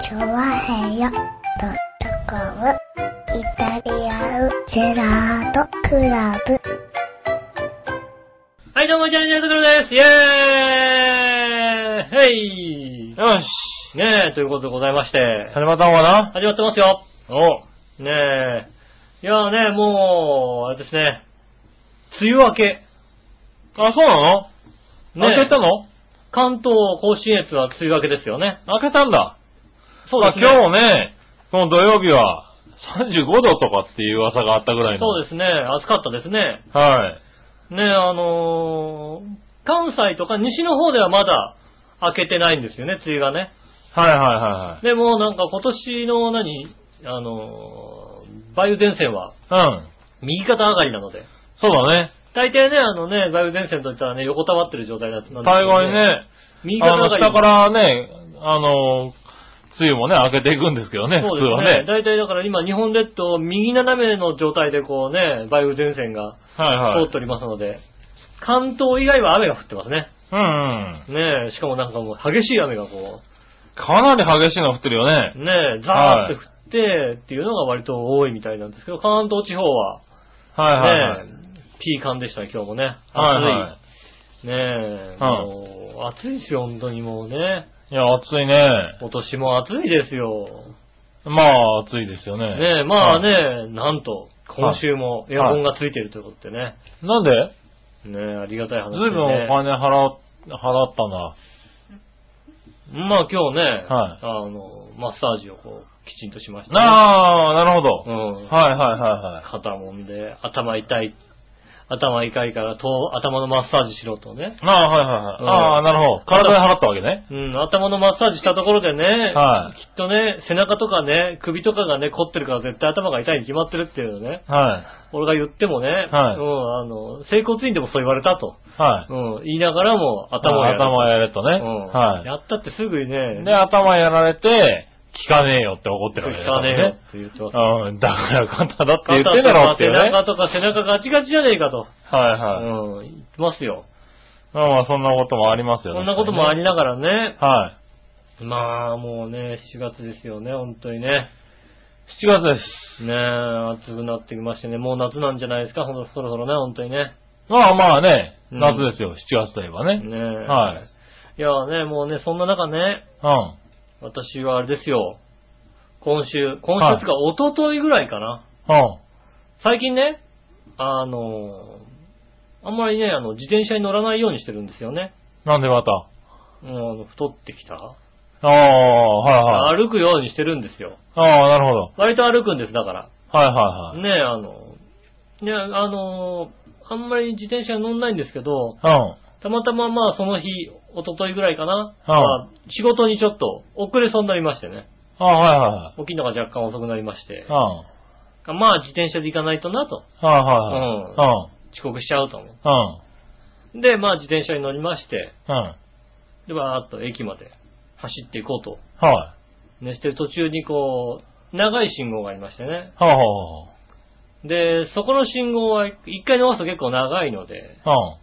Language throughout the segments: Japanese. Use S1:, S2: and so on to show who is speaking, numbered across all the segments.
S1: チョワヘヨドットコムイタリアンジェラートクラブ。
S2: はい、どうも、ジャニジャニところです。イェーイはい
S3: よし。
S2: ねえ、ということでございまして、
S3: 始まったのかな
S2: 始まってますよ。
S3: お
S2: ねえ、いやーね、もう、あれですね、梅雨明け。
S3: あ、そうなの
S2: ねえ
S3: 開けたの
S2: 関東甲信越は梅雨明けですよね。
S3: 開けたんだ。
S2: そ
S3: まあ今日ね、この土曜日は35度とかっていう噂があったぐらいの。
S2: そう
S3: う
S2: ですね、暑かったですね。
S3: です。はい。
S2: ねえ、あのー、関西とか西の方ではまだ明けてないんですよね、梅雨がね。
S3: はいはいは
S2: でもなんか今年の何、あのー、梅雨前線は、
S3: いはい。うん。
S2: 右肩上がりなので。
S3: そうだね。
S2: 大体ね、あのね、梅雨前線といったらね、横たわってる状態だったんです
S3: 大概。ね、
S2: 右
S3: あ
S2: 肩
S3: の、
S2: 上がり。
S3: 下からね、あの、梅雨もね、開けていくんですけどね、
S2: そうで
S3: 普通
S2: す
S3: は
S2: ね。
S3: ね。
S2: 大体だから今、日本列島、右斜めの状態でこうね、梅雨前線が
S3: はいは
S2: 通っ
S3: い。
S2: ておりますので、関東以外は雨が降ってますね。
S3: うんうん。
S2: ねえ、しかもなんかもう激しい雨がこ
S3: かなり激しいの降ってるよね
S2: う、。ねえ、ザーって降って、っていうのが割と多いみたいなんですけど、関東地方は、
S3: はいはいはい。
S2: ねえ、ピーカンでしたね、今日もね。
S3: はい
S2: 暑い。
S3: は
S2: ねえ、
S3: うん
S2: もう暑いですよ、本当にもうね。
S3: い。いや、暑いね。
S2: 今年も暑いですよ。
S3: まあ、暑いですよね。
S2: ねえ、まあ
S3: はい。
S2: ね、なんと、今週もエアコンがついてるということでね。
S3: なんで
S2: ねえ、ありがたい話
S3: ず
S2: で
S3: い
S2: すね。
S3: ぶんお金払っ、払ったな。
S2: まあ今日ね、
S3: はい
S2: あの、マッサージをこう、きちんとしました、ね。
S3: ああ、なるほど。
S2: うん。
S3: はいはいは
S2: 肩もんで、頭痛い、頭痛いから頭、頭のマッサージしろとね。
S3: いはい。ああ、はいはいはい。
S2: うん
S3: ああ、なるほど。体で払ったわけね。
S2: うん、頭のマッサージしたところでね、
S3: はい
S2: きっとね、背中とかね、首とかがね、凝ってるから絶対頭が痛いに決まってるっていうのね、
S3: はい。
S2: 俺が言ってもね、
S3: はい
S2: うん、あの、整骨院でもそう言われたと。
S3: はい。
S2: うん、言いながらも頭を
S3: 頭
S2: やる。
S3: 頭やれとね。
S2: うん、
S3: は
S2: やったってすぐにね、
S3: い。で、頭やられて、効かねえよって怒ってるわけ
S2: 聞かねえよ
S3: ね
S2: っ。て言ってます。
S3: うん、だから肩だって言
S2: 肩
S3: っ
S2: と
S3: てんだろう
S2: か
S3: ってい
S2: 背
S3: うね。はい
S2: 中とか背中ガチガチじゃねえかと。
S3: はい。
S2: うん、言ってますよ。
S3: まあまあ、そんなこともありますよね。
S2: こんなこともありながらね、
S3: は
S2: まあもうね、7月ですよね、本当にね。
S3: い。7月です。
S2: ねえ、暑くなってきましてね、もう夏なんじゃないですか、ほんとそろそろね、本当にね。
S3: まあまあね、
S2: うん
S3: 夏ですよ、7月といえばね。
S2: ねえ。。
S3: はい
S2: いやね、もうね、そんな中ね、
S3: うん。は
S2: 私はあれですよ、今週、今週つか、一昨日ぐらいかな。
S3: い。
S2: 最近ね、あのー、あんまりね、あの、自転車に乗らないようにしてるんですよね。
S3: なんでまた
S2: もうあの太ってきた、
S3: ああ、はいはい。
S2: 歩くようにしてるんですよ。
S3: ああ、なるほど。
S2: 割と歩くんです、だか
S3: はい
S2: ら。
S3: はい
S2: ねあの、ねあのー、あんまり自転車に乗んないんですけど、
S3: はい。うん。
S2: たまたままあその日、一昨日ぐらいかな、
S3: うん
S2: まあ仕事にちょっと遅れそうになりましてね、
S3: あはいはいはい。
S2: 起きるのが若干遅くなりまして
S3: うん。、は
S2: まあ自転車で行かないとなと、
S3: いはいは
S2: 遅刻しちゃうと思
S3: い。うん。
S2: う。で、まあ自転車に乗りまして、
S3: うん。うん。
S2: で、わーっと駅まで走っていこうと。
S3: はい。
S2: ね、してる途中にこう、長い信号がありましてね。
S3: はあは
S2: で、そこの信号は一回逃すと結構長いので、
S3: あはあ。うん。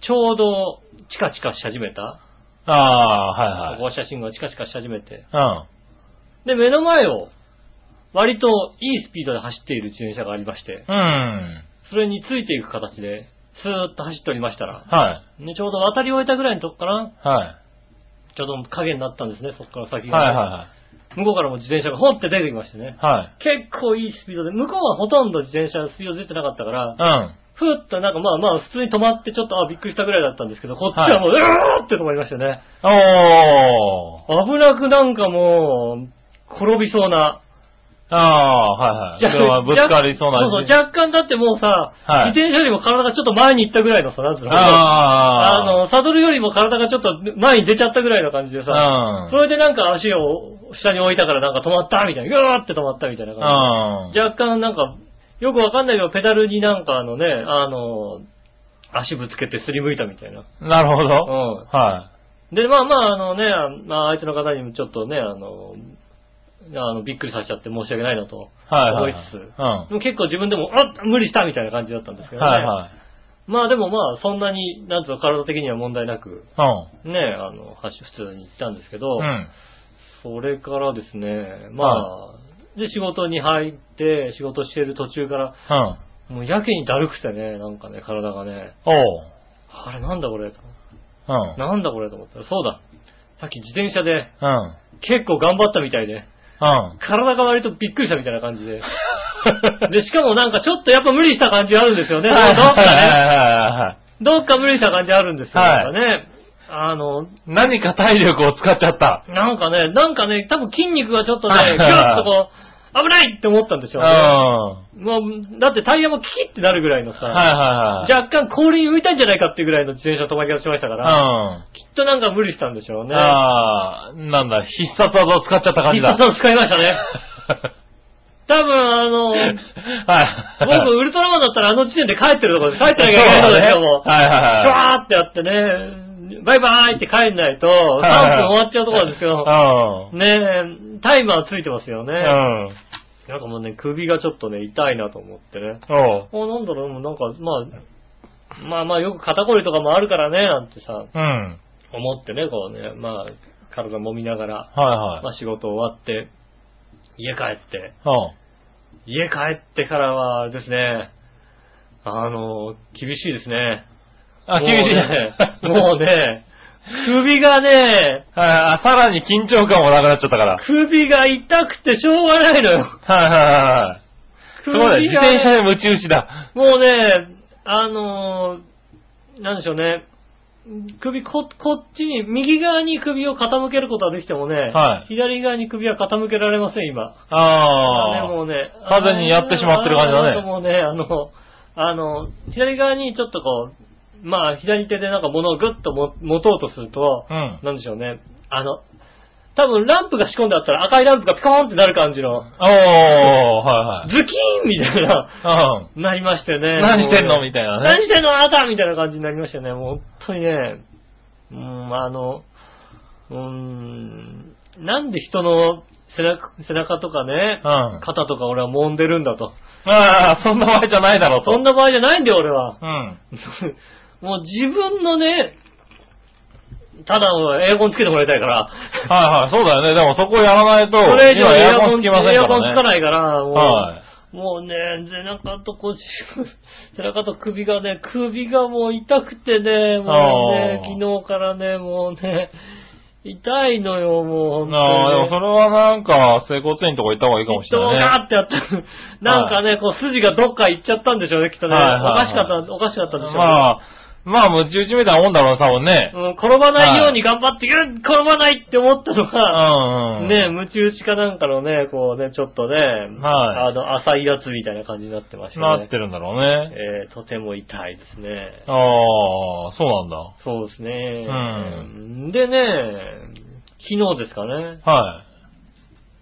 S2: ちょうどチカチカし始めた。
S3: ああ、はい
S2: 歩行者信号がチカチカし始めて。
S3: はい。
S2: で、目の前を、割といいスピードで走っている自転車がありまして、
S3: うん。うん。
S2: それについていく形で、スーッと走っておりましたら、
S3: はい。
S2: ね、ちょうど渡り終えたぐらいのとこかな、
S3: はい。
S2: ちょうど影になったんですね、そこから先が。
S3: はいは
S2: 向こうからも自転車がほって出てきましてね
S3: い。はい。
S2: 結構いいスピードで、向こうはほとんど自転車のスピード出てなかったから、
S3: はい。
S2: ふーっとなんかまあまあ普通に止まってちょっとあびっくりしたぐらいだったんですけど、こっちはもう、うーって止まりましたね。
S3: 哦うん。おー。
S2: 危なくなんかもう、転びそうな。
S3: ああ、はいはい。それはぶつかりそうな
S2: そうそう、若干だってもうさ、
S3: はい
S2: 自転車よりも体がちょっと前に行ったぐらいのさ、なんつうの
S3: あ
S2: あ
S3: あ。
S2: の、サドルよりも体がちょっと前に出ちゃったぐらいの感じ
S3: 啊
S2: でさ、それでなんか足を下に置いたからなんか止まったみたいな、ぐーって止まったみたいな
S3: うん。
S2: 感じ。
S3: うん。
S2: 若干なんか、よくわかんないけど、ペダルになんかあのね、あの、足ぶつけてすりむいたみたいな。
S3: なるほど。
S2: う
S3: は
S2: ん。で、まあまあ、あのね、あまあ、相手の方にもちょっとね、あの、あの、びっくりさせちゃって申し訳ないなと。
S3: い。はいはい。
S2: 思いつつ
S3: う
S2: でも結構自分でも、あ無理したみたいな感じだったんですけ
S3: ん。
S2: どね。
S3: はいはい。
S2: まあでもまあ、そんなに、なんとか体的には問題なく、
S3: うん。嗯
S2: ね、あの、走普通に行ったんですけど、
S3: うん。
S2: それからですね、まあ、で、仕事に入って、仕事してる途中から、
S3: うん。
S2: もうやけにだるくてね、なんかね、体がね、
S3: おう。
S2: あれなんだこれ、
S3: うん。
S2: なんだこれと思ったら、そうだ、さっき自転車で
S3: うん。
S2: 結構頑張ったみたいで、
S3: うん。
S2: 体が割とびっくりしたみたいな感じ で。で、しかもなんかちょっとやっぱ無理した感じあるんですよね。どっかね。
S3: ね。
S2: どっか無理した感じあるんですよ。
S3: はい
S2: なんかね。あの、
S3: 何か体力を使っちゃった。
S2: なんかね、なんかね、多分筋肉がちょっとね
S3: はい、
S2: ぐっとこう、危ないって思ったんでし
S3: う
S2: ょ
S3: ん。
S2: うね。
S3: は
S2: もう、だってタイヤもキキってなるぐらいの
S3: いはい
S2: さ、
S3: はい。
S2: 若干氷に浮いたんじゃないかっていうぐらいの自転車の止まり方しましたから、
S3: うん。
S2: きっとなんか無理したんでしょうね。
S3: ああ、なんだ、必殺技を使っちゃった感じ
S2: 必
S3: だ。
S2: 殺を使いました ね。多分あの、
S3: はい。
S2: 僕、ウルトラマンだったらあの時点で帰ってるところで帰ってなきゃいけないのですよ、もう。
S3: はいはいはい。
S2: シュワーってやってね、バイバーイって帰んないと、3分終わっちゃうところなんですけど、
S3: ど。
S2: ねえ、タイマーついてますよね。
S3: うん。うん。
S2: なんかもうね、首がちょっとね、痛いなと思ってね。
S3: おう。
S2: あ、なんだろう、もうなんか、まあ、まあまあよく肩こりとかもあるからね、なんてさ、
S3: うん。
S2: 思ってね、こうね、まあ、体揉みながら、
S3: はい
S2: ま
S3: はい。
S2: あ仕事終わって、家帰って、
S3: おう。
S2: 家帰ってからはですね、あの、厳しいですね。
S3: あ、厳しい。
S2: もうね、もうね、首がね、
S3: はい、あさらに緊張感もなくなっちゃったから。
S2: 首が痛くてしょうがないのよ。
S3: はいはいはい。す
S2: 首
S3: ご
S2: が
S3: い。
S2: ね
S3: 自転車で夢中打ちだ。
S2: もうね、あのーなんでしょうね。首こ、こっちに、右側に首を傾けることはできてもね、
S3: はい
S2: 左側に首は傾けられません、今。ね、
S3: あ
S2: もうね、
S3: 完全にやってしまってる感じだね
S2: あーなんかもうね、あの、あの、左側にちょっとこう、まあ、左手でなんか物をぐっとも持とうとすると、
S3: うん
S2: なんでしょうね、あの、多分ランプが仕込んであったら赤いランプがピコーンってなる感じの、
S3: あ。おー、は
S2: ズキーンみたいな、
S3: いはい。
S2: なりましてね。
S3: 何してんの
S2: もう
S3: みたいなね
S2: 何してんのあなたみたいな感じになりましたね。もう本当にね。うん、あの、うーん、なんで人の背中背中とかね、
S3: うん。うん。
S2: 肩とか俺は揉んでるんだと。
S3: ああ、そんな場合じゃないだろうと。
S2: そんな場合じゃないんだよ、俺は。
S3: うん。
S2: もう自分のね、ただエアコンつけてもらいたいから。
S3: はいはい、そうだよね。でもそこをやらないと、
S2: それ以上
S3: 今
S2: エ
S3: エ
S2: ア
S3: ア
S2: コ
S3: コ
S2: ン
S3: ン
S2: つけ
S3: つきません
S2: エア
S3: か
S2: コンつから
S3: ね。
S2: ないから、もう。
S3: はい。
S2: もうね、背中と腰、背中と首がね、首がもう痛くてね、もうね
S3: あ、ー
S2: 昨日からね、もうね、痛いのよ、もう、本当に、ね。
S3: ああ、でもそれはなんか、整骨院とか行った方がいいかもしれないね。
S2: 人がーってやった。なんかね、こう筋がどっか行っちゃったんでしょうね、きっとね。
S3: はいはいはい
S2: おかしかった、おかしかったんでしょうね。
S3: まあ、まあ、むち打ちみたいなもんだろうな、多分ね。
S2: うん、転ばないように頑張って、うん転ばないって思ったのが、
S3: うんうん。
S2: ね、ムチ打ちかなんかのね、こうね、ちょっとね、
S3: はい
S2: あの、浅いやつみたいな感じになってましたね。
S3: なってるんだろうね。
S2: えーとても痛いですね。
S3: ああ、そうなんだ。
S2: そうですね。
S3: うん
S2: でね、昨日ですかね、
S3: は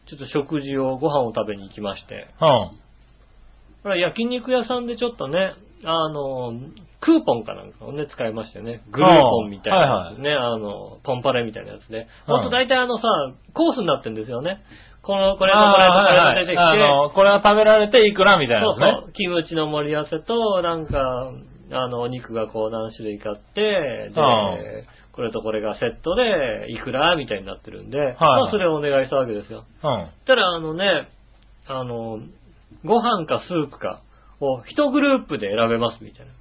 S2: ちょっと食事を、ご飯を食べに行きまして、
S3: い。うん。
S2: これは焼肉屋さんでちょっとね、あの、クーポンかなんかをね、使いましてね、グルーポンみたいなやつね、あ,、の、ポンパレみたいなやつで、ほんと大体あのさ、コースになってんですよね。この、これとこれとこれが出てきて、
S3: あの、これは食べられていくらみたいな
S2: そ
S3: や
S2: う
S3: つ
S2: そ
S3: ね。
S2: う、キムチの盛り合わせと、なんか、あの、お肉がこう何種類かあって、
S3: うん
S2: で、これとこれがセットで、いくらみたいになってるんで、まあそれをお願いしたわけですよ。
S3: うん。
S2: たら、あのね、あの、ご飯かスープかを一グループで選べますみたいな。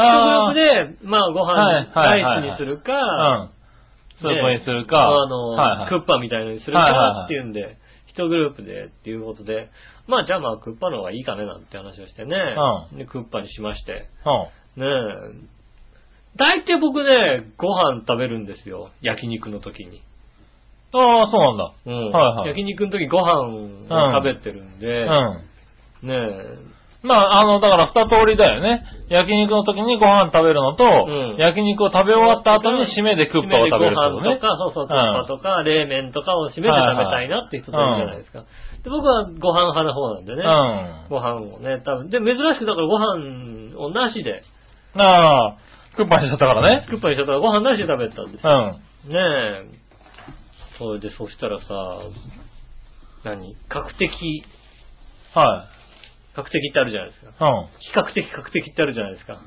S3: あ
S2: 一グループで、まあご飯に、
S3: は
S2: ラ
S3: いはいはいはい
S2: イスにするか、
S3: あ、うん。スープにするか。
S2: あの、
S3: はいはい
S2: クッパみたいのにする
S3: はいはいは
S2: か
S3: い
S2: っていうんで、一グループでっていうことで、まあじゃあまあクッパの方がいいかねなんて話をしてね、でクッパにしまして、ねえ、大体僕ね、ご飯食べるんですよ、焼肉の時に。
S3: うん。ああ、そうなんだ。
S2: うん
S3: はいはい
S2: 焼肉の時ご飯を食べてるんで、
S3: うん。
S2: ねえ、
S3: まあ、あの、だから二通りだよね。焼肉の時にご飯食べるのと、
S2: うん
S3: 焼肉を食べ終わった後に締めでクッパを食べるってこと
S2: 締めでご飯
S3: ね
S2: と。か、そうそう、
S3: ん
S2: クッパとか、冷麺とかを締めて食べたいなっていう人たちじゃないですか。で、僕はご飯派の方なんで
S3: う
S2: ね。
S3: ん。あ
S2: ご飯をね、多分。で、珍しくだからご飯をなしで、
S3: あ、クッパにしちゃったからね。
S2: クッパにしちゃったからご飯なしで食べたんです
S3: うん。は
S2: よ。ねえ。それで、そしたらさ、何確的、
S3: い。
S2: 確的ってあるじゃないですか。
S3: う
S2: 比
S3: ん。
S2: 較的確的ってあるじゃないですか。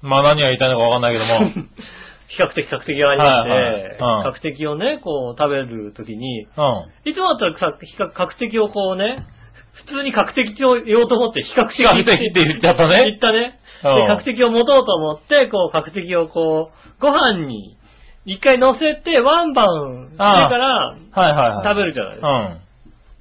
S3: まあ何が言いたいのかわかんないけども。
S2: 比較的確定がありまして、
S3: はいはいうん
S2: 確定をね、こう食べるときに、
S3: うん。
S2: いつもだったらさ比較確定をこうね、普通に確定を言おうと思って比較的
S3: 比較的って言っちゃったね
S2: 言ったね。
S3: う
S2: で、
S3: ん
S2: 確定を持とうと思って、こう確定をこう、ご飯に一回乗せてワンバウンしてから
S3: はいはいはい。
S2: 食べるじゃないです
S3: う
S2: か。
S3: ん。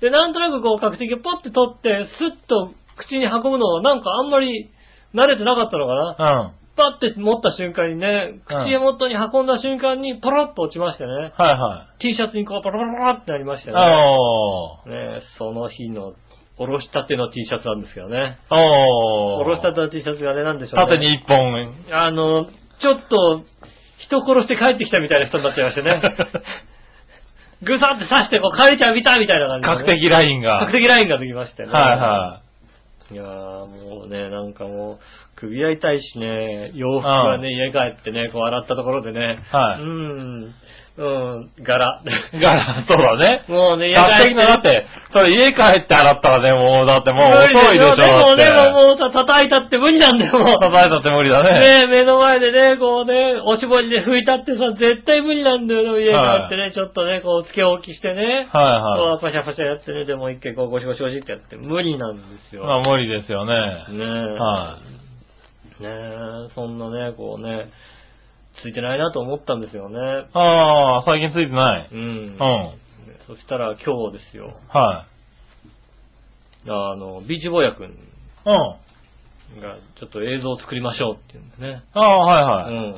S2: で、なんとなくこう、確定をポッて取って、スッと口に運ぶのは、なんかあんまり慣れてなかったのかな。
S3: うん。
S2: パッて持った瞬間にね、口へ元に運んだ瞬間に、ポロッと落ちましてね。
S3: はいはい。
S2: T シャツにこう、ポロポロポロってなりましたよね。
S3: おー。
S2: ねその日の、おろしたての T シャツなんですけどね。
S3: おー。
S2: おろしたての T シャツがね、なんでしょうね。
S3: 縦に一本。
S2: あの、ちょっと、人殺して帰ってきたみたいな人になっちゃいまして ね。ぐさって刺して、こう、帰りちゃびたみたいな感じ
S3: 確
S2: でね、
S3: 定ラインが。
S2: 確定ラインができましてね。
S3: はいはい
S2: やーもうね、なんかもう、首が痛いしね、洋服はね、家帰ってね、こう洗ったところでね、
S3: はいう
S2: ーん、うん、柄。
S3: い。だから、そうだね。
S2: もうね、家
S3: 確
S2: 帰
S3: 定
S2: っ、
S3: の、だってて、それ家帰って洗ったらね、もう、だってもう
S2: 無
S3: 遅
S2: 理
S3: いでしょ。
S2: でもうね、
S3: だって
S2: もうもうさ、叩いたって無理なんだよ、もう。
S3: 叩いたって無理だね。
S2: ね目の前でね、こうね、おしぼりで拭いたってさ、絶対無理なんだよね、家帰ってね、ちょっとね、こう、つけ置きしてね、
S3: はいはい。
S2: こうパシャパシャやってね、でもう一回こう、ゴシゴシゴシってやって、無理なんですよ。
S3: まあ無理ですよね。
S2: ねえ。
S3: は
S2: ねえ、そんなね、こうね、ついてないなと思ったんですよね。
S3: ああ、最近ついてない。
S2: う
S3: うんん。。は
S2: そしたら今日ですよ、
S3: い。
S2: あの、ビーチ坊やくん
S3: うん。あ
S2: がちょっと映像を作りましょうっていうんでね。
S3: あ、
S2: う
S3: はいはい。
S2: ん。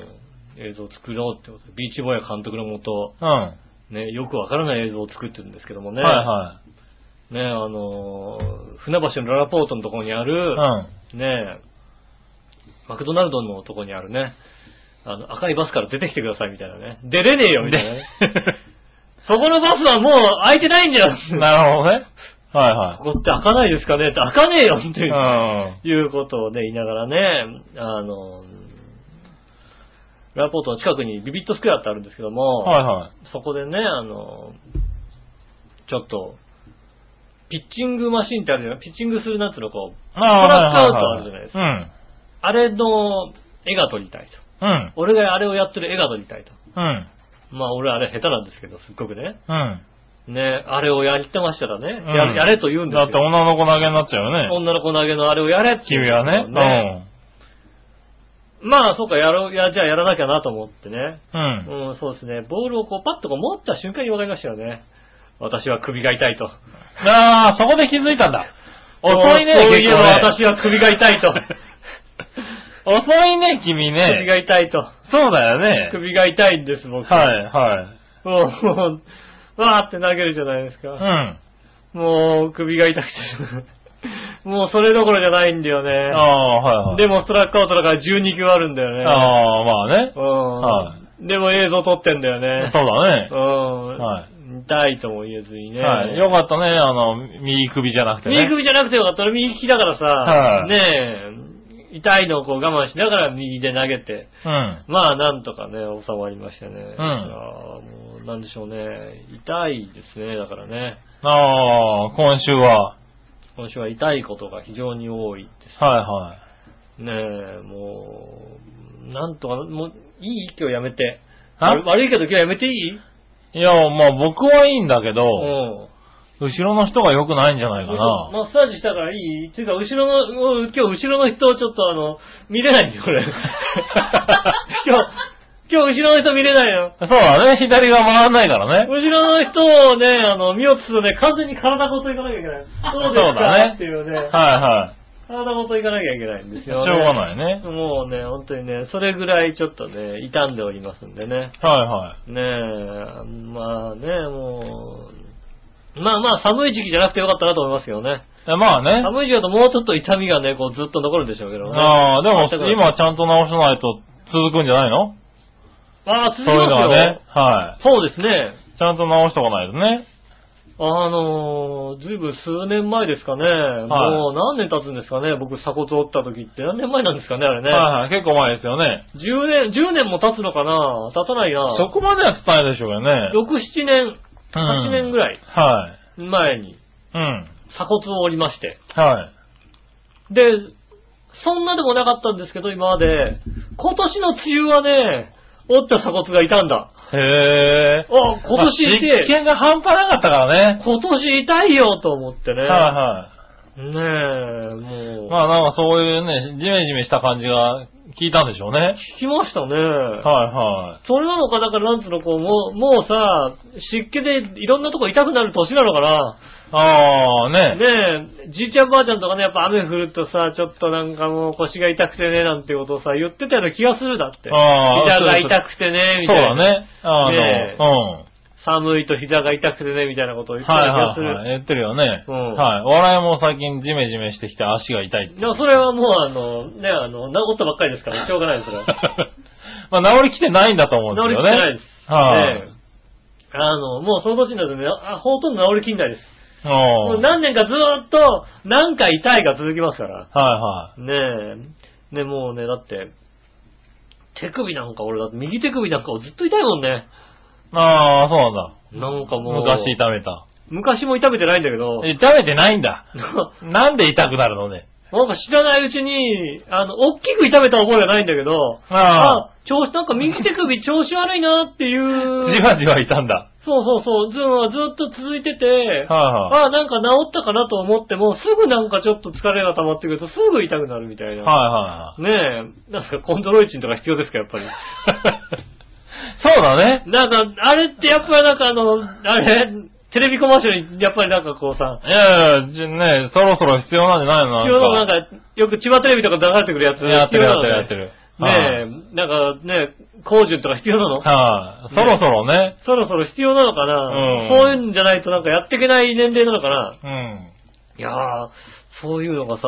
S2: 映像を作ろうってことで、ビーチ坊や監督のもと、
S3: うん。は
S2: ね、よくわからない映像を作ってるんですけども
S3: い
S2: ね。
S3: は
S2: ね、あのー、船橋のララポートのところにあ
S3: い。う
S2: る
S3: ん。、 は
S2: ねえ、マクドナルドのとこにあるね、あの、赤いバスから出てきてくださいみたいなね。出れねえよみたいなね。そこのバスはもう開いてないんじゃ
S3: い。
S2: ん。
S3: なるほどね。はいは
S2: ここって開かないですかねって開かねえよって
S3: い。
S2: いうう、い
S3: ん。
S2: うことをね、言いながらね、あの、ラポートの近くにビビットスクエアってあるんですけども、
S3: はいはい。
S2: そこでね、あの、ちょっと、ピッチングマシンってあるじゃないピッチングするなんつうのこう、
S3: ああ、
S2: トラックアウト
S3: は
S2: あるじゃないですか
S3: は
S2: あれの絵が撮りたいと。
S3: うん。うん。
S2: 俺があれをやってる絵が撮りたいと。
S3: うん。
S2: まあ俺あれ下手なんですけど、すっごくね。
S3: うん。
S2: ね、あれをやってましたらね、
S3: うん
S2: ややれと言うんです
S3: だ
S2: よ。
S3: って女の子投げになっちゃうよね。
S2: 女の子投げのあれをやれって言うん
S3: 君
S2: ですよ
S3: はね。
S2: まあ、そうか、やろう、や、じゃあやらなきゃなと思ってね。
S3: うん。うん。
S2: うん、そうですね。ボールをこう、パッとこう持った瞬間に分かりましたよね。私は首が痛いと。
S3: ああ、そこで気づいたんだ。遅
S2: 遅
S3: い
S2: い
S3: ね
S2: ね、、
S3: 結構
S2: そういえば
S3: ね。
S2: 私は首が痛い と。
S3: 遅いね、君
S2: 首
S3: ね。
S2: が痛いと。
S3: そうだよね。
S2: 首が痛いんです、僕。
S3: はい、はい。
S2: もう、もう、わーって投げるじゃないです
S3: う
S2: か。
S3: ん。
S2: もう、首が痛くて。もう、それどころじゃないんだよね。
S3: ああ、はいはい。
S2: でも、ストラックアウトだから12球あるんだよね。
S3: ああ、まあね。は
S2: うん。でも映像撮ってんだよね。
S3: そうだね
S2: う。ん。
S3: はい
S2: 痛いとも言えずにね。
S3: はい。よかったね、あの、右首じゃなくてね。
S2: 右首じゃなくてよかったら右利きだからさ、
S3: はい
S2: ねえ、痛いのをこう我慢しながら右で投げて、
S3: うん。
S2: まあなんとかね、収まりましたね。いやーもう、なんでしょうね。痛いですね、だからね。
S3: ああ、今週は。
S2: 今週は痛いことが非常に多いです。
S3: は
S2: ねえ、もう、なんとか、もう、いい今日やめて。
S3: あ
S2: 悪悪いけど今日やめていい
S3: いはい。いや、まあ僕はいいんだけ
S2: う
S3: ど、
S2: ん。
S3: 後ろの人が良くないんじゃないかな。
S2: マッサージしたからいいっていうか、後ろの、もう今日後ろの人をちょっとあの、見れないんだよ、 俺。今日、今日後ろの人見れないよ。
S3: そうだね、左が回らないからね。
S2: 後ろの人をね、あの、見ようとするとね、完全に体ごといかなきゃいけない。そうです
S3: そうだ
S2: か
S3: ね
S2: っていう
S3: はい
S2: ね、
S3: は
S2: 体ごといかなきゃいけないんです
S3: い。しょ
S2: よ、
S3: う
S2: ね。
S3: がないね。
S2: もうね、本当にね、それぐらいちょっとね、傷んでおりますんでね。
S3: はい
S2: ね
S3: は
S2: え、まあね、もう、まあまあ寒い時期じゃなくてよかったなと思いますけどね。
S3: いえ。まあね。
S2: 寒い時期だともうちょっと痛みがね、こうずっと残るんでしょうけどね。
S3: ああ、でも
S2: 全く
S3: 今ちゃんと直さないと続くんじゃないの
S2: ああ、続き
S3: そう
S2: ます
S3: い
S2: よ
S3: うのはね。は
S2: そうですね。
S3: い。ちゃんと直しとかないとね。
S2: あのー、ずいぶん数年前ですかね、もう何年経つんですかね、僕鎖骨折った時って何年前なんですかね、あれね。
S3: はいはい。結構前ですよね。
S2: 10年、10年も経つのかな経たないな。
S3: そこまでは伝えないでしょうけどね。
S2: 6、7年、
S3: うん
S2: 8年ぐらい
S3: はい。
S2: 前に
S3: うん。
S2: 鎖骨を折りまして。
S3: はい。
S2: で、そんなでもなかったんですけど、今まで。今年の梅雨はね、折った鎖骨がいたんだ。
S3: へえ。
S2: あ、今年い
S3: まあ実
S2: て、
S3: 験が半端なかったからね。
S2: 今年痛いよと思ってね。
S3: は
S2: ねえ、も。
S3: いうはい。まあなんかそういうね、ジメジメした感じが効いたんでしょうね。
S2: 聞きましたね。
S3: はいは
S2: それなのか、だからなんつうの、こう、もう、もうさ、湿気でいろんなとこ痛くなる年なのかな。
S3: い。ああ、ね。
S2: ねえ、じいちゃんばあちゃんとかね、やっぱ雨降るとさ、ちょっとなんかもう腰が痛くてね、なんてことをさ、言ってたような気がするだって。
S3: ああ
S2: 膝が
S3: そうそう
S2: 痛くてね、み
S3: そ
S2: た
S3: う
S2: いな。
S3: だね。あの、
S2: ねえ
S3: うん。
S2: 寒いと膝が痛くてね、みたいなことを言ってた
S3: はい
S2: ような気がする。
S3: はい、はい。言ってるよね。
S2: うん
S3: はい。お笑いも最近ジメジメしてきて足が痛いって。
S2: でもそれはもうあの、ね、あの、治ったばっかりですから、しょうがないです よ。
S3: まあ治りきてないんだと思うん
S2: 治
S3: で
S2: り
S3: す
S2: き
S3: よ
S2: っ
S3: ね。
S2: てないです。
S3: はい
S2: ねえあの、もうその年になるとね、あ、ほとんど治りきんないです。も
S3: お
S2: う
S3: ー
S2: 何年かずーっと、何回痛いが続きますから。
S3: はいは
S2: ねえ。ね、もうね、だって、手首なんか俺だって、右手首なんかずっと痛いもんね。
S3: い。ああ、そうなんだ。
S2: なんかもう。
S3: 昔痛めた。
S2: 昔も痛めてないんだけど、
S3: 痛めてないんだ。
S2: な
S3: なんで痛くなるのね。
S2: んか知らないうちに、あの、大きく痛めた覚えはないんだけど、
S3: ああ、
S2: 調子、なんか右手首調子悪いなっていう
S3: じ。わじわ痛んだ。
S2: そうそうそう、ずずっと続いてて、
S3: は
S2: ああ、なんか治ったかなと思っても、すぐなんかちょっと疲れが溜まってくると、すぐ痛くなるみたい
S3: いはい。
S2: な。
S3: は
S2: ねえ、なんかコントロイチンとか必要ですか、やっぱり。
S3: いはい。そうだね。
S2: なんか、あれってやっぱりなんかあの、あれ、テレビコマーシャルにやっぱりなんかこうさ、
S3: いやいや、じね、そろそろ必要なんじゃないの
S2: 必要なのなん
S3: んか
S2: か、よく千葉テレビとか流れてくるやつ。
S3: やってるやってるやって
S2: 必
S3: る。
S2: 要なのねねえ、なんかね、工順とか必要なの
S3: はい。そろそろね。
S2: そろそろ必要なのかな、
S3: うん
S2: そういうんじゃないとなんかやっていけない年齢なのかな
S3: うん。
S2: いやー、そういうのがさ、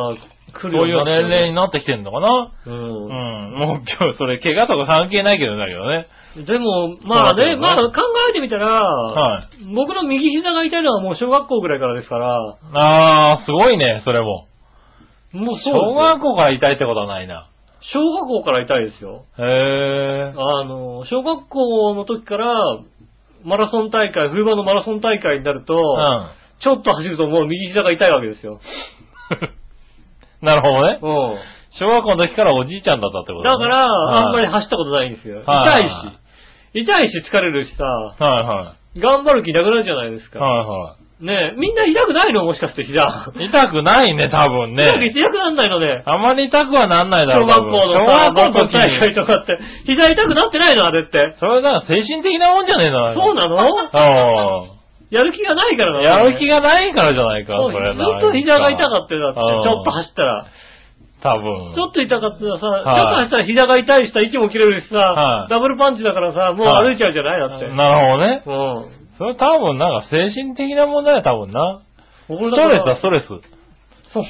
S2: 来る
S3: そういう年齢
S2: 齢
S3: になってきてんのかなう。
S2: うん
S3: もう今日、それ、怪我とか関係ないけどだけどね。
S2: ん。でも、まあ
S3: そうだけ
S2: ね、
S3: どね
S2: まあ考えてみたら、
S3: は
S2: 僕の右膝が痛いのはもう小学校ぐらいからですから、
S3: あー、すごいね、それも。
S2: もうそうですよ
S3: 小学校から痛いってことはないな。
S2: 小学校から痛いですよ。
S3: へー。
S2: あの、小学校の時から、マラソン大会、冬場のマラソン大会になると、
S3: うん。
S2: ちょっと走るともう右膝が痛いわけですよ。
S3: なるほどね。
S2: うん。
S3: 小学校の時からおじいちゃんだったってこと
S2: だ
S3: ね
S2: から、あんまり
S3: はい
S2: 走ったことないんですよ。
S3: は
S2: 痛
S3: い
S2: いし。痛いし疲れるしさ、
S3: は
S2: 頑張る気なくなるじゃないです
S3: い
S2: か。
S3: はい。は
S2: ねえ、みんな痛くないのもしかして膝。
S3: いはい。痛くないね、多分ね。
S2: 痛くなんないのね。
S3: あまり痛くはなんないだ
S2: 小
S3: ろう。
S2: 学校のさ、
S3: 多分小
S2: マ
S3: 学
S2: ラソ
S3: 校の
S2: ン大会
S3: 時に。
S2: とかって、膝痛くなってないのあれって。
S3: それだから精神的なもんじゃねえな。
S2: そうなの
S3: の
S2: やる気がないからなのね。
S3: やる気がないからじゃないか、
S2: そう
S3: それ
S2: ずっと膝が痛かったよだ
S3: う
S2: っ
S3: ん
S2: て、ちょっと走ったら。
S3: 多分。
S2: ちょっと痛かったらさ、
S3: い
S2: ちょっと走ったら膝が痛いしさ、息も切れるしさ
S3: は、い
S2: ダブルパンチだからさ、もう
S3: はい
S2: 歩いちゃうじゃないだって。
S3: なるほどね。
S2: うん。
S3: それ多分なんか精神的な問題だよ、多分な。
S2: 俺
S3: ス
S2: だか
S3: ト
S2: ら
S3: レスだ、ストレス。
S2: そう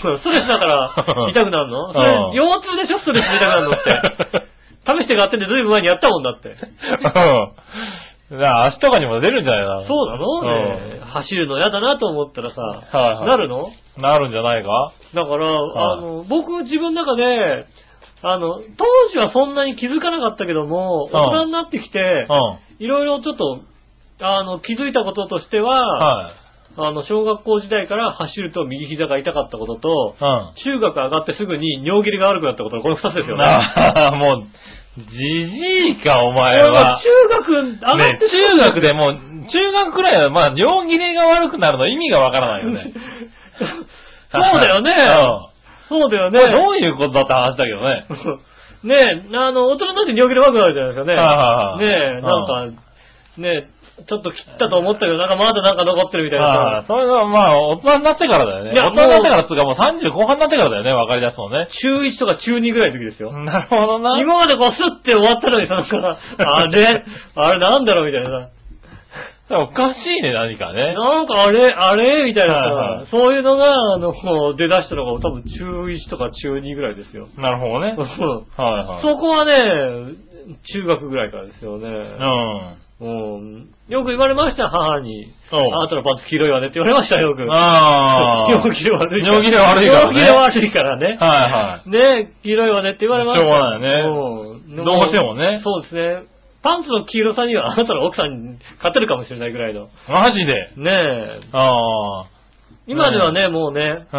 S2: そう、ストレスだから痛くなるのそれ
S3: うん
S2: 腰痛でしょ、ストレスで痛くなるの って。試して買っててずいぶん前にやったもんだって。
S3: うん。だから足とかにも出るんじゃないか
S2: そうなの
S3: うん
S2: ねえ走るの嫌だなと思ったらさ、
S3: いはい
S2: なるの
S3: な。なるんじゃないか
S2: だから、
S3: はい
S2: あの、僕自分の中で、あの、当時はそんなに気づかなかったけども、
S3: うん
S2: 大人になってきて
S3: う、ん。
S2: いろいろちょっと、あの、気づいたこととしては、
S3: はい。
S2: あの、小学校時代から走ると右膝が痛かったことと、
S3: うん。
S2: 中学上がってすぐに尿切れが悪くなったこと、この二つですよね。
S3: なあ、もう、じじいか、お
S2: こ
S3: 前
S2: れ
S3: は
S2: は。中学上がって
S3: ね
S2: すぐ
S3: 中学でもう、中学くらいは、まあ、尿切れが悪くなるの意味がわからないよね。
S2: そうだよね。そうだよ
S3: うん。これど
S2: ね。
S3: ういうことだって話だけどね。
S2: ねえ、あの、大人になって尿切れ悪くなるじゃないですかね。
S3: はいはいはい
S2: ねえ、なんか、ねえ、ちょっと切ったと思ったけど、なんかまだなんか残ってるみたい
S3: ああ
S2: な。
S3: それはまあ、大人になってからだよね。
S2: いや
S3: 大人になってからっつうか、もう30後半になってからだよね、わかり出すのね。
S2: 中1とか中2ぐらいの時ですよ。
S3: なるほどな。
S2: 今までこうスッて終わったのにさ、なんか、あれ あれなんだろうみたいなさ。
S3: おかしいね、何かね。
S2: なんかあれあれみたいなさ、
S3: はいはい
S2: そういうのが、あの、こう出だしたのが多分中1とか中2ぐらいですよ。
S3: なるほどね
S2: う。ん
S3: はいは い。
S2: そこはね、中学ぐらいからですよね。
S3: うん。
S2: うんよく言われました、母に。
S3: お
S2: あなたのパンツ黄色いわねって言われました、よく。
S3: ああ。
S2: 尿切れ悪いから。
S3: 尿切れ悪いから
S2: 尿
S3: ね
S2: 切れ悪いからね。
S3: はいはい。
S2: ね黄色いわねって言われました。
S3: しょうがない
S2: よね
S3: どうしてもね
S2: そうですね。パンツの黄色さにはあなたの奥さんに勝てるかもしれないぐらいの。
S3: マジで。
S2: ねえ。
S3: ああ。
S2: 今ではね、もうね、
S3: う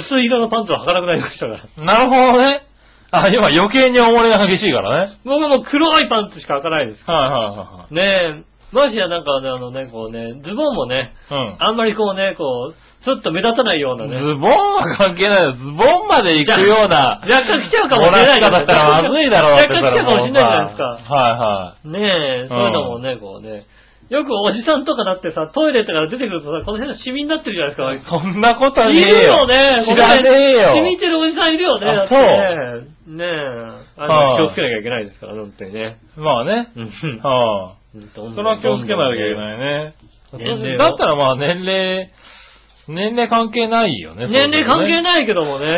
S3: ん。
S2: 薄い色のパンツは履かなくなりましたから。
S3: なるほどね。あ、今余計に汚れが激しいからね。
S2: 僕はもう黒いパンツしか開かないです。
S3: はいは
S2: ねえ、もしやなんかね、あのね、こうね、ズボンもね、
S3: いはいはい。
S2: あんまりこうね、こう、ちょっと目立たないような
S3: うん。
S2: ね。
S3: ズボンは関係ないよ。ズボンまで行くような。
S2: 若干来ちゃうかもしれない
S3: 漏らし方したらまずいだろう
S2: 若干来ちゃうかもしれないじゃないですか。
S3: か。は
S2: ねえ、そういうのもね、こうね。よくおじさんとかだってさ、トイレとか出てくるとさ、この辺のシミになってるじゃない
S3: いはい
S2: で。すか。
S3: そんなことはね
S2: い
S3: え
S2: るよね。
S3: 知らねえよ
S2: シミってるおじさんいるよね。
S3: あ
S2: だってねねえ。あの
S3: はい
S2: 気をつけなきゃいけないですから、本当にね。
S3: まあね。
S2: うん
S3: はあ。
S2: そ
S3: それは気をつけなきゃいけ
S2: い。
S3: ない
S2: 年齢
S3: ね。
S2: を
S3: だったらまあ年齢、年齢関係ないよね。
S2: 年齢関係
S3: い。。
S2: ないけどもね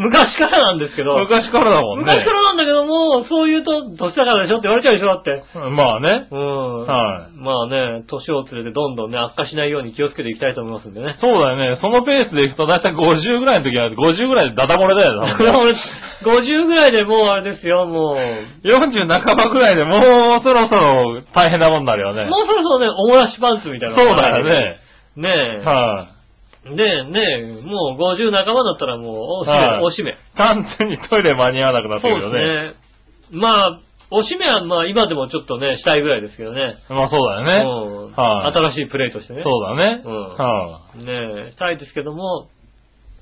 S2: 昔からなんですけど。
S3: 昔からだもんね。
S2: 昔からなんだけども、そう言うと、年だからでしょって言われちゃうでしょ、だって。
S3: まあね。
S2: うん。
S3: はい
S2: まあね、年を連れてどんどんね、悪化しないように気をつけていきたいと思いますんでね。
S3: そうだよね。そのペースでいくとだいたい50ぐらいの時は、50ぐらいでダダ漏れ だよ。多分ね
S2: 俺50ぐらいでもうあれですよ、もう。
S3: 40半ばぐらいでもうそろそろ大変なもんになるよね。
S2: もうそろそろね、おもらしパンツみたいな。
S3: そうだよ。ね。
S2: ね
S3: は
S2: え。で、ねえ、もう50半ばだったらもう、おしめ、
S3: はい
S2: おしめ。
S3: い。単純にトイレ間に合わなくなって
S2: そ
S3: く
S2: う
S3: る
S2: で
S3: よ
S2: す
S3: ね。
S2: ね。まあ、おしめはまあ今でもちょっとね、したいぐらいですけどね。
S3: まあそうだよね。
S2: うん
S3: はい
S2: 新しいプレイとしてね。
S3: そうだね。
S2: うん
S3: は
S2: ねえ、したいですけども、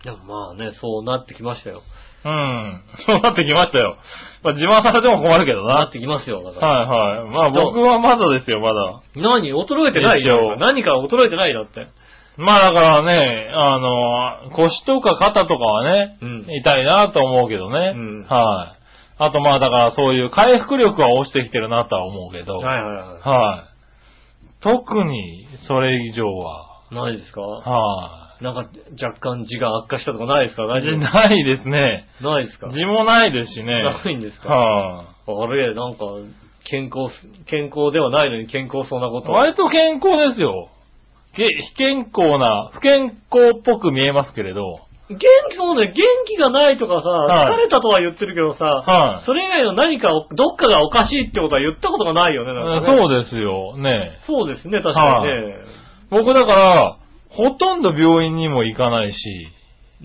S2: でもまあね、そうなってきましたよ。
S3: い。うん。そうなってきましたよ。まあ自慢されても困るけど
S2: な
S3: な
S2: っ。てきますよ、だから。
S3: はいはい。まあ僕はまだですよ、まだ。
S2: 何衰えてない
S3: 一応
S2: よ。何か衰えてないだって。
S3: まあだからね、あの、腰とか肩とかはね、
S2: うん
S3: 痛いなと思うけどね。
S2: うん
S3: はい。あとまあだからそういう回復力は落ちてきてるなとは思うけど。
S2: はいはいは
S3: はい。特に、それ以上は、
S2: い。ないですか
S3: は
S2: なんか、若干字が悪化したとかないですか大
S3: い。
S2: 丈夫
S3: ないですね。
S2: ないですか
S3: 字もないですしね。
S2: ないんですか
S3: は
S2: あれ、なんか、健康す、健康ではないのに健康そうなこ
S3: い。
S2: と。
S3: 割と健康ですよ。け非健康な、不健康っぽく見えますけれど。
S2: 元気そうね、元気がないとかさ、
S3: はい
S2: 疲れたとは言ってるけどさ、
S3: はい
S2: それ以外の何かを、どっかがおかしいってことは言ったことがないよね、なんかね
S3: そうですよ。ね
S2: そうですね、確かにね。
S3: 僕だから、ほとんど病院にも行かないし、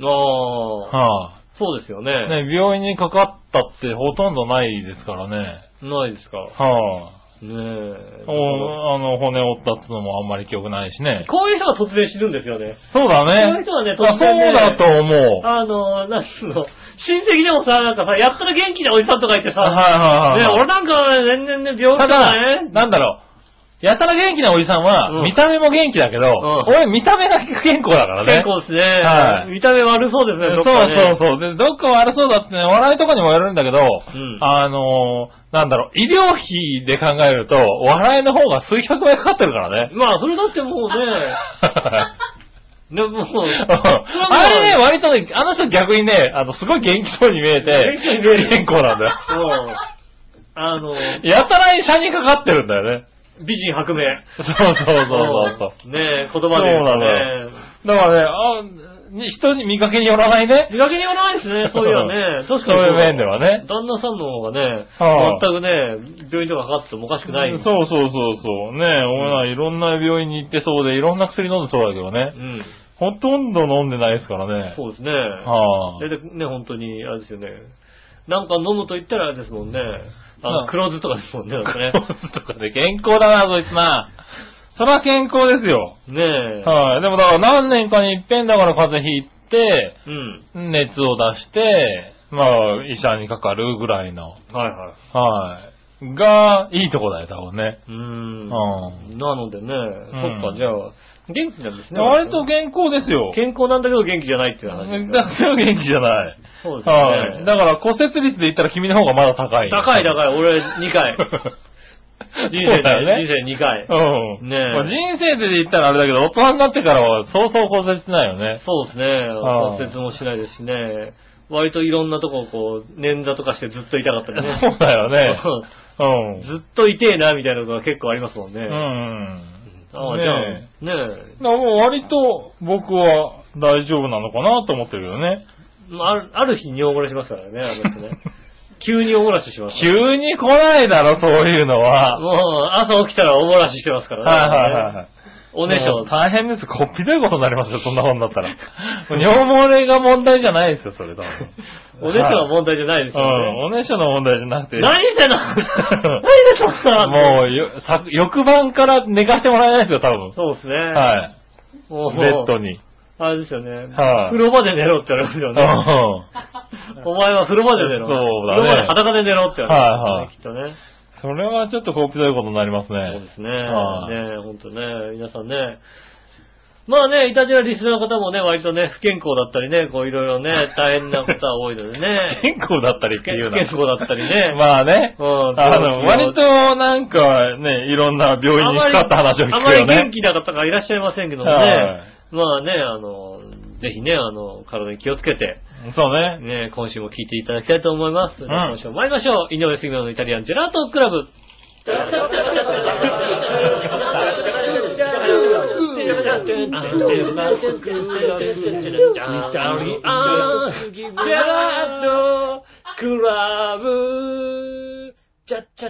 S2: ああ、
S3: は
S2: そうですよね
S3: い。ね、病院にかかったってほとんどないですからね。
S2: ないですか。
S3: は
S2: ね
S3: い。
S2: え。
S3: おあの、骨折ったってのもあんまり記憶ないしね。
S2: こういう人が突然死ぬんですよね。
S3: そうだね。
S2: そういう人はね
S3: あ
S2: 突然ね
S3: そうだと思う。
S2: あの、なんつうの、親戚でもさ、なんかさ、やったら元気なおじさんとかいてさ、
S3: はいはいはい
S2: ね、
S3: はい。
S2: 俺なんか全然ね、病気
S3: た
S2: とか
S3: だ、
S2: ね、
S3: なんだろう。やたら元気なおじさん
S2: う
S3: は、
S2: ん
S3: 見た目も元気だけど、
S2: ん
S3: 俺見た目が不健康だからね
S2: 結。構ですね、
S3: はい
S2: 見た目悪そうですね、どっかね。
S3: そうそうそう。で、どっか悪そうだってね、笑いとかにもやるんだけど、
S2: ん
S3: あのーなんだろう、医療費で考えると、笑いの方が数百倍かかってるからね。
S2: まあ、それだってもう ね、でももう、
S3: あれね、割とね、あの人逆にね、あの、すごい元気そうに見え
S2: 元
S3: て
S2: 気そうに見える、よ
S3: 健康なんだよ。
S2: うんあの、
S3: やたらに車にかかってるんだよね。
S2: 美人白名。
S3: そうそうそうそうそう。
S2: うんねえ、言葉で言う
S3: そ
S2: と
S3: うな
S2: ね。
S3: だからね、あに人に見かけによらないね。
S2: 見かけによらないですね、そういえば ね。確かに
S3: そういう面ではね。
S2: 旦那さんの方がね、
S3: はあ
S2: 全くね、病院とかかかっててもおかしくない。
S3: うんそうそうそうそう。ねえ、俺はいろんな病院に行ってそうで、いろんな薬飲んでそうだけどね。
S2: うん。
S3: ほとんど飲んでないですからね。
S2: そうですね。
S3: はあ
S2: 大体ね、本当に、あれですよね。なんか飲むと言ったらあれですもんね。あ
S3: う
S2: の、
S3: ん
S2: 黒酢とかですもんね、なんかね。
S3: とかで健康だな、そいつな。それは健康ですよ。
S2: ねえ。
S3: はい。でもだから何年かに一遍だから風邪ひいて、
S2: うん。
S3: 熱を出して、まあ、医者にかかるぐらいの。
S2: はいはい。
S3: はい。が、いいとこだよ、多分ね。
S2: うーん。
S3: う
S2: なのでね、そっか、じゃあ、元気なんですね。
S3: 割と健康ですよ。
S2: 健康なんだけど元気じゃないっていう話ですね。
S3: だから元気じゃない。
S2: そうです
S3: は
S2: ね
S3: い。。だから骨折率で言ったら君の方がまだ高い。
S2: 高い高い、俺2回。 人
S3: いそ
S2: 生
S3: うだよ
S2: で、
S3: ね。
S2: 人生2回。
S3: うん。
S2: ねえ
S3: まあ人生で言ったらあれだけど、大人になってからはそうそう骨折しないよね。
S2: そうですね。
S3: ああ
S2: 骨折もしないですしね。割といろんなとこをこう、捻挫とかしてずっと痛かったりね。
S3: そうだよ ね。うん。
S2: ずっと痛えな、みたいなことが結構ありますもんね。
S3: うん。
S2: ああ、
S3: ね
S2: じゃあ、ねえ。
S3: だからもう割と僕は大丈夫なのかなと思ってるけどね。
S2: まあある、ある日尿漏れしますからね、あの人ね。急におもらししますから。
S3: 急に来ないだろ、そういうのは。
S2: もう、朝起きたらおもらししてますからね。
S3: はいはいはいはい。
S2: おねしょ
S3: もう。大変です。こっぴどいことになりますよ、そんな本だったら。尿漏れが問題じゃないですよ、それ多分。
S2: おねしょは問題じゃないですよ
S3: うん、
S2: ね。
S3: おねしょの問題じゃなくて。
S2: 何してんの何でそんな。
S3: もうよ、さ翌晩から寝かしてもらえないですよ、多分。
S2: そうですね。
S3: は
S2: い。
S3: い。
S2: もう、
S3: ベッドに。
S2: あれですよね。
S3: はい
S2: 風呂場で寝ろって言われますよ
S3: うん。
S2: ね。お前は風呂場で寝ろ。
S3: そうだね
S2: 風呂場で裸で寝ろって言われ
S3: はいはい
S2: ますよね。きっとね。
S3: それはちょっとこっぴどいことになります
S2: そう
S3: ね
S2: で。すね。
S3: はい
S2: ね本当ね、皆さんね。まあね、いたじらリスナーの方もね、割とね、不健康だったりね、こういろいろ ね、大変なことは多いのでね。
S3: 健康だったりっていう
S2: 不
S3: な。
S2: 健康だったりね。
S3: まあね。
S2: うん
S3: あの、割となんかね、いろんな病院にかかった話を
S2: あま
S3: 聞くよ
S2: り元
S3: ね。
S2: 気な方がいらっしゃいませんけどもね。
S3: はい
S2: まあね、あの、ぜひね、あの、体に気をつけて、
S3: そうね。
S2: ね、今週も聞いていただきたいと思います。
S3: ん
S2: 今週も参りましょう。井上杉村のイタリアンジェラートクラブ。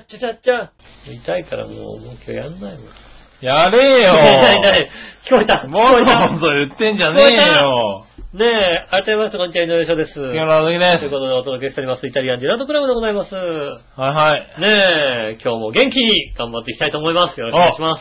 S2: 痛いからもう、もう今日やんないもん。
S3: やれよ
S2: 痛い痛い聞こえた。聞
S3: も
S2: こえた。
S3: っと言ってんじゃねえよ
S2: ねえ、改めまして、こんにちは、井上翔です。と
S3: 杉
S2: いう
S3: 村和樹です。
S2: ことで、お届けしております、イタリアンジェラートクラブでございます。
S3: はいはい。
S2: ねえ、今日も元気に頑張っていきたいと思います。よろしくお願いしま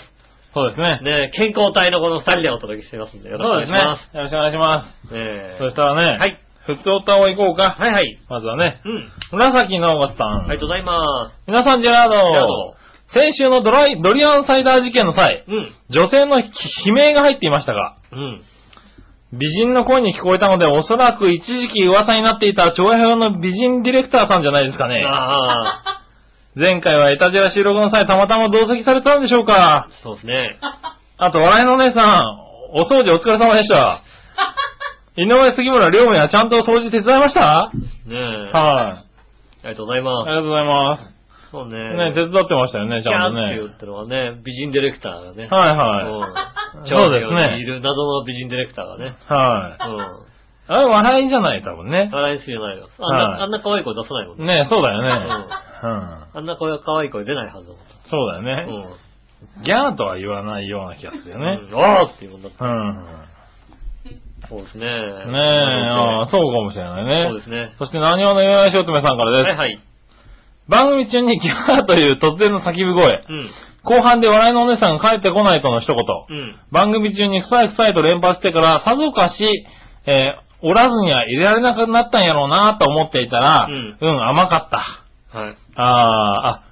S3: そうですね
S2: す。。ねえ、健康体のこの二人でお届けしていますんで、よろしくお
S3: そう
S2: 願
S3: で
S2: いし
S3: すね
S2: ま。。
S3: よろしくお願いします
S2: ねえ
S3: す。そしたらね、
S2: はい。
S3: 普通歌を行こうか。
S2: はいはい。
S3: まずはね、
S2: うん。
S3: 紫のおばさん。
S2: ありがとうございます。
S3: 皆さん、ジェラード。
S2: ジェラード
S3: 先週のドライ、ドリアンサイダー事件の際、
S2: うん。
S3: 女性の悲鳴が入っていましたが、
S2: うん。
S3: 美人の声に聞こえたので、おそらく一時期噂になっていた長編の美人ディレクターさんじゃないですかね。
S2: ああ、
S3: 前回はエタジラ収録の際、たまたま同席されたんでしょうか。
S2: そうですね。
S3: あと、笑いのお姉さん、お掃除お疲れ様で した。井上杉村両名はちゃんと掃除手伝いましたはい、
S2: ねえ。ありがとうござい
S3: あり
S2: ます。
S3: がとうございます。
S2: そうね。
S3: ね、手伝ってましたよね、ち
S2: キャー
S3: ゃんと
S2: って
S3: ね。
S2: 言ったのはね、美人ディレクターがね。
S3: はいはい。
S2: うん
S3: そうですね
S2: 長女にいる謎の美人ディレクターがね。
S3: は
S2: う
S3: い。
S2: ん。
S3: あれ、笑いじゃない、多分ね。
S2: 笑いすぎないよ。あんな、
S3: はい
S2: あんな可愛い声出さないもんね。
S3: ねそうだよね。
S2: うん
S3: うん。
S2: あんな声可愛い声出ないはずだもん。
S3: そうだよね。
S2: うん。
S3: ギャーとは言わないような気がするよね。
S2: うんあーっていうもんだった。
S3: うん。
S2: そうですね。
S3: ねえ、ああ
S2: そう。
S3: そうかもしれないね。
S2: そうですね。
S3: そして、何話の岩井しおとめさんからです。
S2: はいはい。
S3: 番組中にギャーという突然の叫び声。
S2: うん。
S3: 後半で笑いのお姉さんが帰ってこないとの一言。
S2: うん。
S3: 番組中に臭い臭いと連発してから、さぞかし、えーおらずには入れられなくなったんやろうなと思っていたら、
S2: うん
S3: 甘かった。
S2: はい。
S3: あー、あ、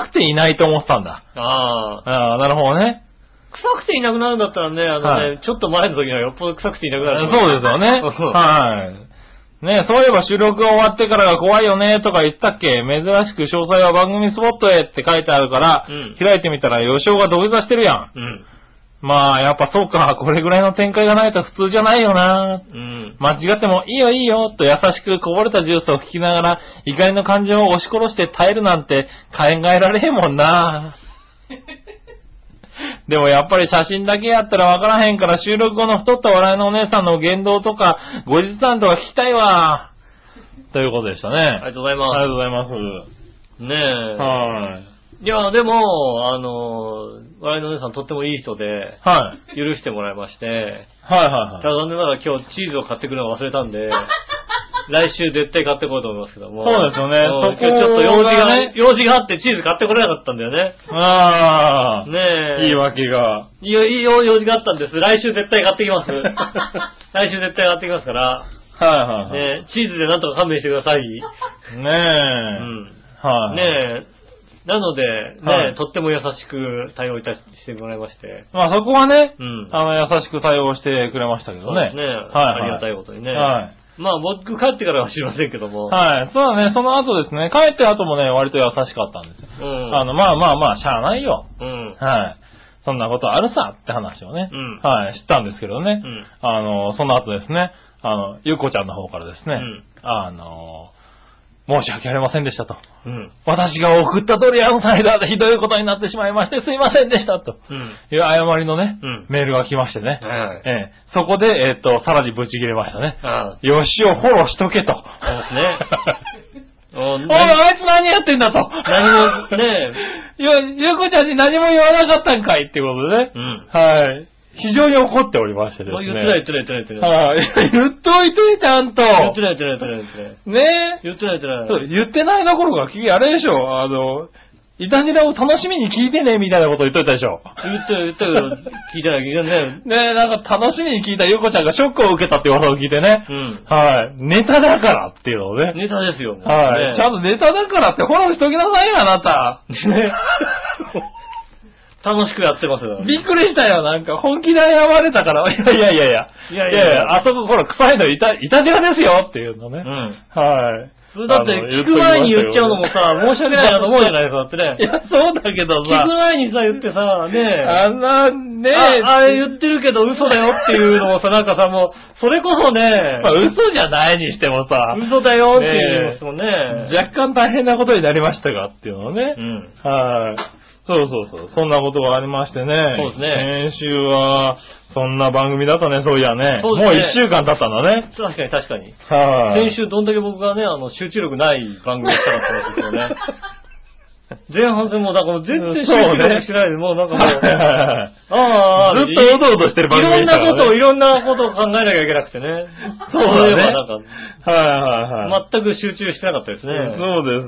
S3: 臭くていないと思ってたんだ。
S2: ああ。
S3: あー、なるほどね。
S2: 臭くていなくなるんだったらね、あのね、
S3: はい
S2: ちょっと前の時にはよっぽど臭くていなくなる。
S3: そうですよね。
S2: うん
S3: はい。ねそういえば収録が終わってからが怖いよねとか言ったっけ珍しく詳細は番組スポットへって書いてあるから、
S2: うん
S3: 開いてみたら予想が土下座してるやん。
S2: うん。
S3: まあ、やっぱそうか、これぐらいの展開がないと普通じゃないよな。
S2: うん。
S3: 間違っても、いいよいいよ、と優しくこぼれたジュースを吹きながら、怒りの感情を押し殺して耐えるなんて考えられへんもんな。でもやっぱり写真だけやったらわからへんから収録後の太った笑いのお姉さんの言動とか、後日談とか聞きたいわ。ということでしたね。
S2: ありが
S3: あり
S2: とうございま
S3: が
S2: す
S3: とうございます。。
S2: ねえ。
S3: はい。
S2: いや、でも、あの、我々のお姉さんとってもいい人で、
S3: はい。
S2: 許してもらいまして、
S3: はい
S2: た
S3: はいは
S2: だ
S3: い。
S2: 残念ながら今日チーズを買ってくるのを忘れたんで、来週絶対買ってこようと思いますけども。
S3: そうですよね
S2: ん
S3: そこ
S2: 今日ちょっと用事が、
S3: ね
S2: 用事があってチーズ買ってこれなかったんだよね。
S3: ああ、
S2: ねえ。
S3: いいわけが。
S2: いいよ。いいよ、用事があったんです。来週絶対買ってき ます。来週絶対買ってきますから、
S3: はいはいはい。
S2: ねえ、チーズでなんとか勘弁してください。
S3: ねえ。
S2: うん。
S3: はい。
S2: ねえ。なので、ねえ、
S3: はい
S2: とっても優しく対応いたししてもらいまして。
S3: まあそこはね、
S2: うん。
S3: あの、優しく対応してくれましたけど
S2: そうで
S3: ね。
S2: すね。
S3: はい、
S2: ありがたいことにね。
S3: はい。
S2: まあ、僕帰ってからは知りませんけども。
S3: はい。そうだね、その後ですね、帰って後もね、割と優しかったんですよ。
S2: うん。
S3: あの、まあまあまあ、しゃあないよ。
S2: うん。
S3: はい。そんなことあるさって話をね、
S2: うん
S3: はい、知ったんですけどね、
S2: うん
S3: あの、その後ですね、あの、ゆうこちゃんの方からですね、
S2: うん
S3: あの、申し訳ありませんでしたと。
S2: うん。
S3: 私が送ったドリアンサイダーでひどいことになってしまいまして、すいませんでしたと。
S2: うん。
S3: いう謝りのね、
S2: うん
S3: メールが来ましてね。
S2: はいはい
S3: ええそこで、えっ、と、さらにブチ切れましたね。
S2: ああ、
S3: よしをフォローしとけと。
S2: そうです ねお
S3: おい、あいつ何やってんだと。
S2: 何もね
S3: え。ゆうこちゃんに何も言わなかったんかいってことでね。
S2: うん。
S3: はい。非常に怒っておりましてです
S2: もう
S3: ね。
S2: 言ってない言ってない言ってない言ってない。
S3: はい。 言っといて、ちゃんと。
S2: 言ってない言ってない言ってない
S3: ね
S2: 言ってない言ってない。
S3: そう言ってないどころか、君あれでしょ、あの、イタジラを楽しみに聞いてね、みたいなこと言っといたでしょ。
S2: 言ってない言ってないけど、聞いてない聞いてない。
S3: ねなんか楽しみに聞いたゆうこちゃんがショックを受けたって噂を聞いてね。
S2: うん。
S3: はい。ネタだからっていうのをね。
S2: ネタですよ。
S3: はい、
S2: ね
S3: ちゃんとネタだからってフォローしときなさいよ、あなた。 ね。
S2: 楽しくやってますよ。
S3: びっくりしたよ、なんか。本気で謝れたから。いやいやいやいや。
S2: いやいやいや
S3: あそこ、ほら、臭いのいた、いたじらですよっていうのね。
S2: うん。
S3: はい。
S2: それだって、
S3: あの
S2: 聞く前に言っちゃうのも さ、申し訳ないなと思うじゃないですか、だって
S3: い
S2: ね。
S3: や、そうだけど
S2: 聞
S3: さ
S2: く。前にさ、言ってさ、ねえ。
S3: あんな、ね
S2: あ、あれ言ってるけど嘘だよって いうのもさ、なんかさ、もう、それこそね
S3: ま、あ嘘じゃないにしてもさ、
S2: 嘘だよっていうのもね。
S3: 若干大変なことになりましたがっていうのをね。
S2: うん。
S3: はい。そうそうそう。そんなことがありましてね。
S2: そうですね
S3: 先週は、そんな番組だったね、そういやね。
S2: そうですね
S3: もう一週間経ったんだね。
S2: 確かに確かに。
S3: はい。
S2: 先週どんだけ僕がね、あの、集中力ない番組したかったんですよね。 前半戦も、だから全然集中力してないで、もうなんかも、
S3: はいはいうはいはい
S2: ああ、
S3: ずっとおどおどしてる 番
S2: い
S3: 組
S2: ろ
S3: で
S2: ん
S3: し
S2: な
S3: たからね
S2: ことを、いろんなことを考えなきゃいけなくてね。
S3: そうだね
S2: いえばなんか、
S3: はいはいはい。
S2: 全く集中してなかったですね。
S3: そうです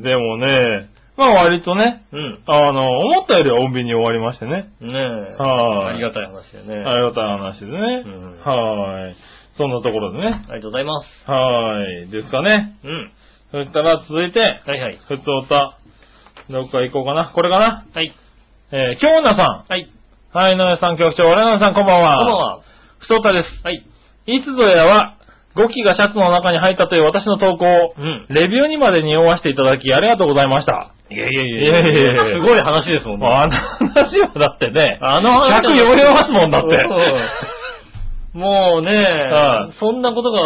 S3: ね。でもね、まあ割とね、
S2: うん。
S3: あの、思ったよりは穏便に終わりましてね。
S2: ねえ。
S3: は
S2: あ
S3: い
S2: りがたい話だよね。
S3: ありがたい話でね。
S2: うん
S3: はい。そんなところでね。
S2: ありがとうございます。
S3: はい。ですかね。
S2: うん。
S3: そしたら続いて、
S2: はいはい。
S3: ふつおた、どっか行こうかな。これかな。
S2: はい。
S3: えー、京奈さ
S2: はい。
S3: ん。はい、井上さん局長、俺のさん、こんばんは。
S2: こんばん。は。
S3: ふつおたです。
S2: はい。
S3: いつぞやは、5機がシャツの中に入ったという私の投稿を、
S2: うん
S3: レビューにまで匂わせていただき、ありがとうございました。
S2: いやいやい
S3: いやいやいや
S2: すごい話ですもんね。
S3: あの話はだってね、
S2: あの話
S3: 客呼べますもんだって。
S2: うんもうね
S3: は、
S2: そんなことが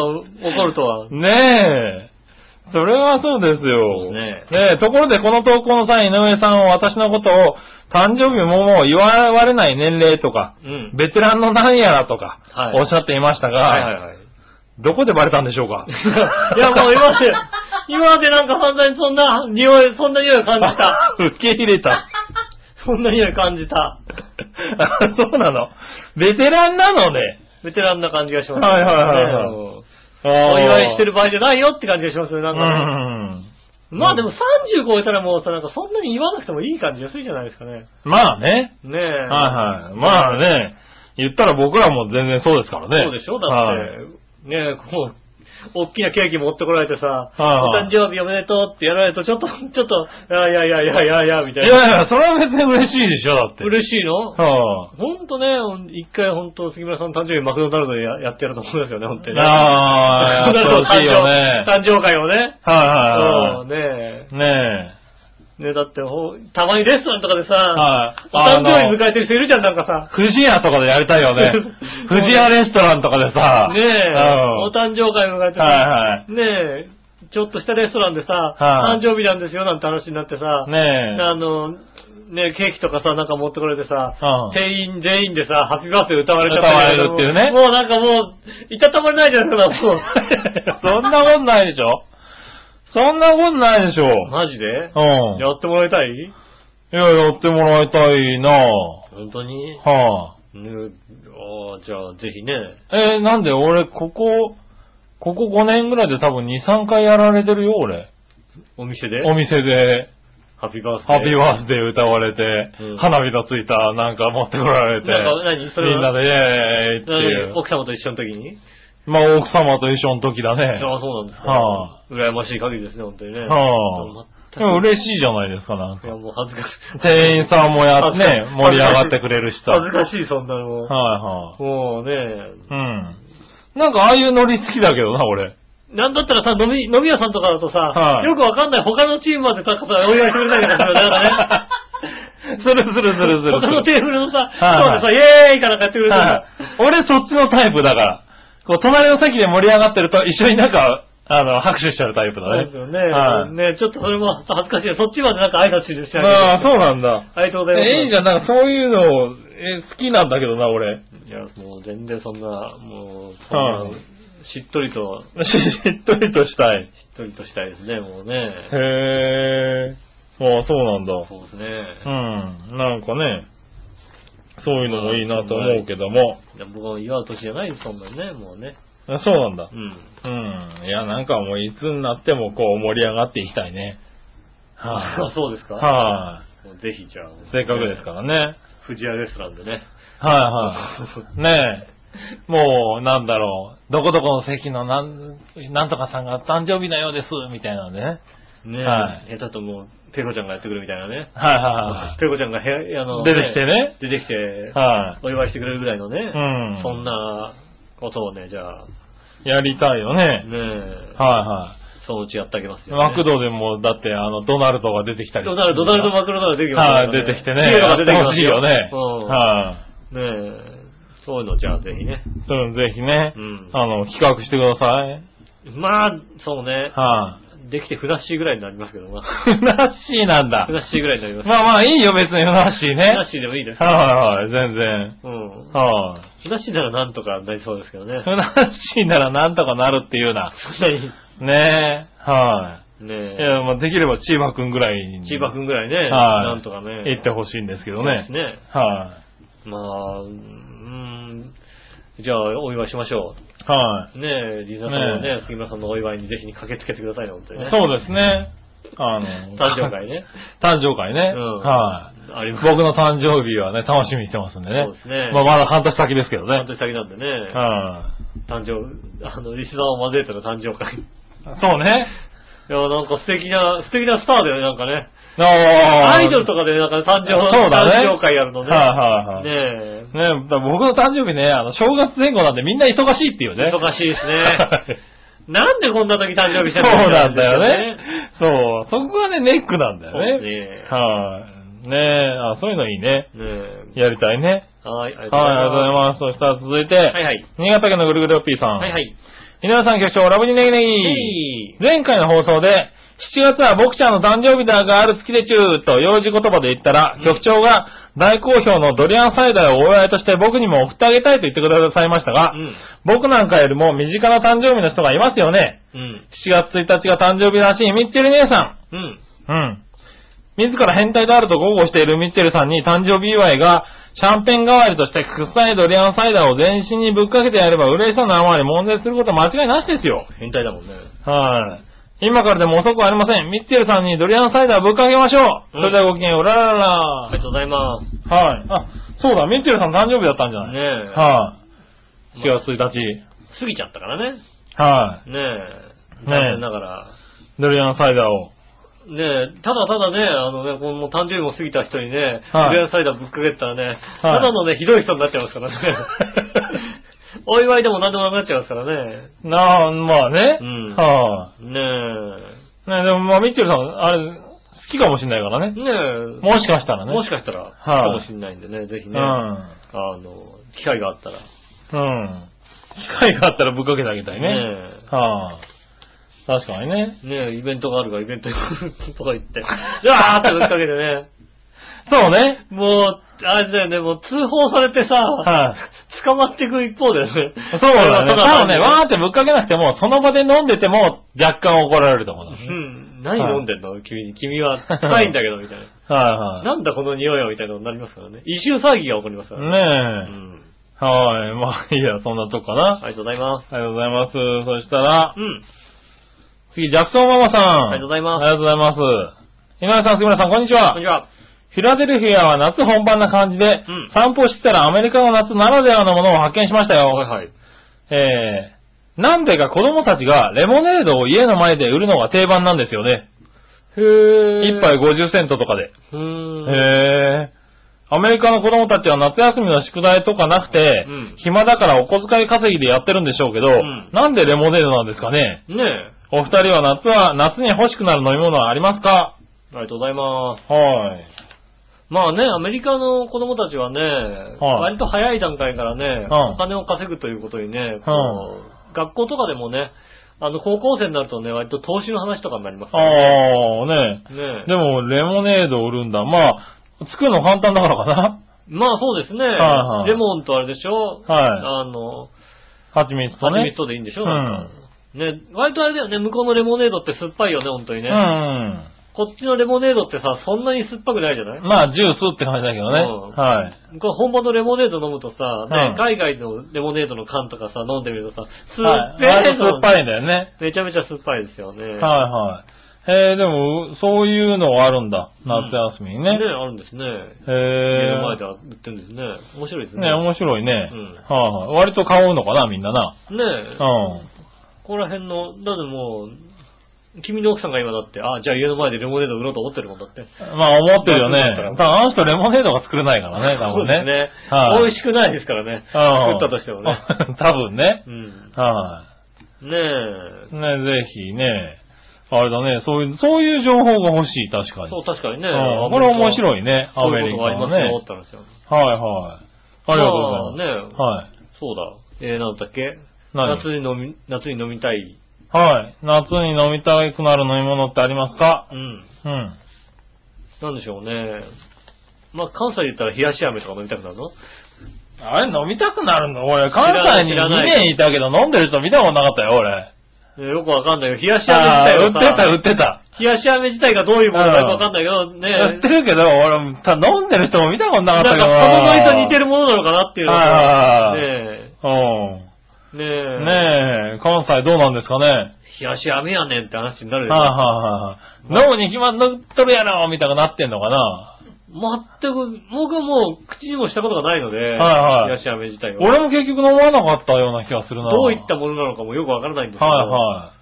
S2: 起こるとは。
S3: ねえ。それはそうです
S2: そ
S3: よ。
S2: うで
S3: ねえ、ところでこの投稿の際、井上さんは私のことを、誕生日ももう言われない年齢とか、
S2: うん。
S3: ベテランの何やらとか
S2: はい、
S3: おっしゃっていましたが、
S2: はいはいはい。
S3: どこでバレたんでしょうか
S2: いやもう今まで、今までなんか散々にそんな匂い、そんな匂いを感じ た。
S3: 受け入れた。
S2: そんな匂い感じた。
S3: あそうなの。ベテランなのね。
S2: ベテランな感じがします。
S3: はいはいはいはい
S2: ねもう
S3: お
S2: お祝いしてる場合じゃないよって感じがしますね、な
S3: うん
S2: かね。
S3: ん。
S2: まあでも30超えたらもうさ、なんかそんなに言わなくてもいい感じがするじゃないですかね。
S3: まあね。
S2: ねえ。
S3: はいはい。まあね。言ったら僕らも全然そうですからね。
S2: そうでしょだって、
S3: はい
S2: ねえ、こう、大きなケーキ持ってこられてさ、
S3: いはい
S2: お誕生日おめでとうってやられると、ちょっ と、ちょっと、いやいやいやいやいや、み
S3: い
S2: たい
S3: やい
S2: な。
S3: や、それは別に嬉しいでしょ、だって。
S2: 嬉しいの
S3: は
S2: ほんとね、一回ほんと杉村さんの誕生日マクドナルドでややってやると思うんですよね、 ほんとにね。
S3: ああ、
S2: マクドナルドの
S3: 嬉しいよね。
S2: 誕生誕生会をね。
S3: は
S2: うん、ね
S3: いはいはい。ね
S2: え。ねえ、だってほ、たまにレストランとかでさ、
S3: え。はい。
S2: お誕生
S3: あ
S2: 日
S3: の
S2: 迎えてる人いるじゃん、なんかさ。。
S3: 不二家とかでやりたいよね 不二家レストランとかでさ。
S2: ねえ
S3: うん、
S2: お誕生会迎えてさ、
S3: は
S2: ねえ、ちょっとしたレストランでさ、
S3: はい
S2: 誕生日なんですよなんて話になってさ、
S3: いはい。ねえ。
S2: あの、ねえ、ケーキとかさ、なんか持ってこられてさ、
S3: うん
S2: 店員全員でさ、ハッピーバースデー歌われちゃったり
S3: 歌われるっていうね
S2: もうなんかもう、いたたまれないじゃないですか、も
S3: そんなことないでしょそんなことないでしょ
S2: う。マジで
S3: うん。
S2: やってもらいたい
S3: いや、やってもらいたいなぁ。
S2: 本当に
S3: は
S2: ねあーじゃあ、ぜひね。
S3: ぁ、えーなんで俺、ここ、ここ5年ぐらいで多分2、3回やられてるよ、俺。
S2: お店で
S3: お店で、
S2: ハッピーバースデー。
S3: ハッピーバースデー歌われて、
S2: うん
S3: 花火がついた、なんか持ってこられて、
S2: なんか何それは
S3: みんなで、イエーイっていう
S2: 何。奥様と一緒の時に
S3: まあ、奥様と一緒の時だね。
S2: ああ、そうなんですか。
S3: は
S2: 羨ましい限りですね、本当にね。
S3: はぁ、でも嬉しいじゃないですか、なん
S2: い
S3: か。
S2: や、もう恥ずかしい。
S3: 店員さんもやっ
S2: 恥ずかしい
S3: ね、盛り上がってくれるしさ。
S2: 恥ずかしい、そんなの。
S3: はい
S2: もうね、
S3: はい。うん。なんかああいうノリ好きだけどな、 俺。
S2: なんだったらさ、飲み、飲み屋さんとかだとさ、
S3: はい
S2: よくわかんない他のチームまでさ、お祝いしてくれないからさ、だ からね。
S3: するするするする。
S2: 他のテーブルのさ、
S3: はい
S2: そうでさ、イエーイから買ってくれる
S3: は
S2: さ、
S3: い俺そっちのタイプだから。こう、隣の席で盛り上がってると一緒になんか、あの、拍手しちゃうタイプだ
S2: そう
S3: ね。
S2: ですよね。
S3: はい。
S2: ね、ちょっとそれも恥ずかしい。そっちまでなんか挨拶してしない
S3: まあ、そうなんだ。
S2: ありがとうございます。
S3: え、いいじゃん、なんかそういうの、え、好きなんだけどな、俺。
S2: いや、もう全然そんな、もう、そんな
S3: はい
S2: しっとりと、
S3: しっとりとしたい。
S2: しっとりとしたいですね、もうね。
S3: へえ。ああ、そうなんだ。
S2: そうですね。
S3: うん。なんかね、そういうのもいいなと思うけども。
S2: いや僕は祝う年じゃないです、そんなにね、もうね。
S3: あそうなんだ
S2: う。ん。
S3: うん。いや、なんかもういつになってもこう盛り上がっていきたいね。は
S2: あ、そうですか
S3: い、はい、
S2: い。もうぜひじゃあ。
S3: せっかくですからね。
S2: 藤屋レストランでね。
S3: はい はい。ねえ。もう、なんだろう。どこどこの席のなん、なんとかさんが誕生日のようです、みたいなんでね。
S2: ね
S3: は
S2: 下手ともう、ペコちゃんがやってくるみたいなね。
S3: はいは
S2: ペコちゃんが部屋、あの、
S3: 出てきてね
S2: 出てきて
S3: い、はい。は
S2: お祝いしてくれるぐらいのね、
S3: うん
S2: そんなことをね、じゃあ、
S3: い。やりたいよ
S2: ね
S3: ね。
S2: え、
S3: は
S2: そのうちやってあげます
S3: い
S2: よ、
S3: はい。
S2: ね。
S3: マクドでも、だって、あの、ドナルドが出てきたり
S2: ドナルド、ドナルド、マクドナルド出てきます
S3: は
S2: よ
S3: い、出てきてね。
S2: ピエロが出てき
S3: やっ
S2: ま
S3: ほし
S2: す
S3: いよね。
S2: うん
S3: は
S2: ねえ、そういうのじゃあぜひね。
S3: い。うん、ぜひね
S2: う。ん。
S3: あの、企画してください。
S2: まあ、そうね。
S3: は
S2: できてふなっしーぐらいになりますけどな。
S3: い。ふなっしーなんだ
S2: ふ。なっしーぐらいになります。
S3: まあまあ、いいよ、別にふなっしーね
S2: ふ。なっしーでもいいです。
S3: はいはいはい、全然。
S2: うん。
S3: はい。
S2: ふなっしーならなんとかなりそうですけどね
S3: ふ。なっしーならなんとかなるっていうな。
S2: そんなに。
S3: ねえ。は
S2: ね
S3: い。い
S2: え。
S3: や、まあ、できればチーバくんぐらいに。
S2: 千葉くんぐらいね、
S3: はい
S2: なんとかね。
S3: 行ってほしいんですけど
S2: そうで
S3: ね
S2: す。ね。
S3: は
S2: まあ、うーん。じゃあ、お祝いしましょ
S3: い。は
S2: う。ねえ、リーナさんは
S3: ね
S2: ね、杉村さんのお祝いにぜひに駆けつけてくださいね、本当にね。
S3: い。そうですね。あの、
S2: 誕生。会ね。
S3: 誕生会ね。
S2: うん
S3: はい。
S2: あります。
S3: 僕の誕生日はね、楽しみにしてますんでね。
S2: そうですね
S3: まあ、まだ半年先ですけどね
S2: 半。年先なんでね。
S3: は
S2: 誕生、 あの、リスナーを交えての誕生会。い
S3: い。そうね。
S2: や、なんか素敵な、素敵なスターだよね、なんかね。
S3: ア
S2: アイドルとかでなんか誕生、
S3: そうだね
S2: 誕生会やるのね。
S3: はいはいはい。ね
S2: ね
S3: だから僕の誕生日ね、あの、正月前後なんでみんな忙しいっていう
S2: え、
S3: ね。
S2: 忙しいですね。
S3: ね。
S2: なんでこんな時誕生日し
S3: そ
S2: て
S3: う
S2: るの
S3: なんだよね。そう、そこがね、ネックなんだ
S2: そう
S3: よ
S2: です
S3: ね。
S2: ね。
S3: はい。ねえ、あ、そういうのいいね。
S2: ねえ。
S3: やりたいね。
S2: はい、あり
S3: はい、あり
S2: がと
S3: が
S2: う
S3: とう
S2: ご
S3: ご
S2: ざ
S3: ざ
S2: いま
S3: います。そしたら続いて、
S2: す。はいはい。
S3: 新潟県のぐるぐるおっぴーさん。
S2: はいはい。
S3: 皆さん局長、ラブジネギネギ。
S2: いい
S3: 前回の放送で、7月は僕ちゃんの誕生日だがある月でちゅーと用事言葉で言ったら、局長が大好評のドリアンサイダーをお祝いとして僕にも送ってあげたいと言ってくださいましたが、
S2: うん。
S3: 僕なんかよりも身近な誕生日の人がいますよね。
S2: うん。
S3: 7月1日が誕生日らしいミッチェル姉さ
S2: うん。
S3: ん。うん。自ら変態であると豪語しているミッチェルさんに誕生日祝いが、シャンペン代わりとして臭いドリアンサイダーを全身にぶっかけてやれば嬉しさのあまり悶絶すること間違いなしですよ。
S2: 変態だもんね。
S3: はい。今からでも遅くはありません。ミッチェルさんにドリアンサイダーぶっかけましょ
S2: う
S3: う。
S2: ん
S3: それではごきげんよう。ララララ。
S2: あ
S3: は
S2: りが
S3: い。
S2: とうございます。
S3: あ、そうだ、ミッチェルさん誕生日だったんじゃない
S2: ねえ。
S3: はい。4月1日。
S2: 過ぎちゃったからね。
S3: は
S2: ねえ。
S3: ねえ
S2: 残念ながら。
S3: い。ドリアンサイダーを。
S2: ねえ、ただただね、あのね、このもう誕生日も過ぎた人にね、
S3: はい
S2: ドリアンサイダーぶっかけてたらね、
S3: はい
S2: ただのね、ひどい人になっちゃいますからね。 お祝いでも何でもなくなっちゃいますからね。
S3: なあ、まあね。
S2: うん
S3: は
S2: ね
S3: い。ね、でもまあミッチェルさん、あれ、好きかもしんないから
S2: え。
S3: ね。
S2: ねえ。
S3: もしかしたらね。
S2: もしかしたら、
S3: はい
S2: かもしれないんでね、ぜひね、あの、機会があったら。
S3: うん。うん。機会があったらぶっかけてあげたいね。
S2: ね
S3: はい。確かにね。
S2: え。ねえ、イベントがあるから、イベントにとか言 って、うわーってぶっかけてね。
S3: そうね。
S2: もう、あれだよね、もう通報されてさ、
S3: はい。
S2: 捕まっていく一方だよね。
S3: そ うだね。
S2: た
S3: 多
S2: だ
S3: 分ね、わーってぶっかけなくても、その場で飲んでても、若干怒られると思う。
S2: うん、何飲んでんの君、君は臭いんだけど、みたいな。
S3: は
S2: なんだこの匂いは、みたいなのになりますからね。異臭騒ぎが起こりますか
S3: い
S2: ら
S3: は
S2: ね。う
S3: い。ね
S2: ん。
S3: え。はい。まあ、いいや、そんなとこかな。
S2: ありがとうございます。
S3: ありがとうございます。そしたら
S2: う、ん。
S3: 次、ジャクソンママさん。
S2: ありがとうございます
S3: ありがとうございます。井上さん、杉村さん、こんにち
S2: こんに
S3: は。
S2: ちは。
S3: フィラデルフィアは夏本番な感じで、
S2: うん
S3: 散歩してたらアメリカの夏ならではのものを発見しましたよ。
S2: はいはい。
S3: えー、なんでか子供たちがレモネードを家の前で売るのが定番なんですよね。
S2: へー
S3: 一杯50セントとかで。
S2: うーん。
S3: へえ。アメリカの子供たちは夏休みの宿題とかなくて、
S2: うん
S3: 暇だからお小遣い稼ぎでやってるんでしょうけど、
S2: ん
S3: なんでレモネードなんですかね
S2: ねえ。
S3: お二人は夏は、夏に欲しくなる飲み物はありますか
S2: ありがとうございます。
S3: はい。
S2: まあね、アメリカの子供たちはね、割と早い段階からね、
S3: うん
S2: お金を稼ぐということにね、こう学校とかでもね、あの、高校生になるとね、割と投資の話とかになります
S3: あ
S2: からね。
S3: ーね。
S2: ねえ
S3: でも、レモネード売るんだ。まあ、作るの簡単だからかな
S2: まあそうですね
S3: はいは。い
S2: レモンとあれでしょ
S3: は
S2: あの、
S3: い。蜂蜜と
S2: 蜂
S3: ね
S2: 蜜。とでいいんでしょ
S3: うん
S2: なんかね、割とあれだよね、向こうのレモネードって酸っぱいよね、本当に
S3: う
S2: ね。
S3: ん。
S2: こっちのレモネードってさ、そんなに酸っぱくないじゃない
S3: まあ、ジュースって感じだけどね。
S2: うん
S3: はい。
S2: これ本場のレモネード飲むとさ、ね
S3: うん
S2: 海外のレモネードの缶とかさ、飲んでみるとさ、酸
S3: は
S2: っ
S3: い。割
S2: ぱい
S3: と酸っぱいんだよね。
S2: めちゃめちゃ酸っぱいですよね。
S3: はいはい。えー、でも、そういうのがあるんだ。夏休みに
S2: ね、
S3: ね。
S2: あるんですね。家
S3: え
S2: の前では売ってるんですね。面白いです
S3: ー、
S2: ね。
S3: ね、面白いね。
S2: うん
S3: はいはい。割と買うのかな、みんなな。
S2: ねえ。
S3: うん。
S2: ここら辺の、だってもう、君の奥さんが今だって、あ、じゃあ家の前でレモネード売ろうと思ってるもんだって。
S3: まあ、思ってるよね。
S2: 夏だった
S3: た
S2: ら
S3: だ、あの人レモネードが作れないからね、多
S2: そう
S3: 分
S2: です
S3: ね。
S2: ね。
S3: はい
S2: 美味しくないですからね。
S3: うん
S2: 作ったとしてもね。。
S3: 多分ね。
S2: うん。
S3: は
S2: ねえ。
S3: い。ね、ぜひね。あれだね、そういう、そういう情報が欲しい、確かに。
S2: そう、確かにね。
S3: うんこれ面
S2: い。
S3: 白いね、ア
S2: そう
S3: メ
S2: いう
S3: リ
S2: ことがあ
S3: カ
S2: り
S3: の
S2: ますよ、
S3: ね
S2: 思っ。たんですよ。
S3: はいはい。ありがとうござい
S2: まあね
S3: ます。はい。
S2: そうだ。えー、なんだっけ
S3: 何
S2: 夏に飲み、夏に飲みたい。
S3: はい。夏に飲みたくなる飲み物ってありますか
S2: うん。
S3: うん。
S2: なんでしょうね。まあ、関西で言ったら冷やし飴とか飲みたくなるの
S3: あれ飲みたくなるの俺、
S2: ら
S3: 関
S2: ない
S3: 西
S2: 知
S3: に
S2: ら
S3: 2
S2: ない
S3: 年いたけど飲んでる人見たことなかったよ、俺。
S2: えーよくわかんないけど、冷やし
S3: あ
S2: 飴自
S3: ー売っ
S2: 体が
S3: てた、
S2: さ
S3: 売、ってた。
S2: 冷やし飴自体がどういうものかよくわかんないけど、ね
S3: 売ってるけど、俺、た飲んでる人も見たことなか
S2: な
S3: っ
S2: んか
S3: た
S2: そ
S3: けど。
S2: のノイズと似てるものなのかなっていうのが
S3: はいはい
S2: ね
S3: うん。
S2: え、ねえ、
S3: ねえ、関西どうなんですかね。はい
S2: 冷やし飴やねんって話になるよね
S3: はいはいはい。飲むに決まっとるやろみたいになってんのかな。
S2: 全く、僕はもう口にもしたことがないので、
S3: はいはい
S2: 冷やし飴自体は。
S3: 俺も結局飲まなかったような気がするな。
S2: どういったものなのかもよくわからないんですけど、
S3: はいは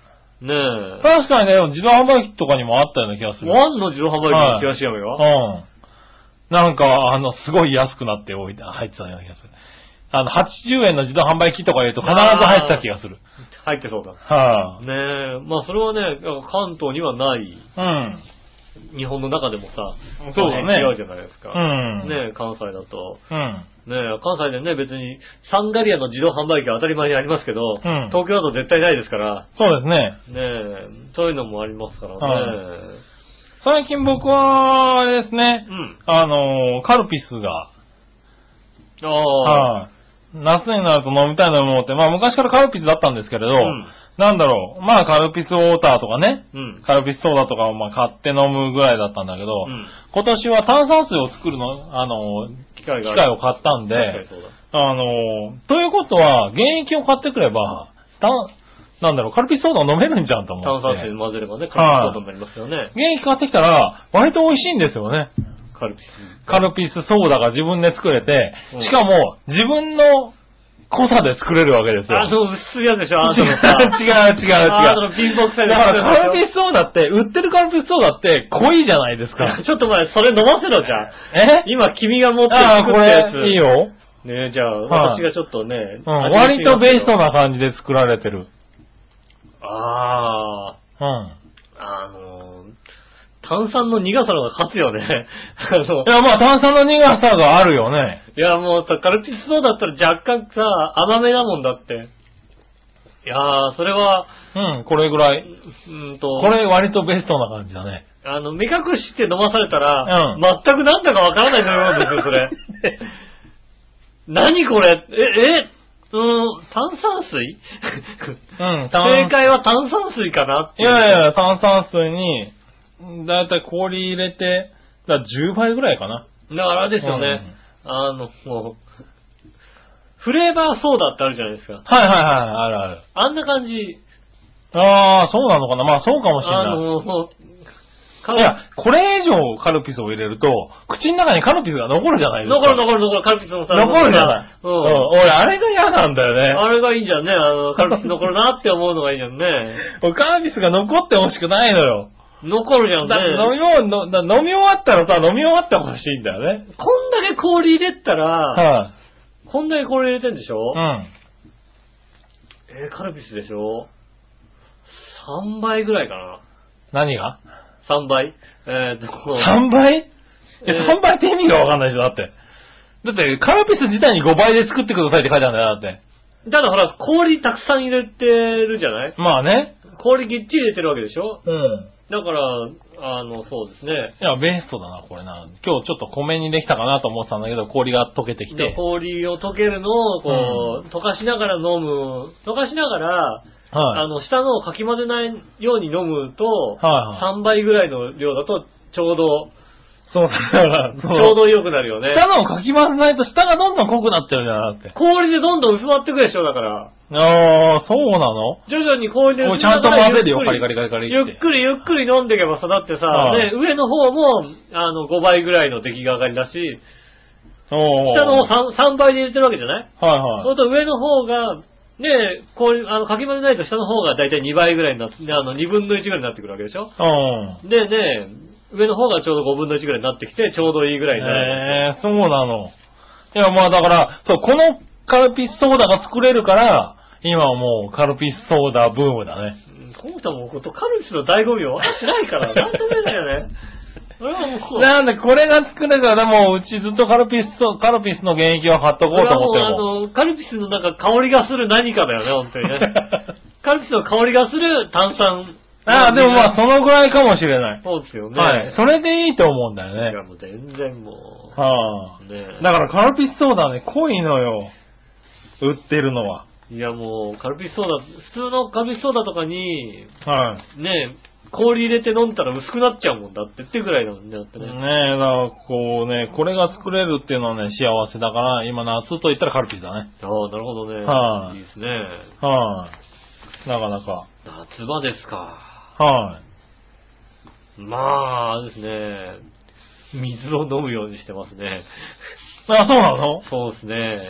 S3: い。
S2: ねえ、
S3: 確かにね、自動販売機とかにもあったような気がする。
S2: ワンの自動販売機の冷やし飴は、
S3: うん。なんか、あの、すごい安くなっておいて入ってたような気がする。あの、80円の自動販売機とか言うと必ず入ってた気がする。
S2: 入ってそうだ。
S3: は
S2: ねえ、まあそれはね、関東にはない、
S3: あ、うん。
S2: 日本の中でもさ、
S3: そうだね
S2: 違うじゃないですか。
S3: うん。
S2: ねえ、関西だと。
S3: うん。
S2: ねえ、関西でね、別に、サンガリアの自動販売機は当たり前にありますけど、
S3: ん
S2: 東京だと絶対ないですから、
S3: そうですね。
S2: ねえ、そういうのもありますからね。
S3: は最近僕は、あれですね
S2: う、ん。
S3: あのー、カルピスが、
S2: ああ、
S3: はい、夏になると飲みたいなものって、まあ昔からカルピスだったんですけれど、
S2: うん
S3: なんだろう、まあカルピスウォーターとかね、
S2: うん。
S3: カルピスソーダとかをまあ買って飲むぐらいだったんだけど、
S2: うん
S3: 今年は炭酸水を作るの、あのー、
S2: 機械があ
S3: 機
S2: る。
S3: 械を買ったんで、
S2: 確かにそうだ。
S3: あのー、ということは、原液を買ってくれば、た、なんだろう、カルピスソーダを飲めるんじゃんと思
S2: 炭
S3: って。
S2: 酸水混ぜればね、カルピスソーダになりますよね。
S3: 原液買ってきたら、割と美味しいんですよね。
S2: カルピス。
S3: カルピスソーダが自分で作れて
S2: うん、
S3: しかも、自分の濃さで作れるわけですよ。
S2: あ、そう、薄いやつでしょ、あ
S3: 違う違う違
S2: の
S3: う。
S2: さ。あの
S3: 違う
S2: ピンボックスで。
S3: だからカルピスソーダって、売ってるカルピスソーダって濃いじゃないです か
S2: ちょっと前、それ飲ませろじゃん。
S3: え
S2: 今、君が持って
S3: ああ、
S2: 作
S3: こ
S2: ったやつ。
S3: れ、いいよ。
S2: ねえ、じゃあ、
S3: はい
S2: 私がちょっとね、
S3: うん、
S2: 味見してみ
S3: 割
S2: ます
S3: とベーストな感じで作られてる。
S2: あ
S3: うん。
S2: あ、あのー、炭酸の苦さの方が勝つよね。 あの
S3: いや、まあ炭酸の苦さがあるよね。
S2: いや、もうさ、カルピスソーダだったら若干さ、甘めだもんだって。いやー、それは、
S3: うん、これぐらい。
S2: うーんと、
S3: これ割とベストな感じだね。
S2: あの、目隠して飲まされたら、
S3: うん
S2: 全くなんだかわからないと思うんですよ、それ。 何これえ、え、うーん、炭酸水
S3: うん、炭
S2: 正解は炭酸水かなって
S3: いうやいや、炭酸水に、だいたい氷入れて、だ10倍ぐらいかな。
S2: だからあれですよね、あの、もう、フレーバーソーダってあるじゃないですか。
S3: はいはいはい、あるある。
S2: あんな感じ、
S3: ああ、そうなのかな。まあそうかもしれ
S2: あ
S3: な
S2: の、もうカ
S3: い。いや、これ以上カルピスを入れると、口の中にカルピスが残るじゃないですか。
S2: 残る残る残る、カルピスのさ、
S3: 残るじゃない。
S2: う
S3: うんん。。俺、あれが嫌なんだよね。
S2: あれがいいじゃんね、あ の、カルピス残るなって思うのがいいじゃんね。
S3: 俺カルピスが残ってほしくないのよ。
S2: 残るじゃん
S3: だ飲
S2: ね。
S3: み終わだ飲み終わったらさ、飲み終わってほしいんだよね。
S2: こんだけ氷入れたら、
S3: は
S2: こんだけ氷入れてんでしょ
S3: い、うん。
S2: えーカルピスでしょ ?3 倍ぐらいかな。
S3: 何が
S2: 3倍。えーっと、
S3: ?3 倍え、
S2: えー
S3: 3倍って意味がわかんないでしょ、だって。だって、カルピス自体に5倍で作ってくださいって書いてあるんだよ、だって。
S2: ただほら、氷たくさん入れてるじゃない
S3: まあね。
S2: 氷ぎっちり入れてるわけでしょ
S3: うん。
S2: だから、あの、そうですね。
S3: いや、ベストだな、これな。今日ちょっと米にできたかなと思ってたんだけど、氷が溶けてき
S2: で
S3: て。
S2: 氷を溶けるのを、こう、溶かしながら飲む、溶かしながら、
S3: はい
S2: あの、下のをかき混ぜないように飲むと、
S3: はいは
S2: 3倍ぐらいの量だと、ちょうど、
S3: そう、だから、
S2: ちょうど良くなるよね。
S3: 下のをかき混ぜないと下がどんどん濃くなってるじゃなくて。
S2: 氷でどんどん薄まってくでしょ、だから。
S3: ああ、そうなの
S2: 徐々に氷で
S3: お
S2: 薄
S3: いちゃんと混ぜるよ、
S2: ゆっ
S3: カ
S2: く
S3: リ
S2: り
S3: カリカリカリ
S2: ゆ
S3: って。
S2: っくりゆっくり飲んでいけばさ、だってさ、
S3: はい
S2: ね、上の方も、あの、5倍ぐらいの出来が上がりだし、
S3: おー
S2: 下の方 3, 3倍で入れてるわけじゃない
S3: はい
S2: そ
S3: は
S2: うすると上の方が、ね、氷、あの、かき混ぜないと下の方がだいたい2倍ぐらいになって、あの、2分の1ぐらいになってくるわけでしょ
S3: い。うん。
S2: でね、上の方がちょうど5分の1ぐらいになってきて、ちょうどいいぐらいになる。
S3: えー、そうなの。いや、まあだから、そう、このカルピスソーダが作れるから、今はもうカルピスソーダブームだね。
S2: うんコウタもことカルピスの醍醐味を分かってない から、なんとも言えないよね。俺はもうこう。
S3: なんで、これが作れたら、もううちずっとカルピスソ、カルピスの原液を買っとこうと
S2: 俺はも
S3: 思っ
S2: う
S3: てる
S2: あ
S3: もん。
S2: の、カルピスのなんか香りがする何かだよね、本当に ね。カルピスの香りがする炭酸。
S3: ああ、でもまあ、そのぐらいかもしれない。
S2: そうですよね。
S3: はい。それでいいと思うんだ
S2: いや
S3: よね。
S2: もう全然も
S3: はあ。
S2: う。ね
S3: だからカルピスソーダね、濃いのよ。売ってるのは。
S2: いやもう、カルピスソーダ、普通のカルピスソーダとかに、
S3: はい。
S2: ね氷入れて飲んだら薄くなっちゃうもんだってってぐらいなんだって
S3: ねえ、だ
S2: ね。
S3: からこうね、これが作れるっていうのはね、幸せだから、今夏と言ったらカルピスだね。
S2: ああ、なるほどね。
S3: はいい
S2: いですね。
S3: はい、なかなか。
S2: 夏場ですか。
S3: はい、
S2: まあ、あれですね。水を飲むようにしてますね。
S3: あ。そうなの
S2: そうですね。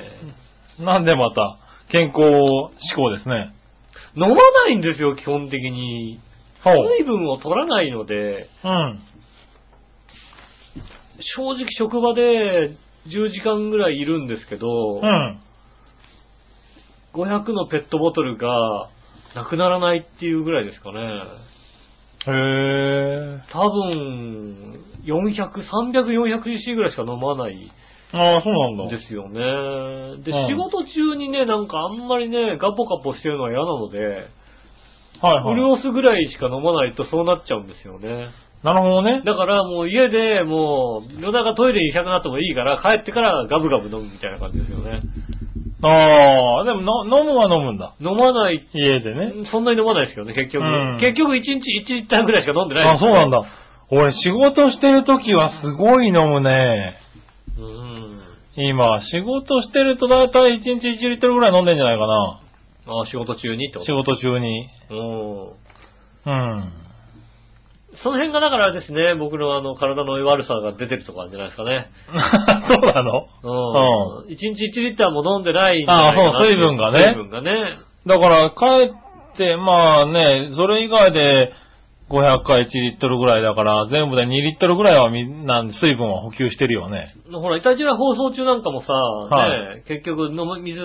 S3: なんでまた、健康志向ですね。
S2: 飲まないんですよ、基本的に。
S3: ほう。
S2: 水分を取らないので、
S3: うん。
S2: 正直職場で10時間ぐらいいるんですけど、
S3: うん。
S2: 500のペットボトルがなくならないっていうぐらいですかね。
S3: へえ。
S2: 多分、400、300、400cc ぐらいしか飲まない
S3: ああ、そうなんだ。
S2: んですよね。で、
S3: うん
S2: 仕事中にね、なんかあんまりね、ガポガポしてるのは嫌なので、
S3: はい、はい。
S2: 潤すぐらいしか飲まないとそうなっちゃうんですよね。
S3: なるほどね。
S2: だからもう家でもう夜中トイレ行きたくなってもいいから帰ってからガブガブ飲むみたいな感じですよね。
S3: ああ、でもの飲むは飲むんだ。
S2: 飲まない、
S3: 家でね。
S2: そんなに飲まないですけどね、結局。
S3: うん
S2: 結局1日1リッターぐらいしか飲んでない
S3: あそうなん
S2: だ。
S3: だ。俺仕事してる時はすごい飲むね。
S2: うん。
S3: 今、仕事してるとだいたい1日1リットルぐらい飲んでんじゃないかな。
S2: あ仕事中にってこ
S3: 仕
S2: と
S3: 事中に。
S2: うん。
S3: うん。
S2: その辺がだからあれですね、僕のあの体の悪さが出てるとかなんじゃないですかね。
S3: そうなの
S2: うん。1日1リッターも飲んでないんじゃないかな
S3: あそう水分がね
S2: 水分がね。
S3: だから、帰って、まあね、それ以外で500回1リットルぐらいだから、全部で2リットルぐらいはみんな水分は補給してるよね。
S2: ほら、イタジラ放送中なんかもさ、
S3: は
S2: ね、結局飲む水、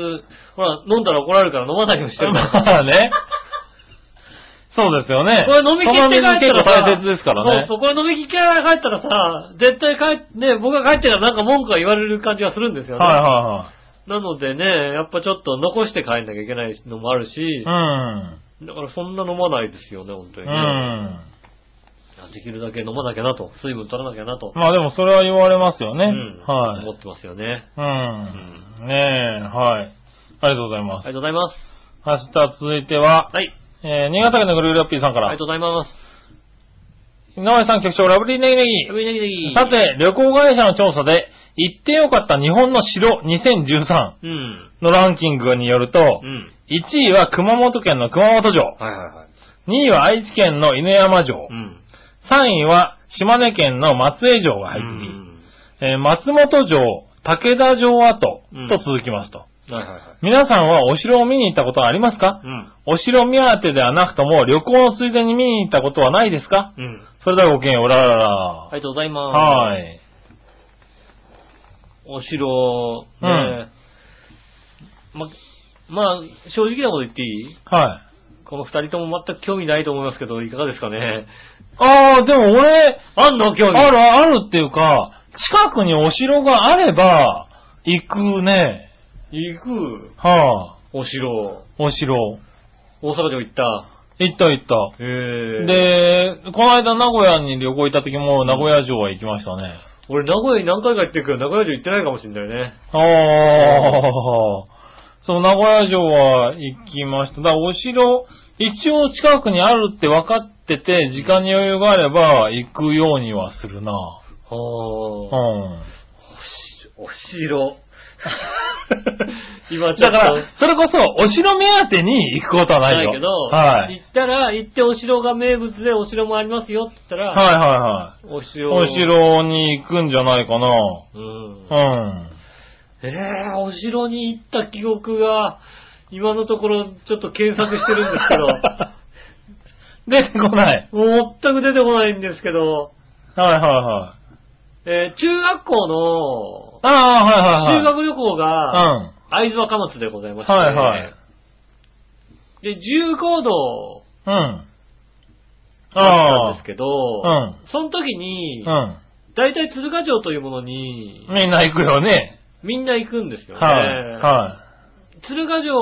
S2: ほら、飲んだら怒られるから飲まないようにしてるから。
S3: まあね。そうですよね。
S2: これ飲み切って帰ったらさ、
S3: その水結構大切ですからね。
S2: そうそう、これ飲み切って帰ったらさ、絶対帰っ、ね、僕が帰ってからなんか文句が言われる感じがするんですよね。
S3: はいは
S2: なのでね、やっぱちょっと残して帰んなきゃいけないのもあるし
S3: い、は
S2: だからそんな飲まないですよね、本当
S3: い。う
S2: に
S3: ん。う
S2: ね、
S3: ん。
S2: できるだけ飲まなきゃなと、水分取らなきゃなと、
S3: まあでもそれは言われますよね。
S2: うん
S3: はい。
S2: 思ってますよね。
S3: うん。ねえ、はい。ありがとうございま
S2: あり
S3: す。
S2: がとうございます。
S3: 明日続いては、
S2: はい、
S3: えー、新潟県のグルーラッピーさんか
S2: ありが
S3: ら
S2: と、うございます。
S3: 井上さん局長ラブリーネギネ
S2: 食べなきゃいけな
S3: ギ。
S2: い
S3: さ、て、旅行会社の調査で、行ってよかった日本の城2013
S2: うん、
S3: のランキングによると
S2: う、ん。
S3: 1位は熊本県の熊本城、
S2: はいはいはい。
S3: 2位は愛知県の犬山城
S2: う、ん。
S3: 3位は島根県の松江城が入ってきえー松本城、武田城跡
S2: うん
S3: と続きますと。
S2: うんはいはいはい。
S3: 皆さんはお城を見に行ったことはありますか
S2: うん。
S3: お城目当てではなくとも旅行のついでに見に行ったことはないですか
S2: うん。
S3: それではごきげんよう、おららら
S2: ありがとうございます。
S3: は。い。
S2: お城、
S3: う
S2: ね
S3: ん
S2: ま、まあ、正直なこと言っていい
S3: はい。
S2: この二人とも全く興味ないと思いますけど、いかがですかね
S3: ああ、でも俺、
S2: あんの興味。
S3: ある、あるっていうか、近くにお城があれば、行くね。
S2: 行く、
S3: はあ、
S2: お城。
S3: お城。
S2: 大阪城行った。
S3: 行った行っ
S2: へ
S3: た。
S2: え。、
S3: で、この間名古屋に旅行行った時も名古屋城は行きましたね。
S2: 俺名古屋に何回か行ってるけど、名古屋城行ってないかもしれないね。
S3: ああ、そう、名古屋城は行きました。だからお城、一応近くにあるって分かってて、時間に余裕があれば行くようにはするな
S2: あ
S3: う
S2: お
S3: ん。
S2: 城。今ちょ
S3: だ
S2: っと。
S3: から、それこそ、お城目当てに行くことはない
S2: ない
S3: よ。
S2: けど、
S3: はい。
S2: 行ったら、行ってお城が名物でお城もありますよって言ったら、
S3: はいはいは
S2: お
S3: い。
S2: 城。
S3: お。城に行くんじゃないか
S2: うん。
S3: な。
S2: ええー、お城に行った記憶が、今のところちょっと検索してるんですけ ど、
S3: うん。出てこない。
S2: もう全く出てこないんですけど、
S3: はいはいはい。
S2: えー中学校
S3: ああ、
S2: の
S3: はいはいはい。
S2: 修学旅行が、
S3: うん。
S2: 会津若松でございまして、
S3: はいはい
S2: で、重工道
S3: うん。
S2: だったんで
S3: あ
S2: すけど、
S3: あ。
S2: その時に、
S3: うん。
S2: 大体鶴ヶ城というものに
S3: うん。、みんな行くよね。
S2: みんな行くんですよね。
S3: はい。は
S2: 鶴ヶ城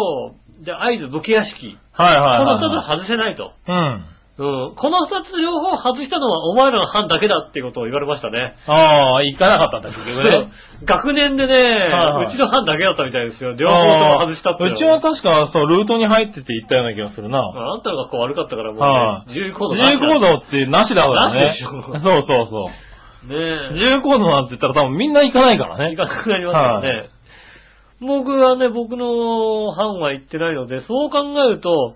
S2: で会津武家屋敷。
S3: い。はい
S2: この2つ
S3: はいは
S2: 外せないと。
S3: い。うん。
S2: うん。この2つ両方外したのはお前らの班だけだっていうことを言われましたね。
S3: ああ、行かなかったんだけどね。
S2: そう学年でね、
S3: はいう
S2: ちの班だけだったみたいですよ。両方
S3: あ
S2: とも外したっていう
S3: うちは確か、そう、ルートに入ってて行ったような気がするな。
S2: あんたの学校悪かったからもう、
S3: はい
S2: ね、自由行動なし
S3: 自由
S2: だ
S3: 行動ってなしだから
S2: なしで
S3: ね。
S2: し
S3: そ
S2: ょ
S3: うそうそ
S2: ね
S3: う。
S2: え。
S3: 自由行動なんて言ったら多分みんな行かないからね。
S2: 行かなくなりますからね。
S3: は
S2: 僕はね、僕の班は行ってないので、そう考えると、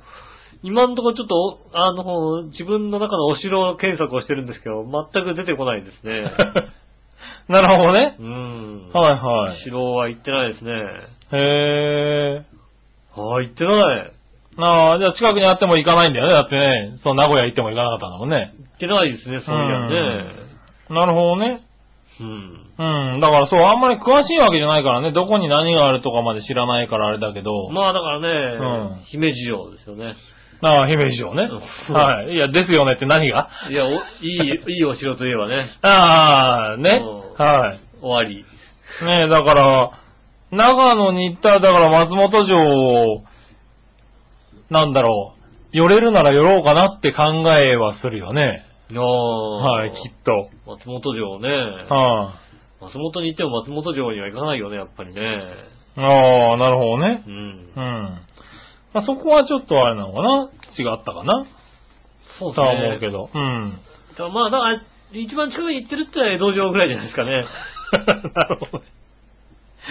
S2: 今のところちょっと、あの、自分の中のお城検索をしてるんですけど、全く出てこないです ね。
S3: なるほどね
S2: う。ん。
S3: はいはい。
S2: 城は行ってないですね。
S3: へえ。
S2: はい、行ってない。
S3: ああ、じゃあ近くにあっても行かないんだよね。だってね、そう、名古屋行っても行かなかったんだもんね。
S2: 行ってないですね、そういやね。
S3: なるほどね。
S2: うん。
S3: うん、だからそう、あんまり詳しいわけじゃないからね、どこに何があるとかまで知らないからあれだけど、
S2: まあだからね、
S3: うん
S2: 姫路城ですよね。
S3: ああ、姫路城ね。
S2: うん
S3: はい。いや、ですよねって何が
S2: いや、おいい、いいお城といえばね、
S3: ああ、ね
S2: うん。
S3: はい。
S2: 終わり。
S3: ねえ、だから、長野に行ったら、だから松本城を、なんだろう、寄れるなら寄ろうかなって考えはするよね。
S2: は
S3: はい、きっと。
S2: 松本城ね。
S3: は
S2: 松本に行っても松本城には行かないよね、やっぱりね。
S3: い。ああ、なるほどね。
S2: うん
S3: うん。。まあ、そこはちょっとあれなのかな違ったかな
S2: そう
S3: とは思うけ
S2: ど。
S3: ど。うん。
S2: だからまあ、だから、一番近くに行ってるってのは江戸城ぐらいじゃないですかね。
S3: なるほど。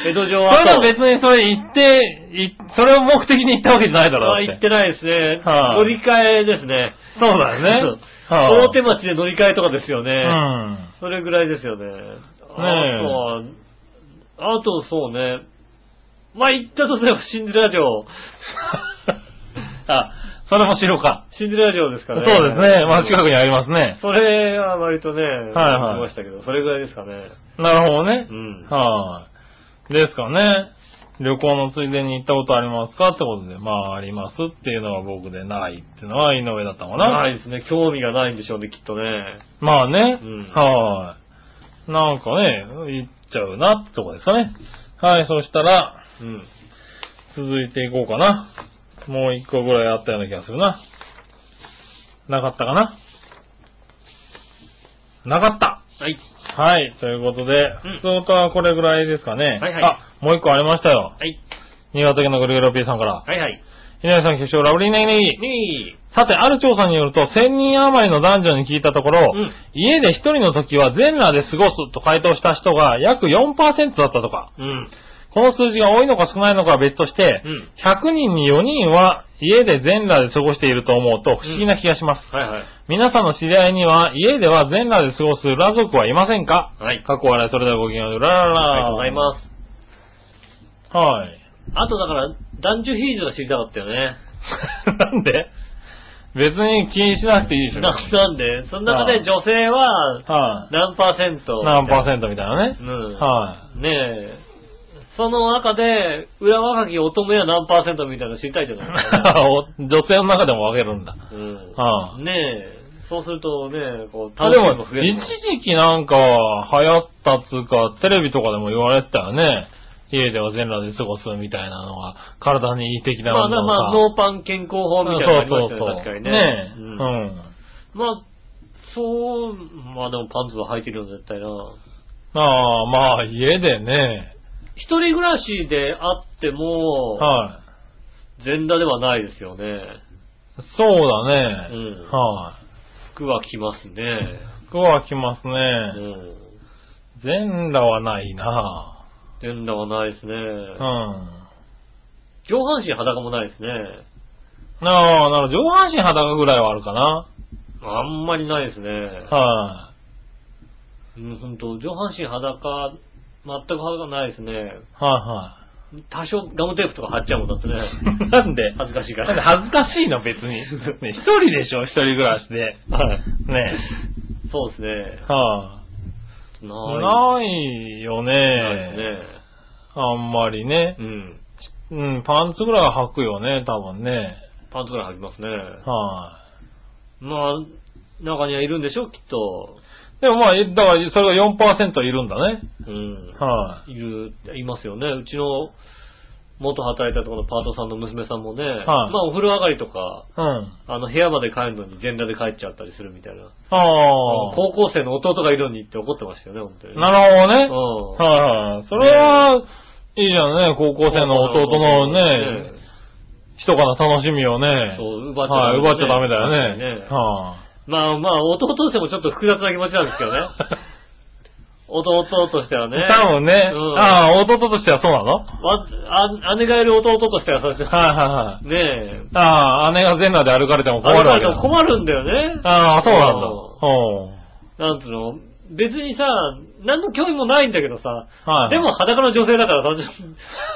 S2: 江戸城
S3: それ
S2: は。
S3: は別にそれ行って、いそれを目的に行ったわけじゃないだろう
S2: あ
S3: だ
S2: 行
S3: っ。
S2: っててないですね。
S3: はい
S2: 乗り換えですね。
S3: そうだよね。はい
S2: 大手町で乗り換えとかですよね。
S3: うん。
S2: それぐらいですよね。あとは、あとそうね。まあ、行ったとすればシンデレラ城。
S3: あ、それも城か。
S2: シンデレラ城ですか
S3: そう
S2: ね。
S3: ですね。まあ近くにありますね。
S2: それは割とね、
S3: はい
S2: 来ましたけど、それぐらいですかね。
S3: なるほどね
S2: う。ん。
S3: はい。ですかね。旅行のついでに行ったことありますかってことで、まあありますっていうのが僕でないっていうのは井上だったかな。
S2: ないですね。興味がないんでしょうね、きっとね。
S3: まあね、
S2: うん
S3: はい。なんかね、行っちゃうなってとこですかね。はい、そしたら、
S2: うん。
S3: 続いていこうかな。もう一個ぐらいあったような気がするな。なかったかななかった
S2: はい。
S3: はい、ということで、
S2: うん
S3: 普通音はこれぐらいですかね。
S2: はいはい
S3: あ、もう一個ありましたよ。
S2: はい。
S3: 新潟県のぐるぐるおっぴーさんから。
S2: はいはい。
S3: ひなりさん、局長、ラブリーネギネギ。
S2: に
S3: さて、ある調査によると、1000人余りの男女に聞いたところ、
S2: うん
S3: 家で一人の時は全裸で過ごすと回答した人が約4%だったとか、
S2: うん。
S3: この数字が多いのか少ないのかは別として、
S2: うん
S3: 100人に4人は家で全裸で過ごしていると思うと不思議な気がします。
S2: はいはい。
S3: 皆さんの知り合いには、家では全裸で過ごす裏族はいませんか
S2: はい。
S3: 過去笑い、それではごきげんよう、ラララ。
S2: ありがとうございますす。
S3: はい。
S2: あとだから、男女比率が知りたかったよね。
S3: なんで別に気にしなくていいでしょ。
S2: ななんで、その中で
S3: はい
S2: 女性は
S3: はい、
S2: 何パーセント
S3: 何パーセントみたいなね。
S2: うん。
S3: はい。
S2: ねえ。その中で、裏若き乙女は何パーセントみたいなの知りたいじゃないですか。
S3: お女性の中でも分けるんだ。
S2: うん
S3: はあ
S2: ねえ。そうするとね、こう、
S3: あでも、
S2: る
S3: 一時期なんか流行ったっつうか、テレビとかでも言われてたよね。家では全裸で過ごすみたいなのが、体にいい的な
S2: まあ、
S3: の
S2: まあ、まあ、ノーパン健康法みたいなのありましたよね、確かにね。
S3: ねえ。う
S2: うん
S3: ん。
S2: まあ、そう、まあでもパンツは履いてるよ、絶対な。
S3: ああ、まあ、家でね、
S2: 一人暮らしであっても、
S3: は
S2: 全裸ではないですよね。
S3: い。そうだね。
S2: うん
S3: は
S2: 服は着ますね。
S3: い。服は着ます
S2: う
S3: ね。
S2: ん。
S3: 全裸はないな
S2: 全裸はないですね。
S3: うん。あ
S2: 上半身裸もないですね。
S3: あ、なるほど上半身裸ぐらいはあるかな。
S2: あんまりないですね。
S3: は
S2: うん、本当上半身裸、全く裸ないですね。
S3: い。 は
S2: 多少ガムテープとか貼っちゃうもんだって
S3: いは
S2: ね。
S3: い。なんで
S2: 恥ずかしいか
S3: だって
S2: ら。
S3: 恥ずかしいの 別に。ね一人でしょ一人暮らしで。
S2: はい。
S3: ね
S2: そうですね。
S3: はあ、
S2: な
S3: ないよね
S2: い。ないですね。
S3: あんまりね
S2: う。ん。
S3: うん、パンツぐらいは履くよね、多分ね。
S2: パンツぐらい履きますね。
S3: は
S2: まあ、中にはいるんでしょ、きっと。
S3: い、でもまあ、だから、それが4%いるんだね。
S2: うん。
S3: はい
S2: る、いますよね。うちの、元働いたところのパートさんの娘さんもね、
S3: はい
S2: まあお風呂上がりとか、
S3: い、うん。
S2: あの部屋まで帰るのに全裸で帰っちゃったりするみたいな。
S3: ああ。
S2: 高校生の弟がいるのにって怒ってましたよね、本当に。る
S3: なるほどね。
S2: ほ
S3: はい、はい、それは、いいじゃんね、高校生の弟のね、ひとかな楽しみをね。
S2: そう、奪っちゃ
S3: はい、奪っちゃダメだよ
S2: 確かに
S3: ね。は、
S2: まあまあ、弟としてもちょっと複雑な気持ちなんですけどね。弟としてはいね。
S3: 多分ね、
S2: うん
S3: ああ、弟としてはそうなのはい、
S2: わあ姉がいる弟としてはそうですね
S3: はいはい。
S2: ねえ。
S3: ああ、姉が全裸で歩かれても困るわけだ。
S2: あ困るんだよね。
S3: ああ、そうな
S2: な
S3: んだ。
S2: んつうの別にさ、何の興味もないんだけどさ、
S3: はい
S2: でも裸の女性だからさ、 ちょっ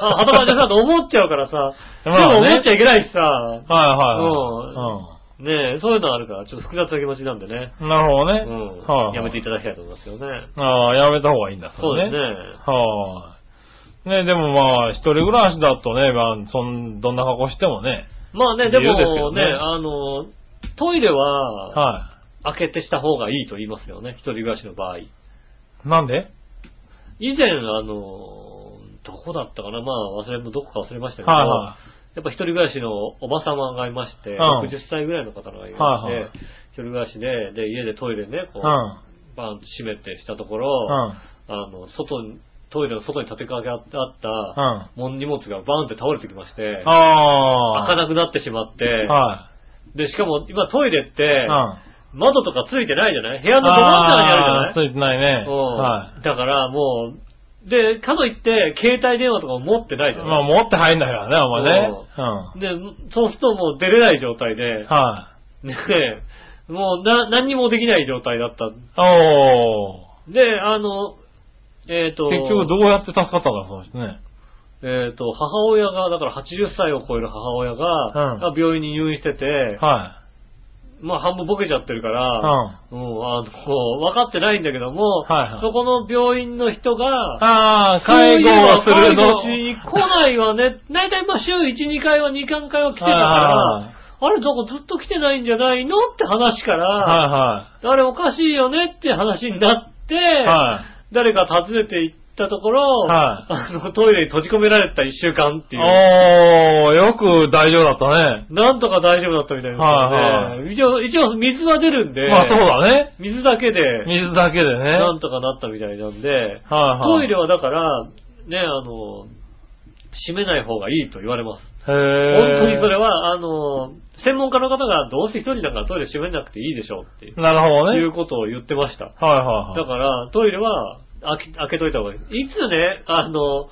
S2: とあ裸の女性だと思っちゃうからさ、
S3: まあね
S2: でも思っちゃいけないしさ、
S3: うん。はいは
S2: ねえ、そういうのあるから、ちょっと複雑な気持ちなんでね。
S3: いはい。うん。なるほどね。
S2: うん。
S3: はいはい
S2: やめていただきたいと思いますよね。
S3: ああ、やめた方がいいんだ、
S2: そうですね。
S3: はい。ね、でもまあ、一人暮らしだとね、まあ、そん、どんな格好してもね。
S2: まあね、で
S3: 自由ですよ
S2: もね、
S3: ね
S2: あの、トイレは、
S3: は
S2: 開けてした方がいいと言いますよね、一人暮らしの場合。
S3: い。なんで
S2: 以前、あの、どこだったかなまあ、忘れ、どこか忘れましたけど、
S3: はいは
S2: やっぱ一人暮らしのおば様がいまして、
S3: うん
S2: 60歳ぐらいの方がいまして、
S3: はいはい
S2: 一人暮らしで、で、家でトイレね、こ
S3: い。
S2: う、バンと閉めてしたところ、あの、外に、トイレの外に立てかけあった、
S3: うん。うん。
S2: もん荷物がバーンって倒れてきまして、
S3: ああ。
S2: 開かなくなってしまって、
S3: は
S2: で、しかも今トイレっ
S3: い。
S2: て
S3: う、ん。
S2: 窓とかついてないじゃない部屋のど真ん中にあるじゃない
S3: ーついてないね。
S2: うん
S3: は
S2: だからもう、で、かといって、携帯電話とかも持ってない
S3: い。
S2: じゃ
S3: ま
S2: な
S3: あ、
S2: い、
S3: 持って入んないからね、お前ね。うん。
S2: で、そうするともう出れない状態で、
S3: はい。
S2: ね えもうな、何にもできない状態だった。
S3: お
S2: で、あの、えっ、と、
S3: ー。結局どうやって助かったんだろう、その人ね。
S2: えっ、と、母親が、だから80歳を超える母親が、
S3: うん
S2: 病院に入院してて、
S3: は
S2: まあ半分ボケちゃってるか
S3: い。うん。
S2: ら、う
S3: あ
S2: ん、あの、こう分かってないんだけども、
S3: はいはい
S2: そこの病院の人が、
S3: あー、介護をするの。
S2: そういえば介護しに来ないわね。だいたいまあ週1、2回は2、3回は来てたから、あれ、どこずっと来てないんじゃないのって話から、
S3: は
S2: あれおかしいよねって話になって、
S3: いはい。は
S2: 誰か訪ねて行ったところ、
S3: は
S2: あのトイレに閉じ込められた1週間っていう。
S3: い。おー、よく大丈夫だったね。
S2: なんとか大丈夫だったみたいですよね
S3: はい
S2: 一応、一応水は出るんで、
S3: まあそうだね。
S2: 水だけで、
S3: 水だけでね。はい
S2: なんとかなったみたいなんで、
S3: はい。
S2: トイレはだから、ね、あの、閉めない方がいいと言われます。
S3: へー
S2: 本当にそれは、あの、専門家の方がどうせ一人だからトイレ閉めなくていいでしょうっていう,、
S3: なるほどね。はい
S2: ことを言ってました。
S3: はい
S2: だ
S3: は
S2: から、トイレは開け開けといた方がいい。いつね、あの、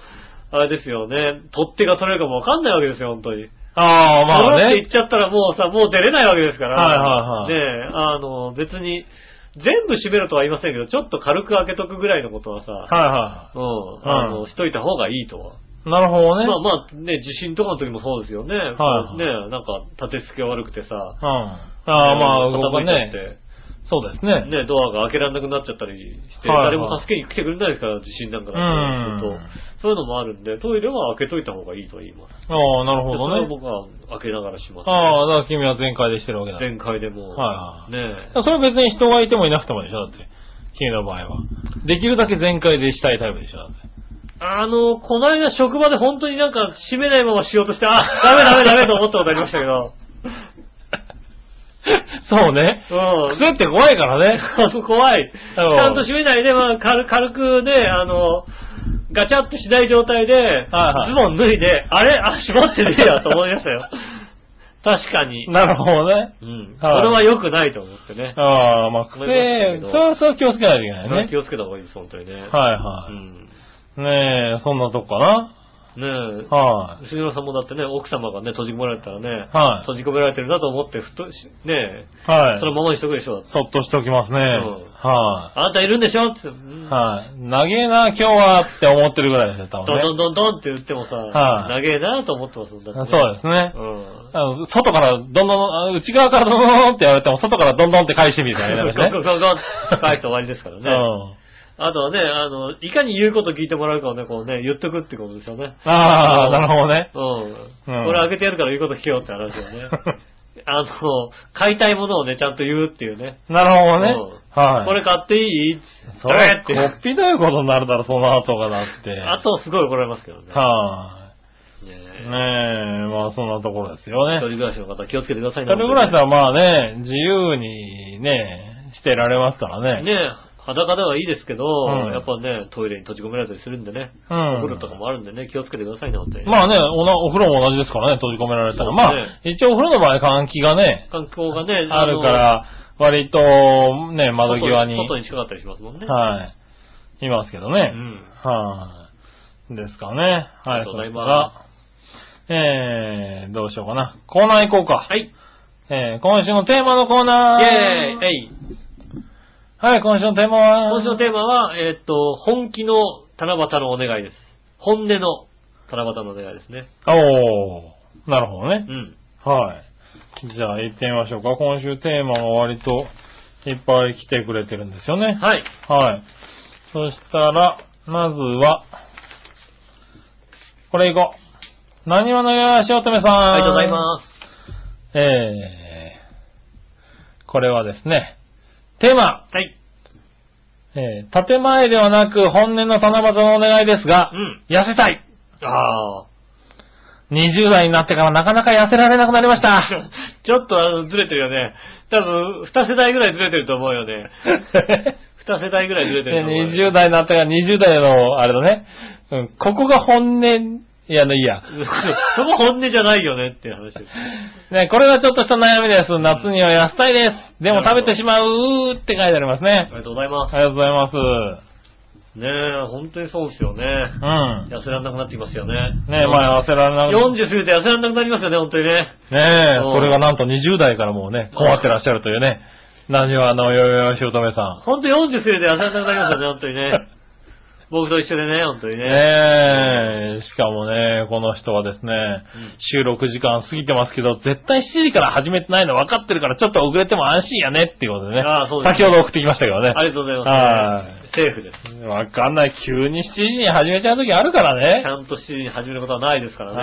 S2: あれですよね、取っ手が取れるかもわかんないわけですよ、本当に。
S3: い。ああ、まあ
S2: 取
S3: ね
S2: って。行っちゃったらもうさ、もう出れないわけですから。
S3: はいはいはい
S2: ねえあの、別に、全部閉めろとは言いませんけど、ちょっと軽く開けとくぐらいのことはさ、
S3: はいは
S2: うん、
S3: ん
S2: あの、しといた方がいいとは。
S3: い。なるほどね。
S2: まあまあね、地震とかの時もそうですよね。
S3: はい
S2: ね、なんか立て付けが悪くてさ。
S3: うん。ああ、まあ、ここ
S2: 傾いちゃっ
S3: ね。
S2: て。
S3: そうですね。
S2: ね、ドアが開けられなくなっちゃったりして、
S3: はいはい
S2: 誰も助けに来てくれないですから、地震なんかだったりする
S3: うん
S2: と。そういうのもあるんで、トイレは開けといた方がいいとは言います。
S3: ああ、なるほ
S2: でそ
S3: ど
S2: れは
S3: ね。
S2: 僕は開けながらします。
S3: ああ、だから君は全開でしてるわけだ。
S2: 全開でもう。
S3: はい
S2: ね
S3: それは別に人がいてもいなくてもでしょ、だって。君の場合は。できるだけ全開でしたいタイプでしょ、だって。
S2: あの、この間職場で本当になんか閉めないまましようとして、あ、ダメダメダメと思ったことありましたけ ど。
S3: そうね。
S2: うん。
S3: 癖って怖いからね。
S2: あの怖い。ち
S3: うん
S2: ゃんと閉めないで、まあ、軽軽くね、あの、ガチャってしない状態で、
S3: はい
S2: ズボン脱いで、あれ あ、閉まってねえやと思いましたよ。確かに。
S3: なるほどね。
S2: うん。こ
S3: はい
S2: れは良くないと思ってね。
S3: ああ、まあ、癖、そ
S2: 思いましたけど
S3: れは、それは気をつけないといけ
S2: それ
S3: な
S2: はい気
S3: ね。
S2: をつけた方がいいです、本当にね。
S3: は
S2: う
S3: い
S2: ん。
S3: はい。ねえ、そんなとこかな。
S2: ねえ。
S3: はい。
S2: 杉村さんもだってね、奥様がね、閉じ込められたらね、
S3: はい
S2: 閉じ込められてるなと思って、ふとし、ねえ、
S3: はい。
S2: そのままにしとくでしょ、だって
S3: そっとしておきますね。
S2: ん
S3: は
S2: あなたいるんでしょって、
S3: い。
S2: うん
S3: はい。長えな、今日はって思ってるぐらいですよ、多
S2: ドンド
S3: 分
S2: ン
S3: ね。
S2: ドンドンって言ってもさ、
S3: はい
S2: 長えなと思ってますもん、だって、
S3: そうですね
S2: う。ん。
S3: あの外からどんどんあ、内側からどんどんって言われても、外からどんどんって返してみるみたいなね。
S2: ゴンゴンゴンゴンって返して終わりですから
S3: う
S2: ね。
S3: ん。
S2: あとはね、あの、いかに言うこと聞いてもらうかをね、こうね、言っとくってことですよね。
S3: ああ、なるほどね。
S2: うん。
S3: うん
S2: 俺開けてやるから言うこと聞けよって話を ね。あの、買いたいものをね、ちゃんと言うっていうね。
S3: なるほどね
S2: うん。
S3: はい。
S2: これ買っていい
S3: それ
S2: っ、
S3: こ
S2: て。
S3: っぴどいことになるだろ、その後がだって。
S2: あとすごい怒られますけどね。
S3: は
S2: ね
S3: い。ねえ
S2: え、
S3: まあそんなところですよ
S2: 一
S3: ね。
S2: 人暮らしの方気をつけてください
S3: 一人暮らし
S2: だ
S3: はまあね、自由にね、してられますからね。
S2: ねえ裸ではいいですけど、
S3: うん
S2: やっぱね、トイレに閉じ込められたりするんでね。
S3: う
S2: お風呂とか
S3: ん。
S2: もあるんでね、気をつけてくださいね、本当に。
S3: まあねおな、お風呂も同じですからね、閉じ込められたら。
S2: そう
S3: ま
S2: ですね
S3: あ、一応お風呂の場合換気がね、
S2: 環境がね、
S3: あるか
S2: の、
S3: ら、割とね、窓際に、
S2: 外に近かったりしますもんね。
S3: はい、いますけど
S2: う
S3: ね。
S2: ん。
S3: はい。ですかね。
S2: あ
S3: は
S2: りが
S3: い、
S2: とう
S3: そ
S2: ござ
S3: れ
S2: い
S3: か
S2: ま
S3: ら、えー、どうしようかな。コーナー行こうか。
S2: はい。
S3: えー、今週のテーマのコーナー
S2: イェーイえい
S3: はい、今週のテーマは
S2: 今週のテーマは、えーっと、本気の七夕のお願いです。本音の七夕のお願いですね。
S3: おー、なるほどね
S2: う。ん。
S3: はい。じゃあ行ってみましょうか。今週テーマが割といっぱい来てくれてるんですよね。
S2: はい。
S3: はい。そしたら、まずは、これいこう。何話のよしおとめさん。
S2: ありがとうございます。
S3: す。えー、これはですね、テーマ、
S2: はい。
S3: えー、建前ではなく本音の七夕のお願いですが
S2: う、ん。
S3: 痩せたい
S2: ああ。
S3: 20代になってからなかなか痩せられなくなりました。
S2: ちょっとあの、ずれてるよね。多分、二世代ぐらいずれてると思うよね。二世代ぐらいずれてると思うよね。
S3: 20代になったから20代の、あれだね、うん、ここが本音、いや、い いや。
S2: そこ本音じゃないよねっていう話です。
S3: ね、これはちょっとした悩みです。夏には痩せたいです。でも食べてしまうって書いてあります
S2: あ
S3: ね
S2: り。がとうございま
S3: あ
S2: す。
S3: りがとうございます。
S2: ねえ、本当にそうですよね。
S3: うん。
S2: 痩せられなくなってきますよね。
S3: ねまあ痩せられなくな
S2: 40過ぎて痩せられなくなりますよね、本当にね。
S3: ね
S2: うん
S3: それがなんと20代からもうね、困ってらっしゃるというね。何はあの、よよよしおとめさん。
S2: 本当に40過ぎて痩せられなくなりますよね、本当に ね。僕と一緒でね、本当にね。
S3: ねえ、しかもね、この人はですね、収録時間過ぎてますけど、絶対7時から始めてないの分かってるから、ちょっと遅れても安心やねっていうことでね、
S2: ああそうですね
S3: 先ほど送ってきましたけどね。
S2: ありがとうございます。
S3: は
S2: セーフです。
S3: 分かんない。急に7時に始めちゃう時あるから
S2: ち
S3: ね。
S2: ゃんと7時に始めることはないですからね。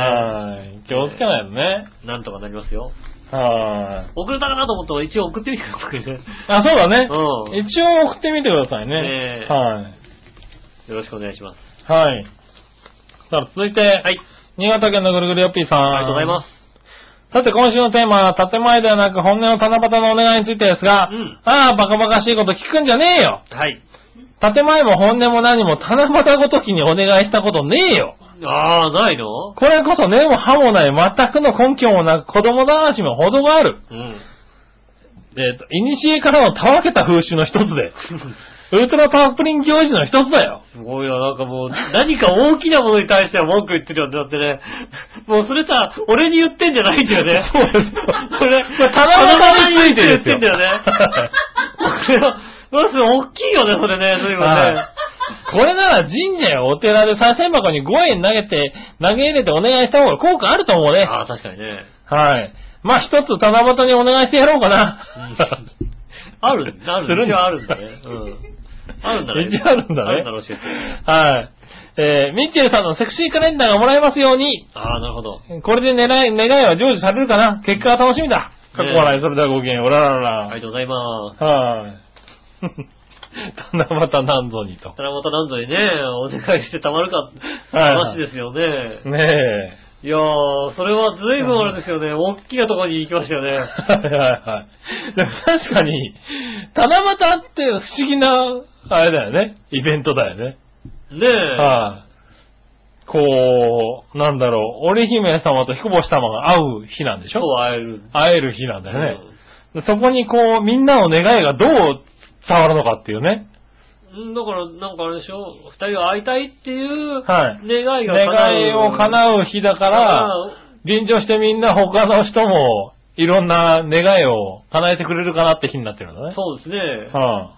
S3: はい。気をつけないとね。
S2: なんとかなりますよ。
S3: はい。
S2: 遅れたかなと思っても一応送ってみてください ね。
S3: あ、そうだね。
S2: うん
S3: 一応送ってみてくださいね
S2: ね。え
S3: はい。
S2: よろしくお願いします。
S3: はい。さあ、続いて、
S2: はい。
S3: 新潟県のぐるぐるよっぴーさん。
S2: ありがとうございます。
S3: さて今週のテーマは、建前ではなく本音の七夕のお願いについてですが、
S2: うん
S3: ああ、バカバカしいこと聞くんじゃねえよ
S2: はい。
S3: 建前も本音も何も七夕ごときにお願いしたことねえよ
S2: ああ、ないの
S3: これこそ根も葉もない全くの根拠もなく子供だらしも程がある。
S2: うん。
S3: えっ、と、いにしえからのたわけた風習の一 つで、ウルトラパープリン行事の一つだよ。
S2: すごいな、なんかもう、何か大きなものに対しては文句言ってるよね。だってね、 もうそれさ、俺に言ってんじゃないんだよね。
S3: そうです
S2: それ、
S3: これ七夕についてですよ
S2: 言ってんだよね。これは、まず大きいよね、それね、そういうことね
S3: は。これなら神社やお寺で再銭箱に5円投げて、投げ入れてお願いした方が効果あると思うね。
S2: ああ、確かにね。
S3: はい。まあ、一つ七夕にお願いしてやろうかな。
S2: ある、ある、
S3: するんだ
S2: 一応あるんだね。うん。あるんだね。
S3: 一応あるんだね
S2: あるんだろう、教えて。
S3: はい。えー、ミッチェルさんのセクシーカレンダーがもらえますように、
S2: ああ、なるほど。
S3: これで狙い、願いは成就されるかな結果は楽しみだ。
S2: え
S3: かっこ笑い、それではごきげんよう。おらら
S2: あり
S3: ら
S2: がとうござい ます。
S3: ら。はい。七夕なんぞにと。
S2: 七夕なんぞにね、お願いしてたまるか、
S3: はい
S2: 話ですよね。
S3: ね
S2: い
S3: え。
S2: やー、それは随分あれですよね。大きなところに行きましたよ ね。
S3: はいはいはい。でも確かに、七夕って不思議な、あれだよね。イベントだよね。
S2: ねえ。
S3: はこう、なんだろう、織姫様と彦星様が会う日なんでし
S2: 今日
S3: ょ
S2: は会える。
S3: 会える日なんだよね。
S2: うん
S3: そこにこう、みんなの願いがどう伝わるのかっていうね。
S2: うんだから、なんかあれでしょ二人は会いたいっていう、
S3: はい
S2: 願いが
S3: 願いを
S2: う
S3: 叶う日だから、、臨場してみんな他の人も、いろんな願いを叶えてくれるかなって日になってるんだね。
S2: そうですね。
S3: は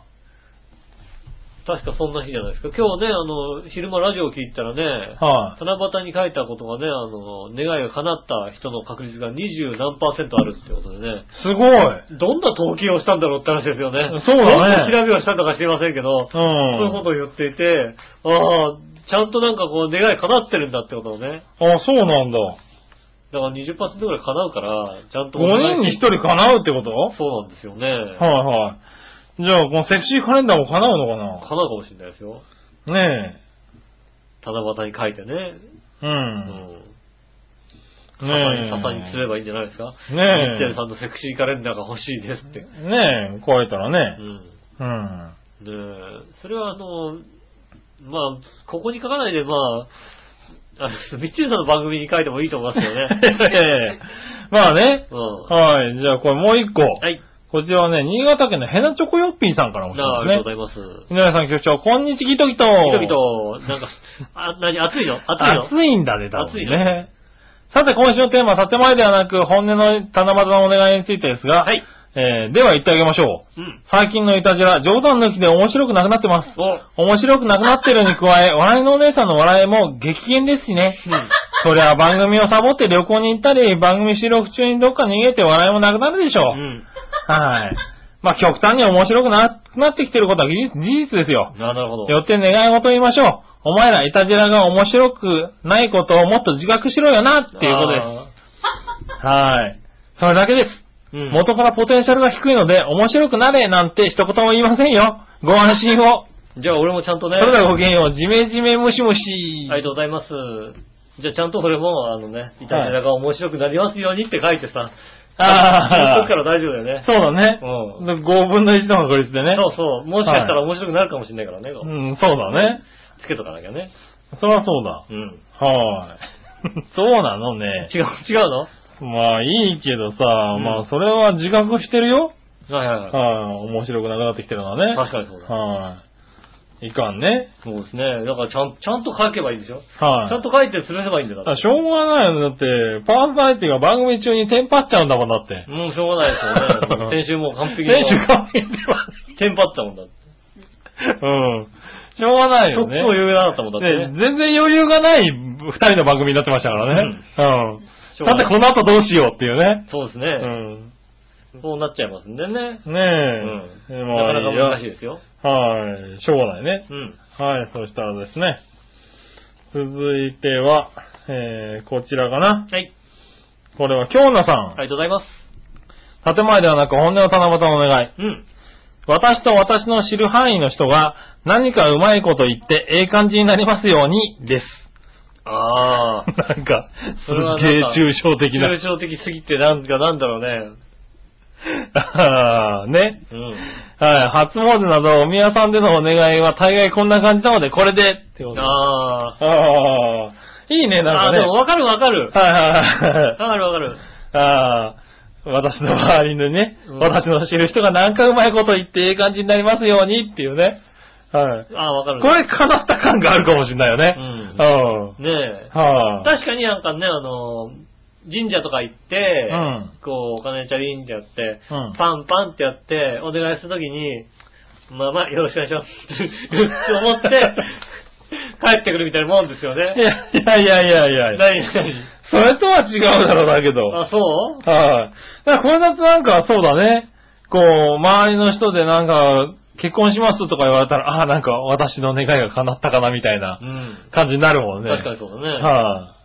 S2: 確かそんな日じゃないですか。今日ね、あの、昼間ラジオ聞いたらね、
S3: い、はい、
S2: 七夕に書いたことがね、あの、願いが叶った人の確率が20何パーセントあるってことでね、
S3: すごい。
S2: どんな統計をしたんだろうって話ですよね。
S3: そうだね
S2: どんな調べをしたんだか知りませんけど、
S3: う
S2: そういうこ
S3: ん。
S2: とを言っていて、ああ、ちゃんとなんかこう願い叶ってるんだってことをね、
S3: あ、そうなんだ。
S2: だから20%ぐらい叶うから、ちゃんとお願
S3: 5人
S2: い
S3: に1人叶うってことは
S2: そうなんですよね。
S3: い、はい、じゃあ、このセクシーカレンダーも叶うのか
S2: 叶うかもしれないですよ。
S3: なね
S2: 七夕に書いてね。
S3: え。う。
S2: うんん。笹
S3: ねえ。
S2: に、笹にすればいいんじゃないですか。
S3: ねえ
S2: ミッチェルさんのセクシーカレンダーが欲しいですって。
S3: ねえ、超えたら
S2: う
S3: ね。
S2: ん。
S3: うん。
S2: ねえ、それはあの、まあ、ここに書かないで、まあ、あのミッチェルさんの番組に書いてもいいと思いますよ ね。
S3: まあね。
S2: うん。
S3: はい。じゃあ、これもう一個。
S2: はい。
S3: こちらはね、新潟県のヘナチョコヨッピーさんからも来て
S2: なあ、
S3: ま
S2: ありが
S3: す
S2: とう
S3: ね
S2: ご。ざいます。
S3: 皆さん局長、こんにちきときと。
S2: 人々、なんか、あ、何、暑いの暑いの
S3: 暑いんだね、多分
S2: 暑い
S3: ね。さて、今週のテーマは建前ではなく、本音の七夕のお願いについてですが、
S2: はい。
S3: えー、では言ってあげましょう。
S2: うん。
S3: 最近のいたじら、冗談抜きで面白くなくなってます。
S2: お、
S3: 面白くなくなってるに 加え、笑いのお姉さんの笑いも激減ですしね。そりゃ番組をサボって旅行に行ったり、番組収録中にどっか逃げて笑いもなくなるでしょう。
S2: うん。
S3: はい。まあ極端に面白くなくなってきてることは事実事実ですよ。
S2: ななるほど。
S3: よって願い事を言いましょう。お前らいたじらが面白くないことをもっと自覚しろよなっていうことです。はい。それだけです。
S2: す。うん。
S3: 元からポテンシャルが低いので、面白くなれなんて一言も言いませんよ。ご安心を。
S2: じゃあ俺もちゃんとね。
S3: それではごきげんよう、じめじめムシムシ。
S2: ありがとうございます。じゃあちゃんとそれも、あのね、いたじらが面白くなりますようにって書いてさ、
S3: あー
S2: そっから大丈夫だよね。
S3: そうだね。
S2: う
S3: 5分の1の確率でね。
S2: そうそう。もしかしたら面白くなるかもしれないからね。
S3: うん、そうだね。
S2: つけとかなきゃね。
S3: そりゃそうだ。
S2: うん。
S3: はーい。 そうなのね。
S2: 違う、違うの
S3: まあいいけどさ、
S2: ん
S3: まあそれは自覚してるよ。
S2: はいはいは
S3: はい、面白くなくなってきてるのはね。
S2: い。確かにそうだ。
S3: はい、いかんね。
S2: そうですね。だからちゃん、ちゃんと書けばいいんでしょ
S3: はい、
S2: ちゃんと書いてすればいいんだから。
S3: あしょうがないよ。だって、パーソナリティが番組中にテンパっちゃうんだもんだって。
S2: もうしょうがないですよ ね。先週もう完璧に。
S3: 選手が見て
S2: テンパったもんだって。
S3: うん。しょうがない
S2: ちょっ
S3: よ
S2: と
S3: ね。
S2: 余裕がなかったもんだってね。
S3: ね全然余裕がない二人の番組になってましたからね。
S2: し
S3: う
S2: ょ
S3: ん。
S2: うが
S3: さ
S2: な
S3: て、
S2: い
S3: この後どうしようっていうね。
S2: そうです
S3: う
S2: ね。
S3: ん。
S2: そうなっちゃいますんでね。
S3: ねえ。
S2: う
S3: え
S2: ん。
S3: ま
S2: な
S3: あ
S2: かなか難しいですよ。
S3: やはい。しょうがないね。
S2: うん。
S3: はい、そしたらですね。続いては、えー、こちらかな。
S2: はい。
S3: これは、京奈さ
S2: あ
S3: ん。
S2: りがとうございます。
S3: 建前ではなく本音の七夕のお願い。
S2: うん。
S3: 私と私の知る範囲の人が何かうまいこと言ってええ感じになりますようにです。
S2: ああ。
S3: なんか、す
S2: それは
S3: っ
S2: なん
S3: げえ
S2: か
S3: 抽象的な
S2: 抽。象的すぎてなんかなんだろうね。
S3: あー ね。
S2: うん。
S3: はい。初詣などお宮さんでのお願いは大概こんな感じなので、これでってこと
S2: ああ。
S3: ああ。いいね、なん
S2: あ
S3: か
S2: あ、
S3: ね。
S2: で
S3: はい
S2: もわかるわかる。
S3: はいはいは
S2: わ
S3: い。
S2: かるわかる。
S3: ああ。私の周りのね、
S2: うん
S3: 私の知る人が何かうまいこと言ってええ感じになりますようにっていうね。はい。
S2: ああ、わかる。
S3: これ叶った感があるかもしれないよね。
S2: うん
S3: うん。
S2: ねえ。
S3: はあ。
S2: 確かになんかね、あの、神社とか行って、
S3: うん
S2: こう、お金チャリンってやって、
S3: うん
S2: パンパンってやって、お願いするときに、まあまあ、よろしくお願いしますって思って、帰ってくるみたいなもんですよ
S3: い
S2: ね。
S3: やいやいやいやいや。
S2: 何何
S3: それとは違うだろうだけど。はい、
S2: あ、そう
S3: だからこれだとなんかそうだね。こう、周りの人でなんか、結婚しますとか言われたら、ああ、なんか私の願いが叶ったかなみたいな
S2: うん。
S3: 感じになるもんね。
S2: 確かにそうだね。
S3: は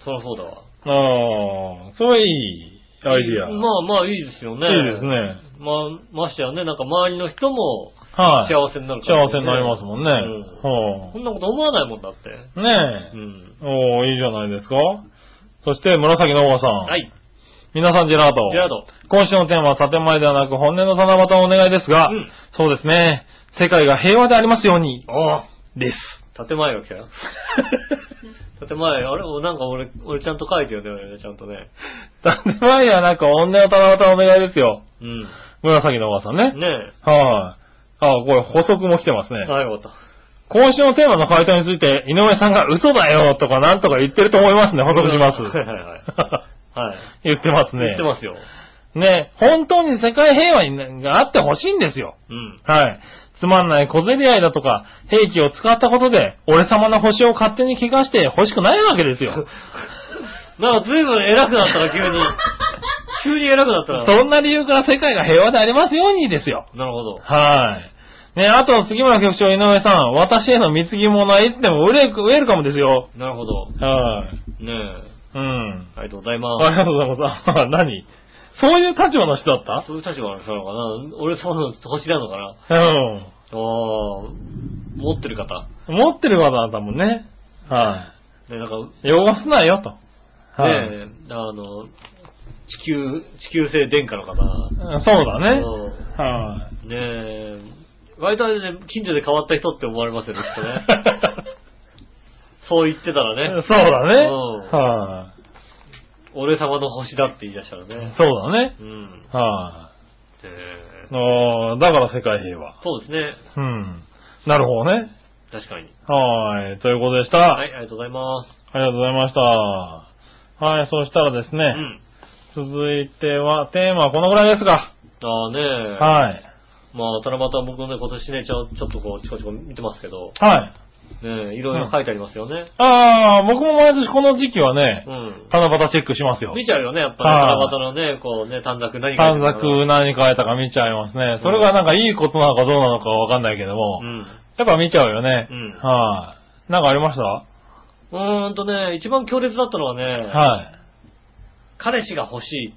S3: い、
S2: そりゃそうだわ。
S3: あ。ああ、それいいアイディア。
S2: まあまあ、いいですよね。
S3: いいですね。。
S2: まあ、ましてやね、なんか周りの人も
S3: はい、
S2: 幸せになるから、
S3: 幸せになりますもんね。
S2: うんこんなこと思わないもんだって。
S3: はあ、
S2: う
S3: ね
S2: ん。
S3: え。おーいいじゃないですか。そして、紫のおばさん。
S2: はい。
S3: 皆さん、ジェラート。
S2: ジェラード。
S3: 今週のテーマは建前ではなく本音の七夕のお願いですが、
S2: うん
S3: そうですね、世界が平和でありますように、
S2: ああ。
S3: です。
S2: 建前が来たよ。建前、あれおなんか俺、俺ちゃんと書いてよね、俺ねちゃんとね。
S3: 建前はなんか女をたまたお願いですよ。
S2: うん。
S3: 紫のおばさんね。
S2: ね
S3: はい、あ。これ補足も来てます
S2: え。
S3: ね。
S2: あよかっ
S3: 今週のテーマの回答について、井上さんが嘘だよとかなんとか言ってると思いますね。補
S2: た。
S3: 足します。
S2: はいはいはい。はい。
S3: 言ってます
S2: 言
S3: ね
S2: って。ますよ。
S3: ね、本当に世界平和にがあってほしいんですよ。
S2: うん。
S3: はい。つまんない小競り合いだとか、兵器を使ったことで、俺様の星を勝手に怪我して欲しくないわけで すよ。
S2: なんか随分偉くなったら急に。急に偉くなったら。
S3: そんな理由から世界が平和でありますようにですよ。
S2: なるほど。
S3: はい。ね、あと、杉村局長、井上さん、私への貢ぎ物はいつでもウェルウェルカムですよ。
S2: なるほど。
S3: はい。
S2: ねえ。
S3: うん。
S2: ありがとうございます
S3: あ。りがとうございます。 あ何そういう立場の人だっ
S2: そういう立場の人なのかな俺そういうの星なのかなあ
S3: たうん。
S2: あ、持ってる方。
S3: 持ってる方だったもんね。は
S2: ね、なんか、
S3: い。汚すなよ、と。はい。
S2: ねえ、あの、地球、地球性殿下の方。
S3: うんそうだね。
S2: う
S3: は
S2: んねえ、割とあれで近所で変わった人って思われますよね、きっとね。 そう言ってた
S3: い。 そう
S2: らね、
S3: だね。
S2: うん
S3: は
S2: 俺様の星だって言い出したら
S3: い
S2: ね。。
S3: そうだね。
S2: うん。ね
S3: は
S2: え
S3: い。あーだから世界平和。
S2: そうですね。
S3: うん。なるほどね。
S2: 確かに。
S3: はい。ということでした。
S2: はい、ありがとうございます。
S3: ありがとうございました。はい、そしたらですね
S2: う、ん。
S3: 続いては、テーマはこのぐらいですが、
S2: ああねえ、
S3: はい。
S2: まあ、ただまた僕もね、今年ね、ちょちょっとこう、ちこちこ見てますけど、
S3: はい。
S2: ねえ、いろいろ書いてありますよね。
S3: あー、僕も毎年この時期はね
S2: う、ん。
S3: 七夕チェックしますよ。
S2: 見ちゃうよね、やっぱ
S3: はい
S2: り、七夕のね、こうね、短冊何書いてる
S3: 短
S2: のかな
S3: 冊何書いたか見ちゃいますね。それがなんかいいことなのかどうなのかわかんないけども、やっぱ見ちゃうよね。
S2: うん
S3: はい。なんかありましたは
S2: うん。うーんとね、一番強烈だったのはね、
S3: い。はい。
S2: 彼氏が欲しいって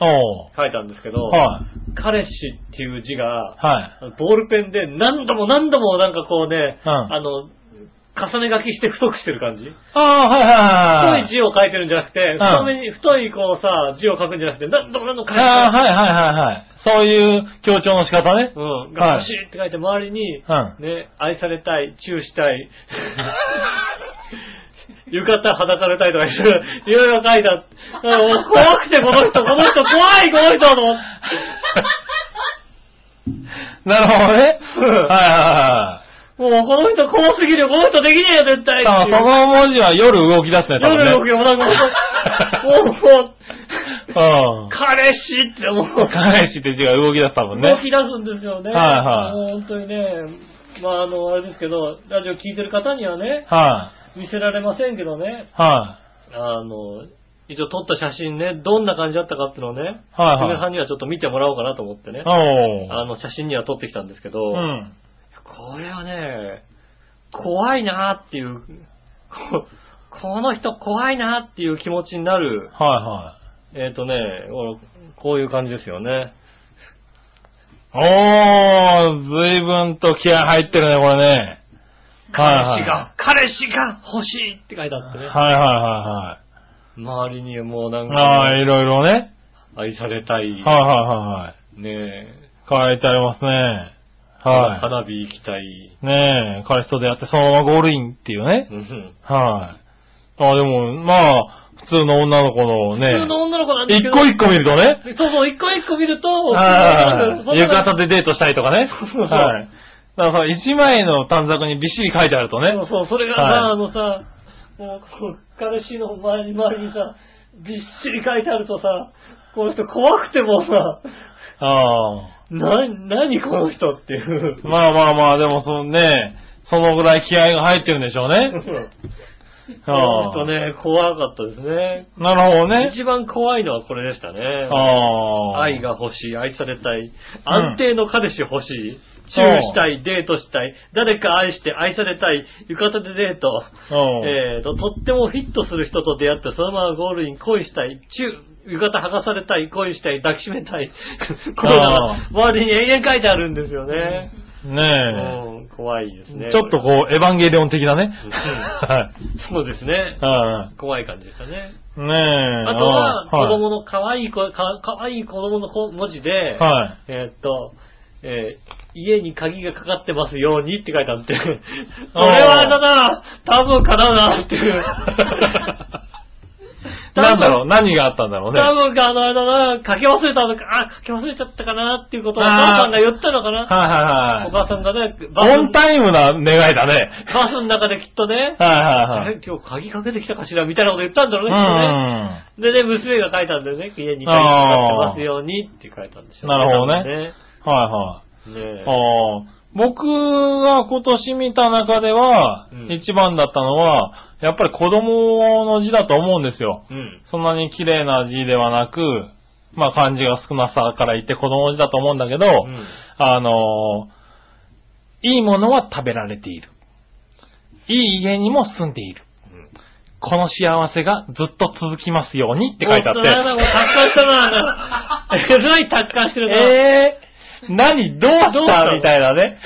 S3: お
S2: 書いたんですけど、
S3: ー。はい。
S2: 彼氏っていう字が、
S3: はい。
S2: ボールペンで何度も何度もなんかこうね、
S3: うん
S2: あの、重ね書きして太くしてる感じ
S3: あー、はいはいはい
S2: 太い字を書いてるんじゃなくて、
S3: ん
S2: 太めに、太いこうさ、字を書くんじゃなくて、何度も何度も書いてる。
S3: あー、はいはいはいはい。そういう強調の仕方ね。
S2: うん。
S3: はい
S2: が欲しいって書いて周りに、
S3: うん
S2: ね、愛されたい、チューした い、浴衣裸されたいとかいろいろ、いろいろ書いた。うんもう怖くてこの人、この人怖い、この人と思って。
S3: なるほどね。
S2: うん
S3: はいはいはい。
S2: もうこの人怖すぎるよ、この人できねえよ、絶対
S3: だ
S2: って
S3: か
S2: いう
S3: らその文字は夜動き出すね、多分
S2: 夜
S3: ね。
S2: の起きもなんかもう、もう、もう
S3: うん。
S2: 彼氏ってもう、
S3: 返しって違う動き出す多分ね。
S2: 動き出すんですよね。
S3: はいは
S2: もう本当にね、まああの、あれですけど、ラジオ聞いてる方にはね、
S3: は
S2: 見せられませんけどね、
S3: い。は
S2: あの、一応撮った写真ね、どんな感じだったかっていうのをね、
S3: はいはい
S2: 皆さんにはちょっと見てもらおうかなと思ってね、
S3: い。
S2: あの写真には撮ってきたんですけど、
S3: おー。うん。
S2: これはね、怖いなーっていう、 ここの人怖いなーっていう気持ちになる、
S3: は
S2: えっ、とね、こうこういう感じですよね。
S3: いはい。おー、随分と気合入ってるね、これね。はいは
S2: 彼
S3: い
S2: 氏が、彼氏が欲しいって書いてあって
S3: はい
S2: ね、
S3: はいは
S2: 周りにもうないん
S3: はい。ああ、
S2: か
S3: いろいろね。
S2: 愛されたい、
S3: はいはい
S2: ねえ、
S3: はいはい。書いてありますね。は
S2: 花火行きたい、
S3: い。ねえ、彼氏と出会ってそのままゴールインっていうね。
S2: うん
S3: はい。ああ、でも、まあ、普通の女の子のね。
S2: 普通の女の子なんですけ
S3: 一
S2: ど。
S3: 個一個見るとね。
S2: そうそう、一個一個見ると、
S3: は
S2: そう
S3: い。
S2: そう
S3: 浴衣でデートしたりとかね。
S2: そうそう
S3: はい。だからその一枚の短冊にびっしり書いてあるとね。
S2: そうそう、それがさ、
S3: はい
S2: あのさ、もう、こう彼氏の周り周りにさ、びっしり書いてあるとさ、この人怖くてもうさ、
S3: ああ。
S2: な、何この人っていう。
S3: まあまあまあ、でもそのね、そのぐらい気合が入ってるんで しょう
S2: う
S3: ね。
S2: んこの
S3: あ
S2: 人
S3: あ。
S2: ね、怖かったですね。
S3: なるほどね。
S2: 一番怖いのはこれでしたね。
S3: ああ。
S2: 愛が欲しい、愛されたい、安定の彼氏欲しい、チューしたい、デートしたい、誰か愛して愛されたい、浴衣でデート、
S3: うん。
S2: えーと、とってもフィットする人と出会って、そのままゴールイン、恋したい、チュー、浴衣剥がされたい、恋したい、抱きしめた い、これが
S3: あー
S2: 周りに延々書いてあるんですよね。
S3: ね
S2: うん、怖いですね。
S3: え。ちょっと
S2: う。
S3: こう、エヴァンゲリオン的なね。
S2: うん
S3: はい。
S2: そうですね。
S3: は
S2: 怖い感じでしたね。
S3: い。ねえ。
S2: あとは、
S3: あ
S2: 子供の可愛い子、か可愛い子供の子文字で、
S3: はい。
S2: えーっと、えー家に鍵がかかってますようにって書いてあって、それ
S3: あー
S2: はあれだな多分かななって いう。
S3: なんだろう、何があったんだろうね。
S2: 多分かなだなかけ忘れたのか、あ、かけ忘れちゃったかなっていうことをお母さんが言ったのかな
S3: はい
S2: お
S3: は
S2: 母さんがね、
S3: いはい。オンタイムな願いだね。
S2: バスの中できっとね、
S3: はい
S2: あ
S3: は
S2: れ今日鍵かけてきたかしらみたいなこと言ったんだろ
S3: いう
S2: ね、きっとね。
S3: は
S2: でね、娘が書いたんだよね。家に帰ってますようにって書いたんでしょうね、
S3: なるほどねい。うん。はいはい。
S2: 多分ね。ねえ。
S3: ああ。僕が今年見た中では
S2: うん、
S3: 一番だったのは、やっぱり子供の字だと思うんですよ。
S2: うん。
S3: そんなに綺麗な字ではなく、まあ漢字が少なさから言って子供の字だと思うんだけど、
S2: うん
S3: あのーいいものは食べられている。いい家にも住んでいる。この幸せがずっと続きますようにって書いてあっ
S2: お
S3: て。
S2: 大人だなこれ達観したな。えらい達観してるな。
S3: ええー、何どうした
S2: どうしたの
S3: みたいなね。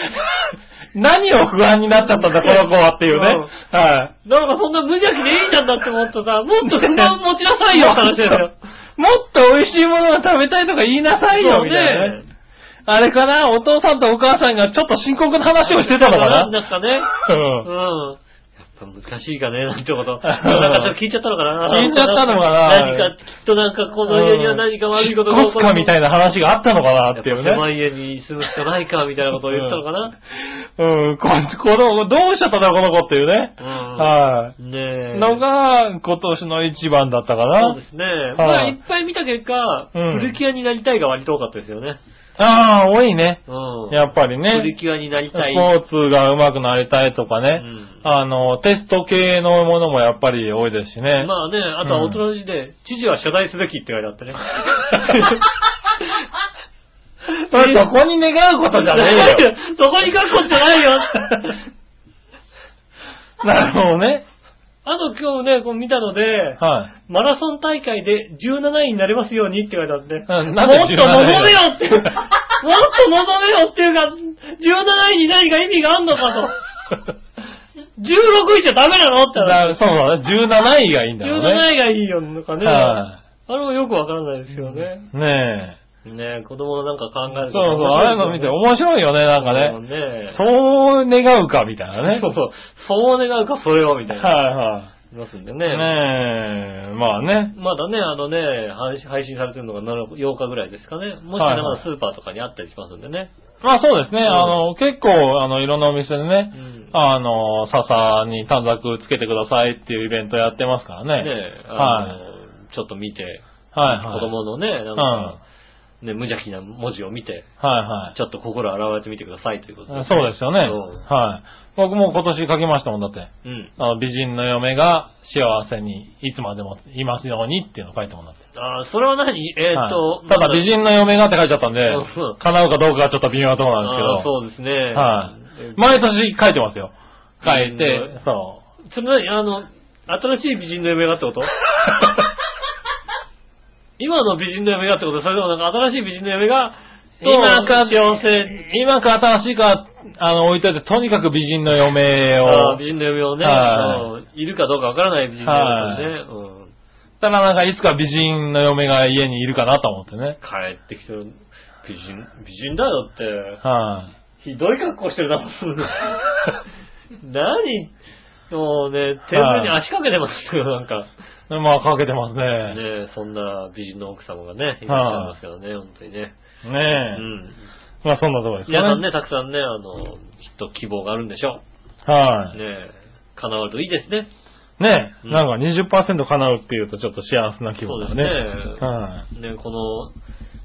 S3: 何を不安になっちゃったんだ、この子はっていうね。
S2: う
S3: は
S2: なんかそんな無邪気でいいじゃんだって思ったさ、もっと不満持ちなさいよって話だよ。
S3: い。もっと美味しいものが食べたいとか言い なさいよ、みたいなね。あれかなお父さんとお母さんがちょっと深刻な話をしてたのか
S2: なん
S3: な
S2: だかね。
S3: うん
S2: うん。やっぱ難しいかね、なんて こと。なんかちょっと聞いちゃったのかな
S3: 聞いちゃったのかな
S2: 何か、きっとなんかこの家には何か悪いこと
S3: 引っ越すかみた
S2: い
S3: いな話があったのかなっていうね。
S2: 狭い家に住むしかないか、みたいなことを言ったのかな。
S3: うん、ここの、どうしちゃったんだ、この子っていうね。は
S2: うん。ねえ。
S3: い。のが、今年の一番だったか
S2: そう
S3: な
S2: で。すね。ま
S3: は
S2: あ、
S3: い
S2: いっぱい見た結果、
S3: うん
S2: プリキュアになりたいが割と多かったですよね。
S3: ああ、多いね。
S2: うん。
S3: やっぱりね。
S2: プリキュアになり
S3: ス
S2: たい。
S3: ポーツが上手くなりたいとかね、
S2: うん
S3: あの、テスト系のものもやっぱり多いですしね。
S2: まあね、あとは大人の字で、知事は謝罪すべきって書いてあったね。
S3: それそこに願うことじゃねえ よ。
S2: そこに書くことじゃないよ。
S3: なるほどね。
S2: あと今日ね、こう見たので、
S3: はい。
S2: マラソン大会で17位になれますようにって書いてあって、
S3: う
S2: も
S3: んな
S2: っ
S3: ん
S2: と
S3: で
S2: 望めよっていう、も
S3: 17
S2: っと望めよっていうか、17位に何か意味があんのかと。16位じゃダメなのって
S3: だ
S2: 話。
S3: そうだね。17位がいいんだろうね。
S2: 17位がいいよ、なんかね。
S3: は
S2: あれもよくわからないですけどね。
S3: い。ねえ。
S2: ねえ、子供のなんか考え
S3: そう
S2: る
S3: そう、ああいうの見て面白いよね、なんかね。
S2: ね。ね
S3: そう願うか、みたいなね。
S2: そうそう。そう願うか、それを、みたいな。
S3: はい
S2: ますんで
S3: い
S2: ね。
S3: はい。ねえ、まあね。
S2: まだね、あのね、配信配信されてるのが7 8日ぐらいですかね。もし
S3: はいはい
S2: ねまだスーパーとかにあったりしますんでね。
S3: まあそうですね。
S2: ん
S3: あの、結構、あの、いろんなお店でね、
S2: うん
S3: あの、笹に短冊つけてくださいっていうイベントやってますからね。
S2: ねえ、あの、ちょっと見て、
S3: はいは
S2: 子
S3: い。
S2: 供のね、なんか、ね、無邪気な文字を見て、
S3: は
S2: ちょっと心洗われてみてくださいというこ
S3: い
S2: と
S3: はい。そうですよね。
S2: うん
S3: はい。僕も今年書きましたもんだって。
S2: うん。
S3: あの美人の嫁が幸せにいつまでもいますようにっていうの書いてもらって。
S2: あーそれは何えーっと
S3: は、いただ美人の嫁がって書いちゃったんで
S2: うんうん、
S3: 叶うかどうかはちょっと微妙なところなんですけど
S2: あー。そうですね。
S3: はい
S2: えー
S3: 毎年書いてますよ。書い
S2: 美
S3: て
S2: 人の、
S3: そ
S2: それ何あの、新しい美人の嫁がって こと今の美人の嫁がってことそれともなんか新しい美人の嫁が、
S3: う。今か、
S2: 幸せ、
S3: 今か新しいか、あの、置いといて、とにかく美人の嫁
S2: あ
S3: を
S2: ー、美人の嫁をね、
S3: は
S2: うんいるかどうかわからない美人の嫁とね、うん
S3: たらなんかいつか美人の嫁が家にいるかなと思ってね。
S2: 帰ってきてる。美人、美人だよって。
S3: はい、
S2: ひどい格好してる な、す何もうね、テーブルに足掛けてますよ、なんか。
S3: でまあ、かけてますね。
S2: ねえそんな美人の奥様がね、いらっしゃいますからね、本当にね。
S3: ねえ。
S2: うん。
S3: まあ、そんなところです
S2: 皆
S3: か
S2: さ
S3: ね。
S2: んね、たくさんね、あの、きっと希望があるんでしょ
S3: は
S2: う。
S3: い、
S2: ねえ叶うといいですね。
S3: ねえ、
S2: うん
S3: なんか20%叶うっていうとちょっと幸せな気分
S2: そ
S3: だね。
S2: うですね
S3: はい、
S2: ねこの、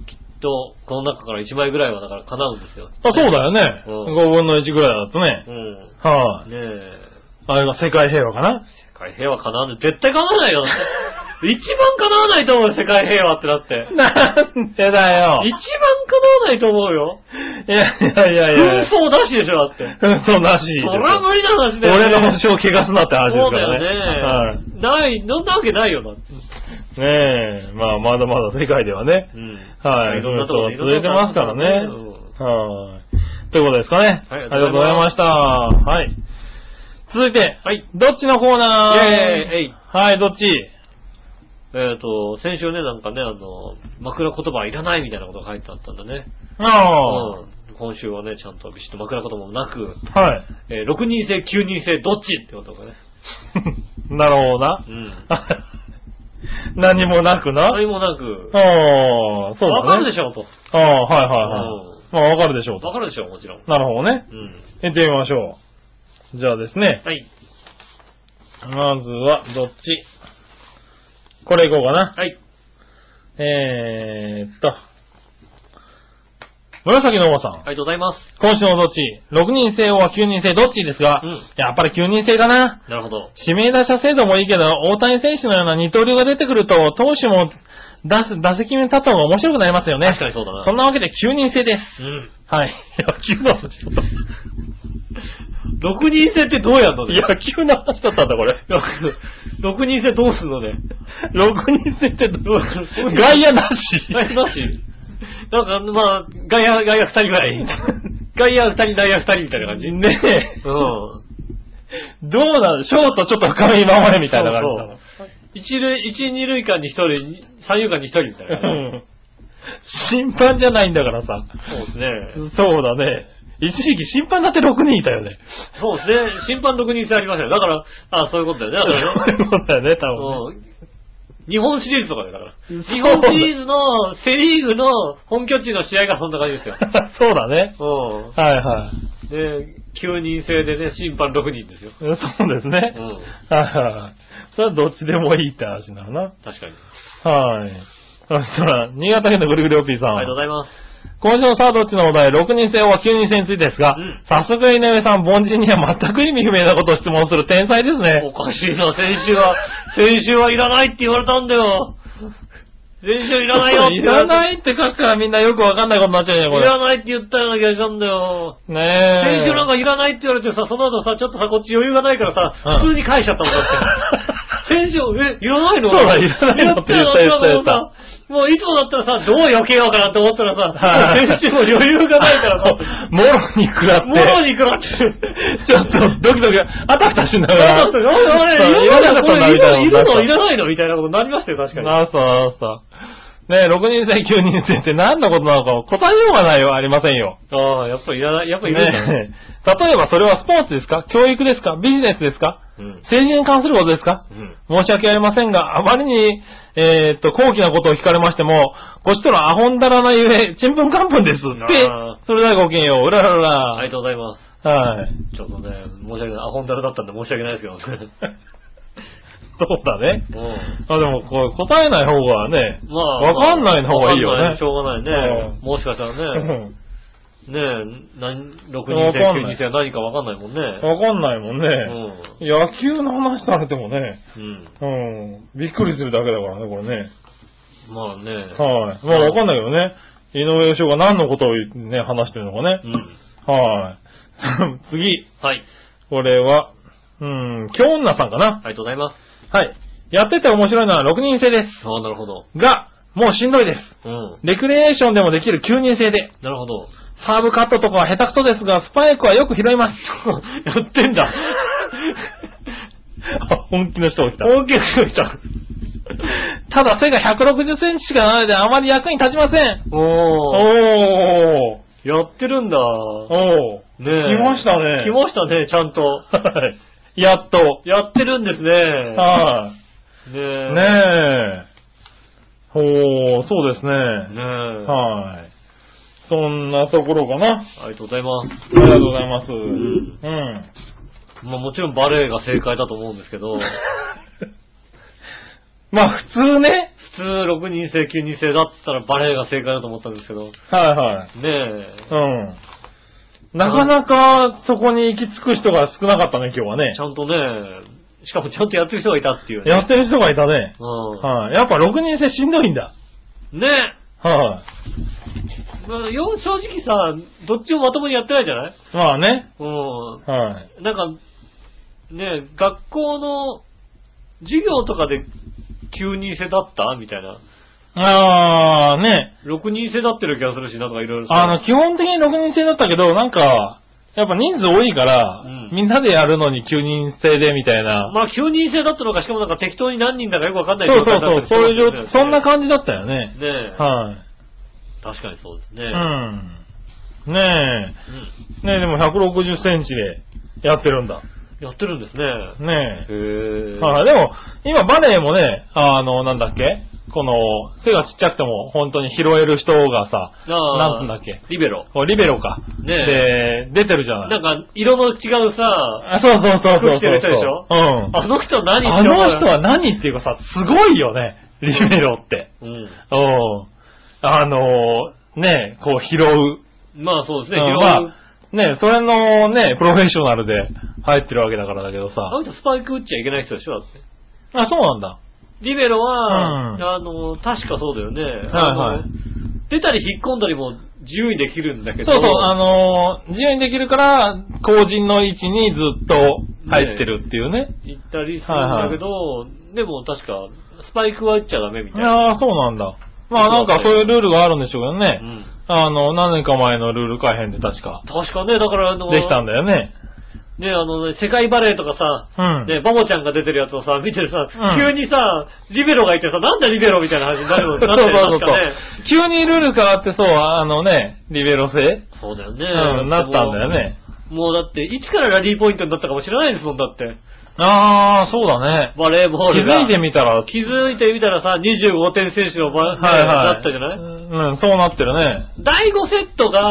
S2: きっと、この中から1枚ぐらいはだから叶うんですよ。
S3: あ、そうだよね。
S2: うん
S3: 5分の1ぐらいだとね。
S2: うん。
S3: はい、
S2: ねえ
S3: あれが世界平和かな。
S2: 世界平和叶わない。絶対叶わないよ。 一番叶わないと思うよ、世界平和ってだって。
S3: なんでだよ。
S2: 一番叶わないと思うよ。
S3: いやいやいやいや
S2: 紛。争なしでしょ、だって。
S3: 嘘なしです
S2: そ
S3: よ。
S2: れは無理な話だよ、ね。
S3: 俺の星を汚すなって話で
S2: そ
S3: す
S2: う
S3: か
S2: だ
S3: らね。
S2: よね。ない、そんなわけないよ、だって。
S3: はい。ねえ、まあ、まだまだ世界ではね。
S2: うん
S3: はい。
S2: いろんなところで
S3: 続いてますからね。はい。ということですかね。
S2: はい
S3: ありがとうございました。はい。続いて、
S2: はい。
S3: どっちのコーナー
S2: イェーイえい
S3: はい、どっち
S2: えっ、と、先週ね、なんかね、あの、枕言葉はいらないみたいなことが書いてあったんだね。
S3: ああ。
S2: うん今週はね、ちゃんとビシッとまくらこともなく、
S3: はい。
S2: えー6人制、9人制、どっちってことがね。
S3: なるほどな
S2: う。ん。
S3: 何もなくな。
S2: 何もなく、
S3: ああ、そうだ
S2: わ
S3: ね。
S2: かるでしょうと。
S3: ああ、はいはいはい。まあわかるでしょう
S2: わ
S3: と。
S2: かるでしょう、もちろん。
S3: なるほどね。
S2: うん。
S3: 行ってみましょう。じゃあですね。
S2: はい。
S3: まずは、どっちこれいこうかな。
S2: はい。
S3: えーっと。紫のおばさん。
S2: ありがとうございます。
S3: 今週のどっち ?6 人制は9人制どっちですが、
S2: うん
S3: やっぱり9人制だな。
S2: なるほど。
S3: 指名打者制度もいいけど、大谷選手のような二刀流が出てくると、投手も出す、打席に立った方が面白くなりますよね。
S2: 確かにそうだな
S3: そんなわけで9人制です。
S2: うん。
S3: はい。 野球の話だった。
S2: 6人制ってどうやんのね
S3: 野球の話だったんだ、これ。
S2: 6人制どうすんのね。
S3: 6人制ってどう
S2: 6
S3: 外野なし。
S2: 外野なしなんか、まあ、外野、外野2人ぐら い。外野2人、内野2人みたいな感じ。うん。
S3: ねえ。どうなのショートちょっと深め今までみたいな感じだもん
S2: 一塁、一、二塁間に一人、三遊間に一人みたいな
S3: う
S2: ね。
S3: ん審判じゃないんだからさ。
S2: そうですね。
S3: そうだね。一時期審判だって6人いたよね。
S2: そうですね。審判6人制ありましたよ。だから、あそういうことだよね。だ
S3: そ
S2: からね
S3: ういうことだよね、多分ね。
S2: うん日本シリーズとかで、だから。
S3: そう
S2: 日本シリーズのセリーグの本拠地の試合がそんな感じですよ。
S3: そうだね。
S2: う
S3: はいはい。
S2: ん。で、9人制でね、審判6人ですよ。
S3: そうですね
S2: う。ん。
S3: はいはい。 それはどっちでもいいって話なのな。
S2: 確かに。
S3: はい。そしたら、新潟県のぐるぐるおっぴーさ。
S2: ありがとうんございます。
S3: 今週のさあどっちのお題、6人制は9人制についてですが
S2: うん、
S3: 早速井上さん、凡人には全く意味不明なことを質問する天才です
S2: お
S3: ね。
S2: かしいな、先週は、先週はいらないって言われたんだよ。先週いらないよって
S3: い
S2: 言わ
S3: ら
S2: れた。
S3: ないいって書くからみんなよくわかんないことになっちゃうね、これ。
S2: らないって言ったような気がしたんだよ。
S3: ねえ。
S2: 先週なんかいらないって言われてさ、その後さ、ちょっとさ、こっち余裕がないからさ、
S3: うん
S2: 普通に返しちゃったもんだ って。先週、え、いらないの
S3: そうだいらないのって言った
S2: やよ
S3: 言った言った
S2: もういつもだったらさ、どう避けようかなと思ったらさ、
S3: はい
S2: 先週も余裕がないからさ、
S3: もろに食らって。
S2: もろに食らって。
S3: ちょっとドキドキ、あたふたしながら。
S2: そうそうそうあれあれ
S3: いらなかったんだみたいな。
S2: いるのいらないのみたいなことになりましたよ、確かに。
S3: なそうそう。ねえ、6人制、9人制って何のことなのか答えようがないよ、ありませんよ。
S2: ああ、やっぱりいらない、やっぱりいるんだね。
S3: ねえ例えばそれはスポーツですか教育ですかビジネスですか
S2: うん。
S3: 政治に関することですか
S2: うん。
S3: 申し訳ありませんが、あまりに、えーっと、高貴なことを聞かれましても、こっちとのアホンダラなゆえ、ちんぷんかんぷんですって
S2: あ、
S3: それではごきげんよう、うらららら。
S2: ありがとうございます。
S3: はい。
S2: ちょっとね、申し訳ない。アホンダラだったんで申し訳ないですけどね。
S3: そうだね。
S2: うん。
S3: あ、でもこう答えない方がね、
S2: まあ、
S3: わかんないの方がいいよね
S2: わかんなしょうがないね。もしかした
S3: う
S2: ら ね、
S3: ん
S2: ねえ、何、6人制、
S3: わかん
S2: 9
S3: ない
S2: 人制は何かわかんないもんね。
S3: わかんないも
S2: う
S3: んね。
S2: ん。
S3: 野球の話されてもね、
S2: うん。
S3: うん、びっくりするだけだからね、これね。
S2: まあね。
S3: はい。まあわかんないけどね、井上義雄が何のことをね、話してるのかね
S2: う。ん。
S3: はい。 次、
S2: はい。
S3: これは、うん、京女さんかな。
S2: ありがとうございます。
S3: はい。やってて面白いのは6人制で
S2: ああ、なるほど。
S3: す。が、もうしんどいです。
S2: うん。
S3: レクリエーションでもできる9人制で、
S2: なるほど。
S3: サーブカットとかは下手くそですが、スパイクはよく拾います。 やってんだ。 本気の人が来た。本気の人が来た。 ただ背が160センチしかないのであまり役に立ちません。お
S2: おー。
S3: ー。
S2: やってるんだ。
S3: おー。
S2: ねえ。
S3: 来ましたね
S2: 来ましたね、ちゃんと。
S3: やっと。
S2: やってるんですね。
S3: は
S2: ね
S3: い。
S2: え。
S3: ねえ。ほー、そうですね。
S2: ねえ。
S3: はい。そんなところかな。
S2: ありがとうございます。
S3: ありがとうございます。うんん。
S2: まあもちろんバレエが正解だと思うんですけど、
S3: まあ普通ね。
S2: 普通6人制、9人制だったらバレエが正解だと思ったんですけど、ね
S3: はいはい。
S2: え、
S3: うん。なかなかそこに行き着く人が少なかったね、今日はね
S2: ち。ゃんとね、しかもちゃんとやってる人がいたっていうね。
S3: やってる人がいたね。
S2: う
S3: はい。やっぱ6人制しんどいんだ。
S2: ん。ね
S3: は
S2: え、まあ、よ正直さ、どっちもまともにやってないじゃない
S3: い。まあね。
S2: う
S3: はい。
S2: ん。なんか、ねえ、学校の授業とかで9人制だったみたいな。
S3: あーね。
S2: 6人制だってる気がするしなとかいろいろさ
S3: あの、基本的に6人制だったけど、なんか、やっぱ人数多いから、
S2: うん
S3: みんなでやるのに9人制でみたいな。
S2: まあ、9人制だったのか、しかもなんか適当に何人だかよくわかんない
S3: そうそうそう、そういう
S2: 状態だったり
S3: 状、そんな
S2: しま
S3: 感じだったよね。
S2: すよねねえ、
S3: はい。
S2: 確かにそうですね。
S3: うん。ねえ。ねえ、でも160センチでやってるんだ。
S2: やってるんですね。
S3: ねえ。
S2: へえ。
S3: はい、でも、今バレエもね、あの、なんだっけこの、背がちっちゃくても本当に拾える人がさ、
S2: あー
S3: なんつうんだっけ
S2: リベロ。
S3: こうリベロか。
S2: ね
S3: で、出てるじゃない。
S2: なんか、色の違うさ、
S3: あそうそうそうそうそう。
S2: 服着てる人でしょ
S3: うん。
S2: あの人何
S3: あの人は
S2: ね。
S3: 何っていうかさ、すごいよね、リベロって。
S2: うん。
S3: うん。あのー、ね、こう拾う。
S2: まあそうですね、
S3: うん
S2: 広
S3: ま
S2: が
S3: あ、ね、それのね、プロフェッショナルで入ってるわけだからだけど
S2: あ
S3: さ。
S2: の人スパイク打っちゃいけない人でしょだって。
S3: あ、そうなんだ。
S2: リベロは、
S3: うん
S2: あの、確かそうだよね。
S3: はいはい
S2: あの出たり引っ込んだりも自由にできるんだけ
S3: そ
S2: ど。
S3: うそう、あのー、自由にできるから、後陣の位置にずっと入ってるっていうね。
S2: 行ったりするんだけど、でも確か、スパイクは打っちゃダメみたいな。
S3: ああ、そうなんだ。まあなんかそういうルールがあるんでしょうけどね。
S2: うん
S3: あの、何年か前のルール改変で確か、
S2: 確かね、だからあの、
S3: できたんだよね。
S2: ね、あの、ね、世界バレーとかさ、
S3: うん。
S2: ね、バボちゃんが出てるやつをさ、見てるさ、
S3: うん
S2: 急にさ、リベロがいてさ、なんだリベロみたいな話になるのなってる確かね。
S3: 急にルール変わってそう、あのね、リベロ制、
S2: そうだよね。
S3: うん、なったんだよね。
S2: もう。もうだって、いつからラリーポイントになったかもしれないですもん、だって。
S3: ああ、そうだね。
S2: バレーボー
S3: 気
S2: ルが。
S3: づいてみたら、
S2: 気づいてみたらさ、25点選手の場、だったじゃない
S3: うん、そうなってるね。
S2: 第5セットが、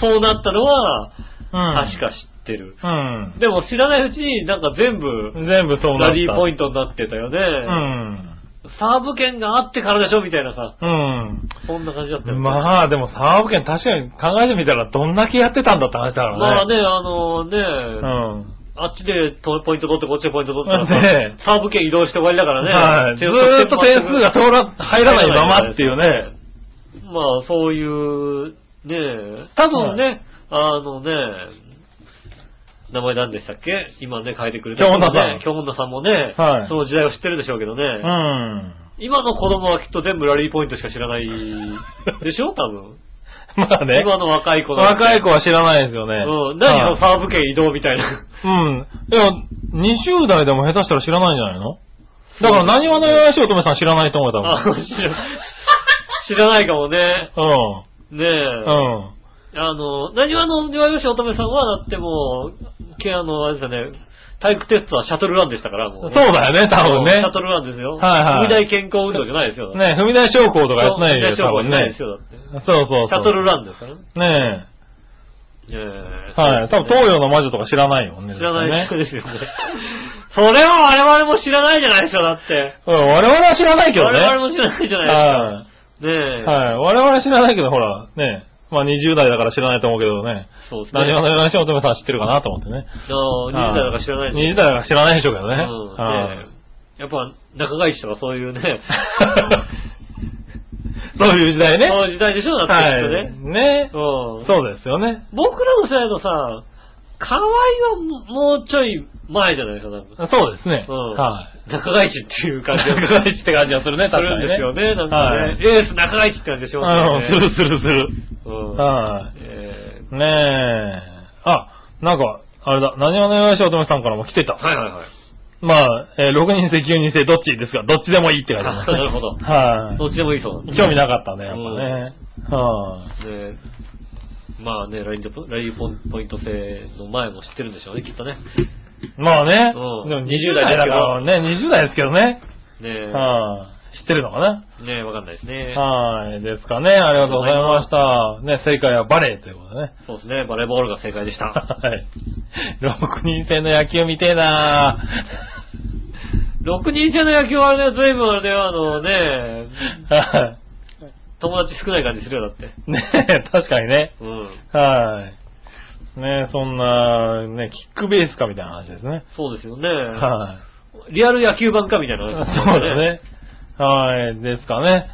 S2: そうなったのは、
S3: うん。
S2: 確か知ってる。
S3: うん。
S2: でも知らないうちになんか全部、
S3: 全部そうなった。
S2: ラリーポイ
S3: ン
S2: ントになってたよね。
S3: うん。
S2: サーブ権があってからでしょみたいなさ、
S3: うん。
S2: そんな感じだったよね。
S3: まあ、でもサーブ権確かに考えてみたらどんだけやってたんだって話だからね。
S2: まあね、あのね、
S3: うん。
S2: あっちでとポイント取ってこっちでポイント取ってたら
S3: ね
S2: さ、サーブ権移動して終わりだからね。
S3: はい。ず
S2: 点
S3: ーっと点数が通ら、入らないままっていうね。
S2: まあ、そういう、ねえ、多分ね、あのね、名前何でしたっけ今ね、変えてくれた人もね、
S3: 京
S2: 京女さんもね、
S3: はい
S2: その時代を知ってるでしょうけどね、
S3: うん。
S2: 今の子供はきっと全部ラリーポイントしか知ら ないでしょ多分。
S3: まあね。
S2: 今の若い子だって
S3: 若い子は知らないですよね。
S2: うん。何
S3: は
S2: の
S3: い
S2: サーブ権移動みたいな。
S3: うん。いや、20代でも下手したら知らないんじゃないのだから、何話のよしおとめさん知らないと思うよ、
S2: あ知ら知らないかもね。
S3: 多分。
S2: ねえ。
S3: うん。うん。
S2: あの、何わの弱吉乙女さんは、だってもう、けあの、あれですよね、体育テストはシャトルランでしたから、も
S3: そう
S2: う。
S3: だよね、多分ね
S2: シャ。トルランですよ。
S3: はいはい
S2: 踏み台健康運動じゃないですよ。
S3: ね、踏み台昇降とかやってない
S2: で
S3: ですしょ、多分
S2: ない
S3: ね
S2: です。よ、だって。
S3: そうそうそう。
S2: シャトルランですからね。
S3: ね
S2: え
S3: え。
S2: え
S3: はい。多分東洋の魔女とか知らないよね。
S2: 知らない人
S3: ね。
S2: ですよね。それは我々も知らないじゃないですか、だって。
S3: うん、我々は知らないけどね。
S2: 我々も知らないじゃない
S3: は
S2: ですか。ねえ
S3: い。。はい。我々は知らないけど、ほら、ねまあ20代だから知らないと思うけどね。
S2: そうですね。
S3: 何話のよしおとめさん知ってるかなと思ってね。
S2: あの20代だから知らないですよ
S3: 20代だから知らないでしょうけどね。
S2: うん
S3: はい
S2: ねえやっぱ、仲返しとかそういう ね、
S3: そういう時代ね。
S2: そういう時代でしょ、だってきっと
S3: は
S2: ね
S3: い。。ね。
S2: うん
S3: そうですよね。
S2: 僕らの世代のさ、河合はももうちょい前じゃないですか、なんか。
S3: そうですね。
S2: うん
S3: はい。
S2: 中返しっていう感じが。
S3: 仲返しって感じがするね確かにね
S2: するんですよね、なんかね。
S3: はい
S2: エース中返しって感じがしますよね。
S3: うん、するするする。
S2: うん
S3: は
S2: え
S3: い。ねえ。あ、なんか、あれだ、何話のよしおとめさんからも来てた。
S2: ーはいはいはい。
S3: まあ、えー、6人制、9人制、どっちですかどっちでもいいって感じ
S2: あなるほど
S3: は
S2: どっちでもいいそうなん
S3: い。
S2: で
S3: 興味なかったね、やっぱね。はい。
S2: ねまあね、ラインドポラインポイント制の前も知ってるんでしょうね、きっとね。
S3: まあね。
S2: うん
S3: でも20
S2: 20
S3: 代
S2: 代
S3: だからね、20代ですけどね。
S2: ね
S3: はい。知ってるのかな
S2: え、ねえ、わかんないですね。
S3: はい。ですかね。ありがとうございました。ね、正解はバレーということでね。
S2: そうですね、バレーボールが正解でした。
S3: はい。6人制の野球見てえな
S2: 6人制の野球はあれだよ、随分あれだよ、あのね、
S3: は
S2: 友達少ない感じするよ、だって。
S3: い。ねえ、確かにね。
S2: うん。
S3: はい。ねえ、そんな、ね、キックベースかみたいな話ですね。
S2: そうですよね。
S3: はい。
S2: リアル野球版かみたいな
S3: そう
S2: 話ですよ
S3: だ。ね。はい。ですかね。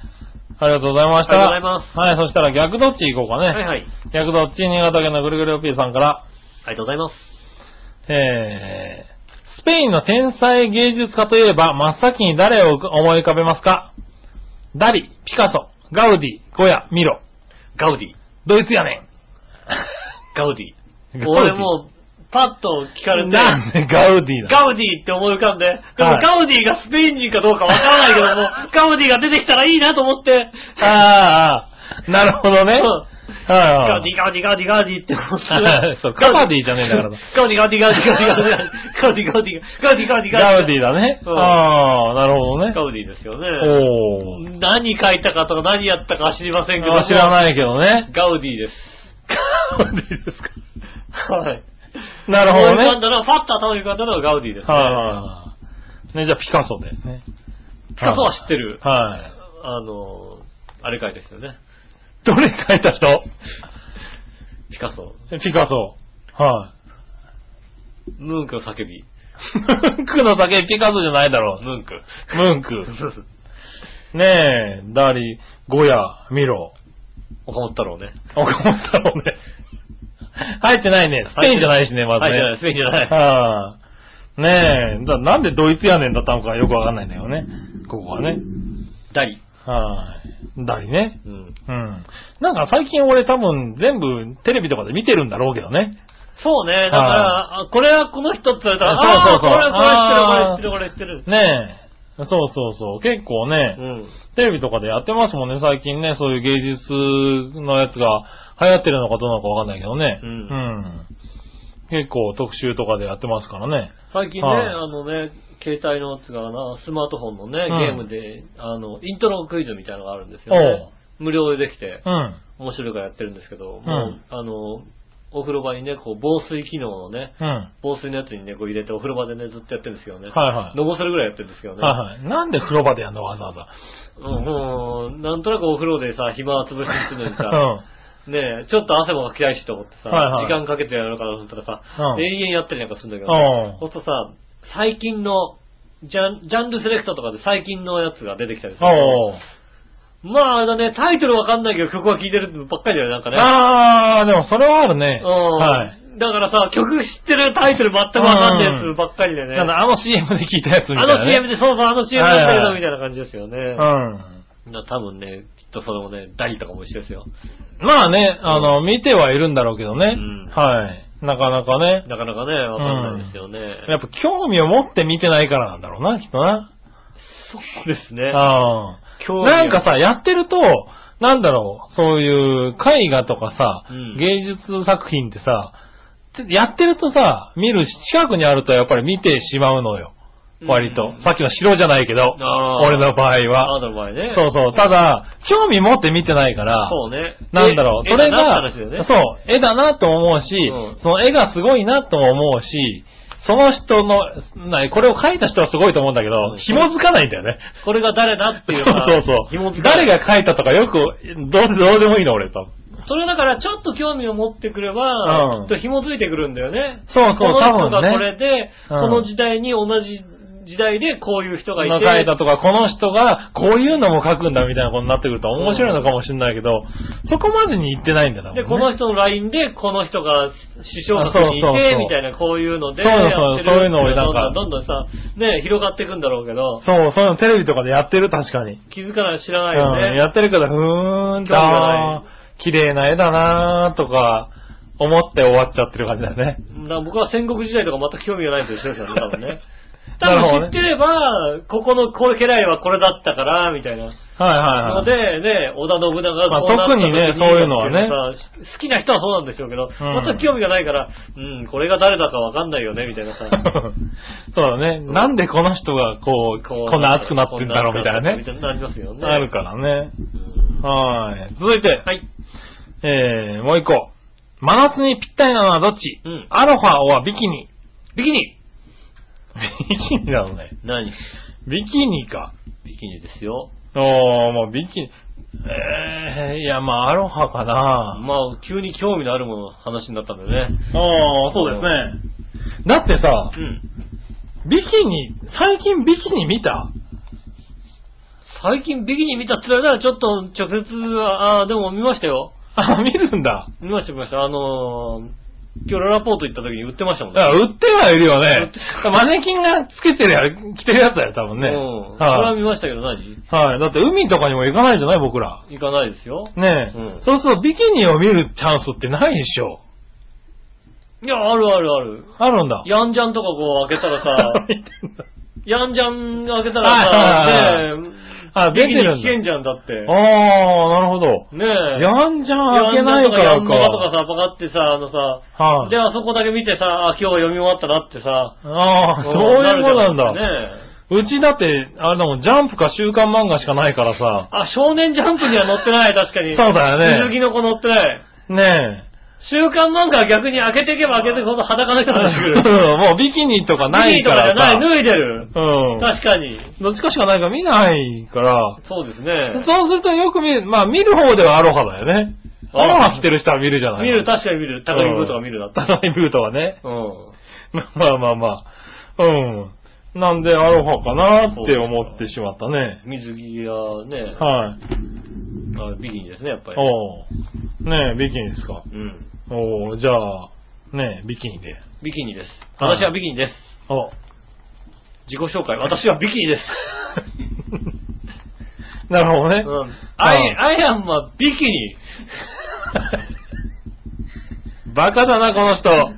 S3: ありがとうございました。。
S2: ありがとうございます
S3: はい。そしたら逆どっち行こうかね。
S2: はいはい。
S3: 逆どっち、新潟県のぐるぐるおっぴーさんから、
S2: ありがとうございます。
S3: えー、スペインの天才芸術家といえば、真っ先に誰を思い浮かべますかダリ、ピカソ、ガウディ、ゴヤ、ミロ。
S2: ガウディ。
S3: ドイツやね
S2: ガウデ
S3: ん。
S2: ィ。 俺もう、パッと聞かれて、
S3: なんでガウディだ。
S2: ガウディって思い浮かんで、で
S3: は
S2: も
S3: い
S2: ガウディがスペイン人かどうかわから ないけども、ガウディが出てきたらいいなと思って、
S3: あーあー、なるほどね。
S2: う
S3: はい
S2: ガ
S3: は
S2: デ
S3: い。。
S2: ィガディガディガディって思ったら
S3: そうカバディじゃねえんだからな
S2: ガディガディガディガディガディガディガディガディガディガディ
S3: ガウディだね。
S2: うん
S3: ああ、なるほどね
S2: ガ。ウディですよね。
S3: おー。
S2: 何書いたかとか何やったかは知りませんけど
S3: あ
S2: も。
S3: 知らないけどね。
S2: ガウディです。ガウディですかはい。
S3: なるほど
S2: 思
S3: ね。
S2: い浮か
S3: は
S2: ん
S3: い
S2: だのはファッと頭に浮かんだのはガウディですね。
S3: はい。ね、じゃあピカソだよね。
S2: ピカソは知ってる。
S3: はい。
S2: あの、あれ書いた人よね。
S3: どれ書いた人
S2: ピカソ。
S3: ピカソ。は
S2: ムンクの叫び。
S3: い。ムンクの酒ピカソじゃないだろ
S2: ムンク。
S3: う。ムンク。ねえ、ダーリ、ゴヤ、ミロ。
S2: 岡本太郎ね。
S3: 岡本太郎ね。入ってないね。スペインじゃないしね、まず
S2: はい、じ
S3: ね
S2: ゃ。ない、スペインじゃない。
S3: はい。ねえ、だなんでドイツやねんだったのかよくわかんないんだよね。ここはね。
S2: ダリ。
S3: はい。ダリね。
S2: うん。
S3: うん。なんか最近俺多分全部テレビとかで見てるんだろうけどね。
S2: そうね。だから、あこれはこの人って言われたら、
S3: そうそうそ
S2: あ
S3: う
S2: ーこれこれ知ってる、これ知ってる、これ知ってる。
S3: ねえ。そうそうそう。結構ね、
S2: うん。
S3: テレビとかでやってますもんね、最近ね。そういう芸術のやつが流行ってるのかどうなのかわかんないけどね。
S2: うん
S3: ん結構特集とかでやってますからね。
S2: 最近ね、
S3: はい
S2: あのね、携帯のつうかな、スマートフォンのね、
S3: うん
S2: ゲームで、あの、イントロクイズみたいなのがあるんですよ
S3: お
S2: ね
S3: う。
S2: 無料でできて、
S3: うん。
S2: 面白いからやってるんですけど、
S3: ん
S2: もう、あの、お風呂場にね、こう、防水機能のね、
S3: うん。は
S2: 防水のやつにね、こう入れてお風呂場でね、ずっとやってるんですけどね。
S3: いはい。
S2: のぼせるぐらいやってるんですけどね。
S3: はいはい。なんで風呂場でやんのわざわざ。
S2: うん、うんなんとなくお風呂でさ、暇つぶしにするのに
S3: う
S2: さ、
S3: ん。
S2: ねえ、ちょっと汗もかきたいしと思ってさ、
S3: はいはい
S2: 時間かけてやろうかなと思ったらさ、
S3: う
S2: 永
S3: ん
S2: 遠やったりなんかするんだけどさ、
S3: う
S2: ほんとさ、最近のジャン、ジャンルセレクトとかで最近のやつが出てきたりする。
S3: おう
S2: まあ、あれだね、タイトルわかんないけど曲は聴いてるばっかりだよね、なんかね。
S3: あー、でもそれはあるね。
S2: うん
S3: はい。
S2: だからさ、曲知ってるタイトル全くわかんないやつばっかりでね。
S3: なんだあの CM で聞いたやつみた
S2: あ
S3: いな、
S2: の
S3: ね。
S2: CM で、そうそう、あの CM なんだけど、
S3: はいは
S2: み
S3: い
S2: たいな感じですよね。
S3: うん。
S2: な多分ね、きっとそれもね、ダリとかも一緒ですよ。
S3: まあね、あの、見てはいるんだろうけどね。
S2: うん
S3: はい。なかなかね。
S2: なかなかね、わかんないですよね。
S3: やっぱ興味を持って見てないからなんだろうな、きっとな。
S2: そうですね。
S3: あ
S2: 興
S3: あ。
S2: 味が
S3: なんかさ、やってると、なんだろう、そういう絵画とかさ、
S2: うん
S3: 芸術作品ってさ、てやってるとさ、見るし、近くにあるとやっぱり見てしまうのよ。割と。
S2: うん
S3: さっきの城じゃないけど、
S2: あー
S3: 俺の場合
S2: あな
S3: は。
S2: たの場合ね。
S3: そうそう。ただ、興味持って見てないから、
S2: そうね。
S3: なんだろう、
S2: え
S3: それ
S2: えなって
S3: が、
S2: 話だよね。
S3: そう、絵だなと思うし、
S2: うん
S3: その絵がすごいなとも思うし、その人の、なこれを描いた人はすごいと思うんだけど、
S2: うん
S3: 紐づかないんだよね。
S2: これが誰だって
S3: そう
S2: いう
S3: そう
S2: 紐
S3: そう。
S2: 付け
S3: 誰が描いたとかよく、どうどうでもいいの俺と。
S2: それだから、ちょっと興味を持ってくれば、き
S3: うん
S2: っと紐づいてくるんだよね。
S3: そうそう
S2: この人
S3: 多分
S2: が
S3: ね
S2: これで、
S3: うん
S2: この時代に同じ時代でこういう人
S3: こ
S2: がい
S3: の
S2: て、
S3: 描いたとか、この人がこういうのも描くんだみたいなことになってくると面白いのかもしれないけど、そこまでに行ってないんだな、
S2: で、
S3: ね
S2: この人の LINE で、この人が師匠学にい
S3: あそうそう
S2: て
S3: そ、う
S2: みたいな、こういうので、
S3: そうそう
S2: やってる
S3: そういうのをなんか
S2: どんどんどんどんさ、ね、広がっていくんだろうけど、
S3: そう、そういうのテレビとかでやってる、確かに。
S2: 気づかない知らない
S3: うん、や
S2: よね。
S3: ってるけど、ふーん
S2: 興味がない
S3: だ綺麗な絵だなーとか、思って終わっちゃってる感じだね。
S2: だから僕は戦国時代とか全く興味がないんですよ、一緒ですよね、多分ね。多
S3: なるほど
S2: 分知
S3: ね
S2: ってれば、ここの、これ家来はこれだったから、みたいな。
S3: はいはい
S2: の
S3: はい。
S2: で、ね、織田信長がこうなった
S3: まあ特にね
S2: 時
S3: そういうのはね
S2: さ好きな人はそうなんでしょうけど、
S3: うん
S2: 全く興味がないから、うん、これが誰だかわかんないよね、みたい なさ。
S3: そうだね。なんでこの人がこう、こんな熱くなってんだろうみたいな
S2: こんな熱くなってるみたい
S3: ね。
S2: になりますよね。
S3: あるからね。
S2: うん
S3: はい。続いて、
S2: はい。
S3: えー、もう一個。真夏にぴったりなのはどっち、
S2: うん
S3: アロファはビキニ。
S2: ビキニ
S3: ビキニなのね。
S2: 何
S3: ビキニか。
S2: ビキニですよ。
S3: おー、もうビキニ。えー、いや、まあアロハかな
S2: まあ、急に興味のあるもの話になったんだよね。
S3: ああ、そうですね。だってさ
S2: う、ん。
S3: ビキニ、最近ビキニ見た
S2: 最近ビキニ見たって言われたら、ちょっと直接は、ああ、でも見ましたよ。
S3: あ、見るんだ。
S2: 見ました、見ました。あのー、今日ララポート行った時に売ってましたもん
S3: だから売ってはいる
S2: 売
S3: よ
S2: っ
S3: ね
S2: て。
S3: マネキンがつけてるや、着てるやつだよ、多分ね。
S2: うん。それは
S3: は
S2: 見
S3: い、
S2: ましたけど何
S3: はい。だって海とかにも行かないじゃない、僕ら。
S2: 行かないですよ。
S3: ねえ、
S2: うん
S3: そうするとビキニを見るチャンスってないでしょ。
S2: いや、あるあるある。
S3: あるんだ。
S2: ヤンジャン
S3: 、
S2: とかこう開けたらさ
S3: 見てんだ
S2: ヤンジャン開けた
S3: はいはい
S2: ら
S3: は
S2: さ、ね、
S3: あ、出てる
S2: 危
S3: ん
S2: 険
S3: だ。
S2: じゃんだって。ね
S3: あー、なるほど。
S2: え。
S3: やんじゃん開けないか
S2: や
S3: ら
S2: んのかとか
S3: か。
S2: さ、パカってさ、あのさ、
S3: はい
S2: で、あそこだけ見てさ、あ、今日読み終わったなってさ、
S3: ああ、そういうもんなんだ。
S2: ねえ。
S3: うちだって、あれだもん、ジャンプか週刊漫画しかないからさ。
S2: あ、少年ジャンプには載ってない、確かに。
S3: そうだよね
S2: 水着の子載ってない。
S3: ねえ。
S2: 週刊漫画は逆に開けていけば開けていくほど裸の人が出てくる。
S3: うんもうビキニとか ない
S2: ビキニ
S3: か
S2: と
S3: ら
S2: かじゃ
S3: さ。
S2: ない、脱いでる。
S3: うん。
S2: 確かに。
S3: どっちかしかないから見ないから。
S2: そうですね。
S3: そうするとよく見る、まあ見る方ではアロハだよね。
S2: あ
S3: アロハ着てる人は見るじゃない
S2: 見る、確かに見る。高木ブーとか見るだった。
S3: 高いブートはね。
S2: うん。
S3: まあまあまあ。うん。なんでアロハかなって思ってしまったね。
S2: 水着はね、
S3: はい。
S2: あビキニですね、やっぱり。
S3: おうねえ、ビキニですか。
S2: うん。
S3: おうじゃあ、ねえ、ビキニで。
S2: ビキニです。
S3: はい
S2: 私はビキニです。
S3: お
S2: 自己紹介。私はビキニ です。
S3: なるほどね。
S2: うん。ア
S3: はい
S2: イ、アイアンはビキニ。
S3: バカだな、この人。ね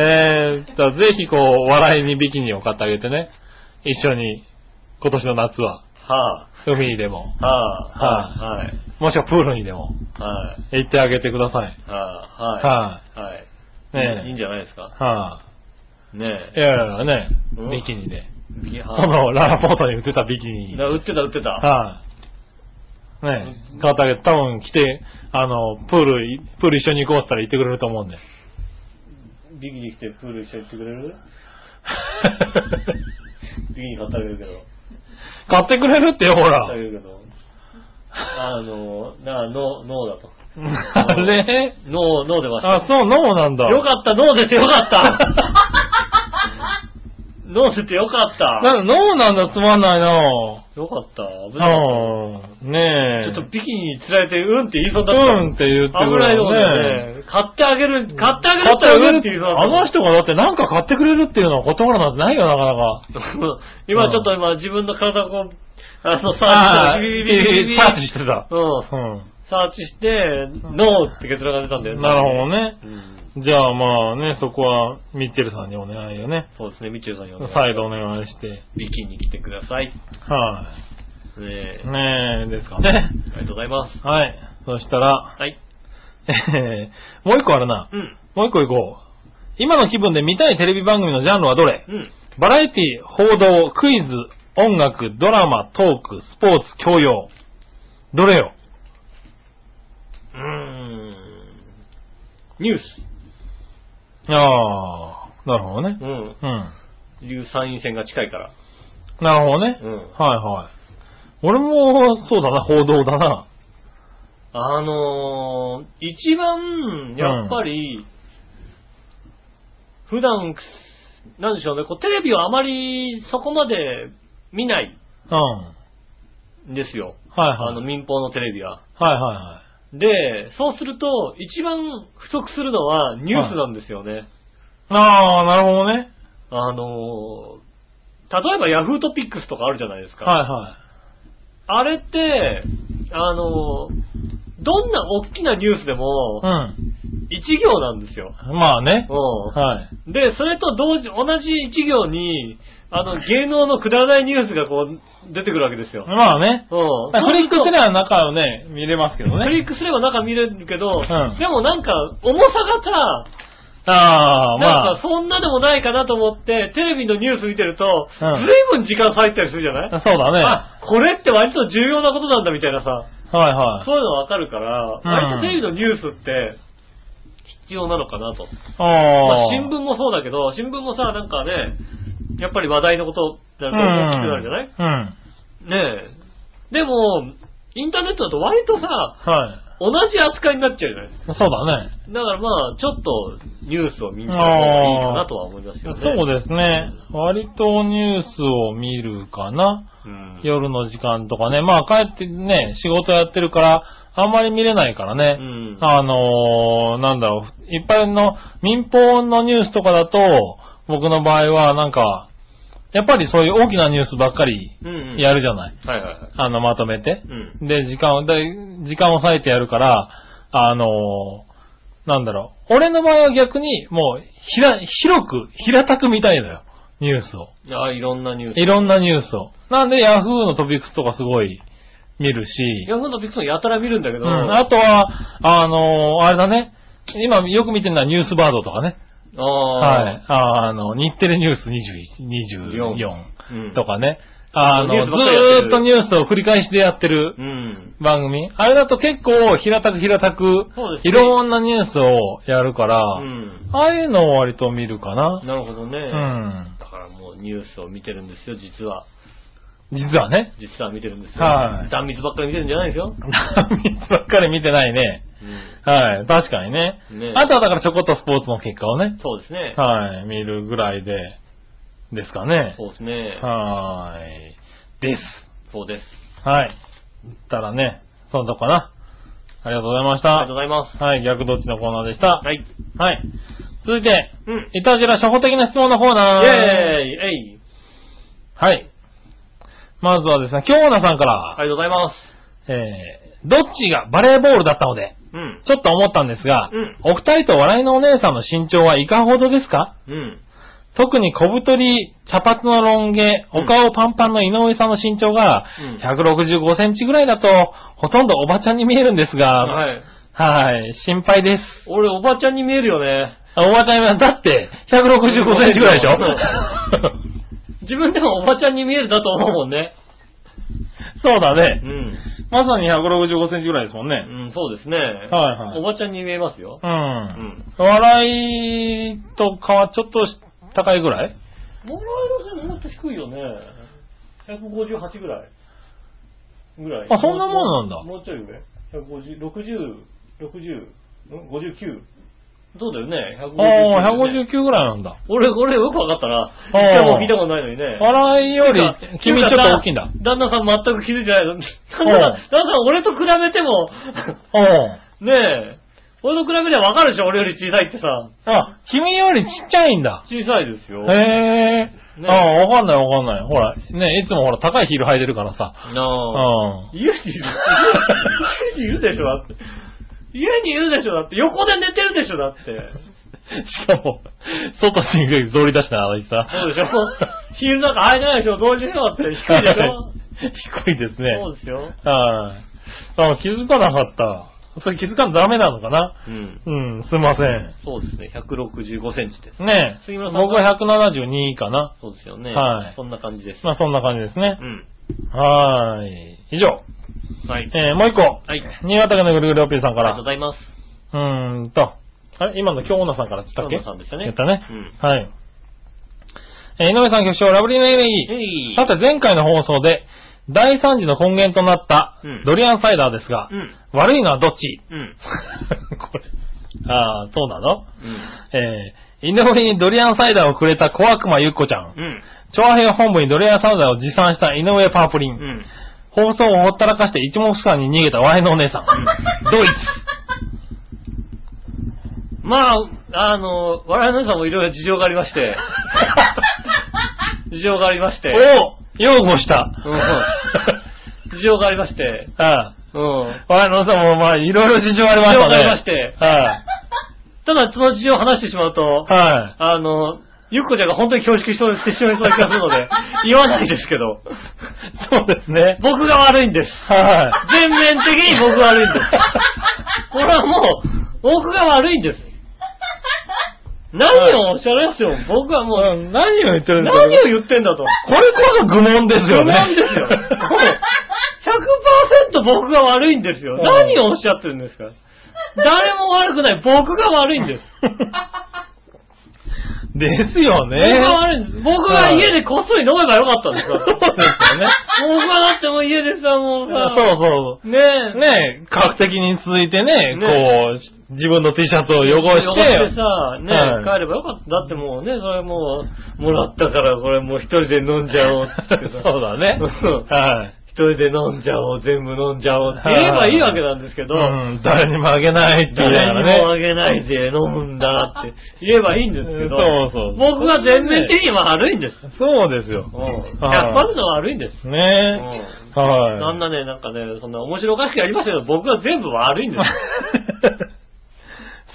S3: え、じゃあぜひこう、笑いにビキニを買ってあげてね。一緒に、今年の夏は、
S2: は
S3: 海にでも、
S2: あ、はあ、はあ、はい、
S3: もしくはプールにでも、
S2: はい、
S3: 行ってあげてください。
S2: は、
S3: はい
S2: はい。
S3: い。ねえ。
S2: いいんじゃないですか。
S3: は
S2: ね
S3: い。いやいやいやね、
S2: うん
S3: ビキニで。
S2: え。ビキニ、は
S3: その、ララポートに売ってたビキニ。
S2: あ、売ってた、売ってた。
S3: はい。ねえ、買ってあげて、多分来て、あの、プールい、プール一緒に行こうって言ったら行ってくれると思うんで。
S2: ビキニ来てプール一緒に行ってくれ るビキニ買ってあげるけど。
S3: 買ってくれるってよ、ほ
S2: 買
S3: ら
S2: ってあ。げるけど。あの、な、ノー、ノーだと。
S3: あれ
S2: ノー、ノー出ました。
S3: あ、そう、ノーなんだ。
S2: よかった、ノー出てよか った。ノー出てよかった。
S3: なんだノーなんだ、つまんないな
S2: よかった。危なかっ
S3: うん。ね
S2: た。ち
S3: え。
S2: ょっとビキニに釣られて、うんって言いそうだった。
S3: うんって言ってくれ
S2: 危
S3: る
S2: ないとこ
S3: ね。
S2: ね。買ってあげる、買ってあげるっ
S3: 買ってて
S2: あ
S3: あ
S2: げ
S3: げ
S2: る
S3: る
S2: って言いそうだった。
S3: あの人がだってなんか買ってくれるっていうのは断るなんてないよ、なかなか。
S2: 今ちょっと今自分の体をこう、あの、サーチし
S3: ああ、
S2: て、ビビビビビビ
S3: サーチしてた。
S2: うん、
S3: う
S2: サーチして、ノーって結論が出たんだよ
S3: ん。
S2: ね。
S3: なるほどね。
S2: うん。
S3: じゃあまあね、そこはミッチェルさんにお願いよね。
S2: そうですね、みちゅうさんにお願いします
S3: 再度お願いして。
S2: ビキに来てください。ね
S3: は
S2: え
S3: い。ねえ、ですかね。
S2: ありがとうございます。
S3: はい。そしたら、
S2: はい。
S3: えー もう一個あるな。
S2: うん。
S3: もう一個行こう。今の気分で見たいテレビ番組のジャンルはどれ
S2: うん。
S3: バラエティ、報道、クイズ、音楽、ドラマ、トーク、スポーツ、教養。どれよ
S2: うーん。ニュース。
S3: ああ、なるほどね
S2: う。ん。
S3: うん。
S2: 流産院選が近いから。
S3: なるほどね。
S2: うん
S3: はいはい。俺も、そうだな、報道だな。
S2: あのー、一番、やっぱり、普段、なんでしょうね、こうテレビをあまりそこまで見ない
S3: うん。は
S2: んですよ。
S3: いはい。
S2: あの、民放のテレビは。
S3: はいはいはい。
S2: で、そうすると、一番不足するのはニュースなんですよね。
S3: ああ、なるほどね。
S2: あのー、例えばヤフートピックスとかあるじゃないですか。
S3: はいは
S2: あれって、あのー、どんな大きなニュースでも、
S3: い。
S2: 一行なんですよ。
S3: うん。まあね。
S2: うん
S3: はい。
S2: で、それと同時、同じ一行に、あの、芸能のくだらないニュースがこう、出てくるわけですよ。
S3: まあね。
S2: うん。
S3: クリックすれ
S2: ば、
S3: ば中をね、見れますけど
S2: クリ
S3: ね。
S2: ックすれば中見れるけど、
S3: ん
S2: でもなんか、重さがさ、
S3: ああ、ま
S2: なんか
S3: あ。
S2: そんなでもないかなと思って、テレビのニュース見てると、ず
S3: うん
S2: いぶん時間割いたりするじゃない、
S3: そうだね。は
S2: あ、これって割と重要なことなんだみたいなさ、
S3: いはい。
S2: そういうのわかるから、
S3: うん
S2: 割とテレビのニュースって、必要なのかなと。ま
S3: あ
S2: あ
S3: あ。
S2: 新聞もそうだけど、新聞もさ、なんかね、やっぱり話題のことにな
S3: うん
S2: ると大きくなるじゃない、
S3: うん。
S2: ねえ。でも、インターネットだと割とさ、
S3: はい。
S2: 同じ扱いになっちゃうじゃない
S3: そうだね。
S2: だからまあ、ちょっとニュースを見に行った方がいいかなとは思いますよね。
S3: そうですね。割とニュースを見るかな。
S2: うん
S3: 夜の時間とかね。まあ帰ってね、仕事やってるから、あんまり見れないからね。
S2: うん
S3: あのー、なんだろう、いっぱいの民放のニュースとかだと、僕の場合はなんか、やっぱりそういう大きなニュースばっかり
S2: うんうん
S3: やるじゃない。
S2: はいはいはい。
S3: あの、まとめて。
S2: うん。
S3: で、時間を、で時間を割いてやるから、あのー、なんだろう、俺の場合は逆に、もう、ひら、広く、平たく見たいのよ、ニュースを。
S2: いや、いろんなニュース。
S3: いろんなニュースを。なんでヤフーのトピックスとかすごい見るし、
S2: ヤフーのビクソンやたら見るんだけ
S3: う
S2: ど、
S3: ん。
S2: あ
S3: あとは、あのーあれだね。今よく見てるのはニュースバードとかね。
S2: あー、
S3: はい。あの、日テレニュース21 24
S2: うん
S3: とかね。あの、
S2: ニュースばっかりやってる
S3: ずーっとニュースを繰り返してやってる
S2: うん。
S3: 番組。あれだと結構平たく平たく、
S2: そうですね
S3: いろんなニュースをやるから、
S2: うん。
S3: ああいうのを割と見るかな。
S2: なるほどね。
S3: うん。
S2: だからもうニュースを見てるんですよ、実は。
S3: 実はね。
S2: 実は見てるんですよ。
S3: はい
S2: 断蜜ばっかり見てるんじゃないですよ。
S3: 3つばっかり見てないね。
S2: うん。
S3: はい。確かにね。
S2: ね
S3: あとはだからちょこっとスポーツの結果をね。
S2: そうですね。
S3: はい。見るぐらいで、ですかね。
S2: そうですね。
S3: はーい。です。
S2: そうです。
S3: はい。たらね、そのとこかな。ありがとうございまし
S2: ありがとうご
S3: た。
S2: ざいます。
S3: はい、逆どっちのコーナーでした。
S2: はい。
S3: はい。続いて、
S2: うん。
S3: いたじら初歩的な質問のコーナー。
S2: イェーイえい
S3: はい。まずはですね、京奈さんから、
S2: ありがとうございます。
S3: えー、どっちがバレーボールだったので、
S2: うん。
S3: ちょっと思ったんですが、
S2: うん
S3: お二人と笑いのお姉さんの身長はいかほどですか
S2: うん。
S3: 特に小太り、茶髪のロン毛、
S2: うん
S3: お顔パンパンの井上さんの身長が
S2: うん、
S3: 165センチぐらいだと、ほとんどおばちゃんに見えるんですが、
S2: はい。
S3: はい、心配です。
S2: 俺、おばちゃんに見えるよね。
S3: あおばちゃんは、だって、165センチぐらいでしょ
S2: うん自分でもおばちゃんに見えるだと思うもんね。
S3: そうだ
S2: う
S3: ね。
S2: ん。
S3: まさに165センチぐらいですもんね。
S2: うん、そうですね。
S3: はいはい
S2: おばちゃんに見えますよ。
S3: うん。笑いとかはちょっとし高いぐらい
S2: モラル線もっと低いよね。158ぐらい。ぐらい。
S3: あそんなもんなんだ
S2: もうちょい上。150、60、60、ん59。そうだよね。159、
S3: ああ、159ぐらいなんだ。
S2: 俺、俺よくわかったな。
S3: あー
S2: 一回も聞いたことないのにね。
S3: 笑いより
S2: てか、
S3: 君ちょっと大きいんだ。
S2: 旦那さん全く気づいてないの。旦
S3: ん
S2: 那さん、旦那さん俺と比べても、
S3: おうん。
S2: ねえ、俺と比べりゃわかるでしょ、俺より小さいってさ。
S3: あ、君よりちっちゃいんだ。
S2: 小さいですよ。
S3: へえ。
S2: ね
S3: ああ、わかんないわかんない。ほら、ね、いつもほら、高いヒール履いてるからさ。
S2: な
S3: う
S2: あ。
S3: ん。
S2: 家にいる。家にいるでしょ、だって。家にいるでしょ、だって。横で寝てるでしょ、だって。
S3: しかも、外に行くときゾリ出したな、あいつさ。
S2: そう でしょ。ヒールなんか履いてないでしょ、同時にだって。低いでしょ。
S3: 低いですね。
S2: そうですよ。
S3: はい。あ気づかなかった。それ気づかんとダメなのかな
S2: うん。
S3: うん、すいません。
S2: そうですね、165センチです。
S3: ねえ
S2: 杉村さんが
S3: 僕は172かな。
S2: そうですよね。
S3: はい
S2: そんな感じです。
S3: まあそんな感じですね
S2: う。ん。
S3: はーい。以上。
S2: はい。
S3: えー、もう一個。
S2: はい。あり
S3: 新潟県のぐるぐるおっぴーさんか
S2: がとうご
S3: ら。
S2: ざいます。
S3: うーんと。あれ今の京女さんからって言ったっけ
S2: 京女さんでしたね
S3: 言ったね。
S2: うん
S3: はい。えー、井上さん局長、ラブリーのエネルギー。
S2: えい
S3: さて前回の放送で、第3次の根源となった
S2: うん
S3: ドリアンサイダーですが、
S2: うん。
S3: 悪いのはどっち
S2: うん。
S3: これ。ああ、そうなの
S2: うん。
S3: えー、井上にドリアンサイダーをくれた小悪魔ゆっこちゃん。
S2: うん。
S3: 調和平本部にドリアンサイダーを持参した井上パープリ
S2: う
S3: ン。
S2: ん。
S3: 放送をほったらかして一目散に逃げた笑いのお姉さん。ドイツ。
S2: まあ、あの、笑いの皆さんもいろいろ事情がありま して、事情がありまして、
S3: を擁護した。
S2: うん事情がありまして、
S3: ああ
S2: うん。
S3: 笑いのお姉さんもまあいろいろ事情ありましたね。
S2: 事情がありまして
S3: はい、
S2: ただ、その事情を話してしまうと、
S3: はい、
S2: あの、ゆっこちゃんが本当に恐縮しそうしてしまいそうな気がするの で、言わないですけど、
S3: そうですね。
S2: 僕が悪いんです。
S3: はい、
S2: 全面的に僕が悪いんです。これはもう、僕が悪いんです。何をおっしゃるんですよ。僕はもう、
S3: 何を言ってるんですか
S2: 何を言ってんだと。
S3: これこそ愚問ですよね。
S2: なんですよ。もう100%僕が悪いんですよ。
S3: うん
S2: 何をおっしゃってるんですか誰も悪くない。僕が悪いんです。
S3: ですよ
S2: 僕
S3: ね。
S2: が悪いんです。僕が家でこっそり飲めばよかったんです
S3: そう
S2: よ。
S3: ですよね。
S2: 僕はだってもう家でさ、もうさ、
S3: そうそう。
S2: ねえ。
S3: ねえ、科学的に続いてね、
S2: ね
S3: こう、自分の T シャツを汚して、
S2: さ、ね、
S3: はい
S2: 帰ればよかった。だってもうね、それもう、もらったからこれもう一人で飲んじゃおうっつって さ
S3: そうだね。
S2: うん
S3: はい。
S2: 一人で飲んじゃおう、全部飲んじゃおうって言えばいいわけなんですけど、
S3: うん、誰にもあげないって言いな
S2: 誰
S3: が
S2: に
S3: らね。
S2: もあげないで飲むんだって言えばいいんですけど、
S3: そうそう
S2: 僕が全面的には悪いんです。
S3: そうですよ。
S2: 100%
S3: はい
S2: 悪いんです。う
S3: ねえ。
S2: ん
S3: はい。
S2: そんな ね、なんかね、そんな面白おかしくやりましたけど、僕は全部悪いんです。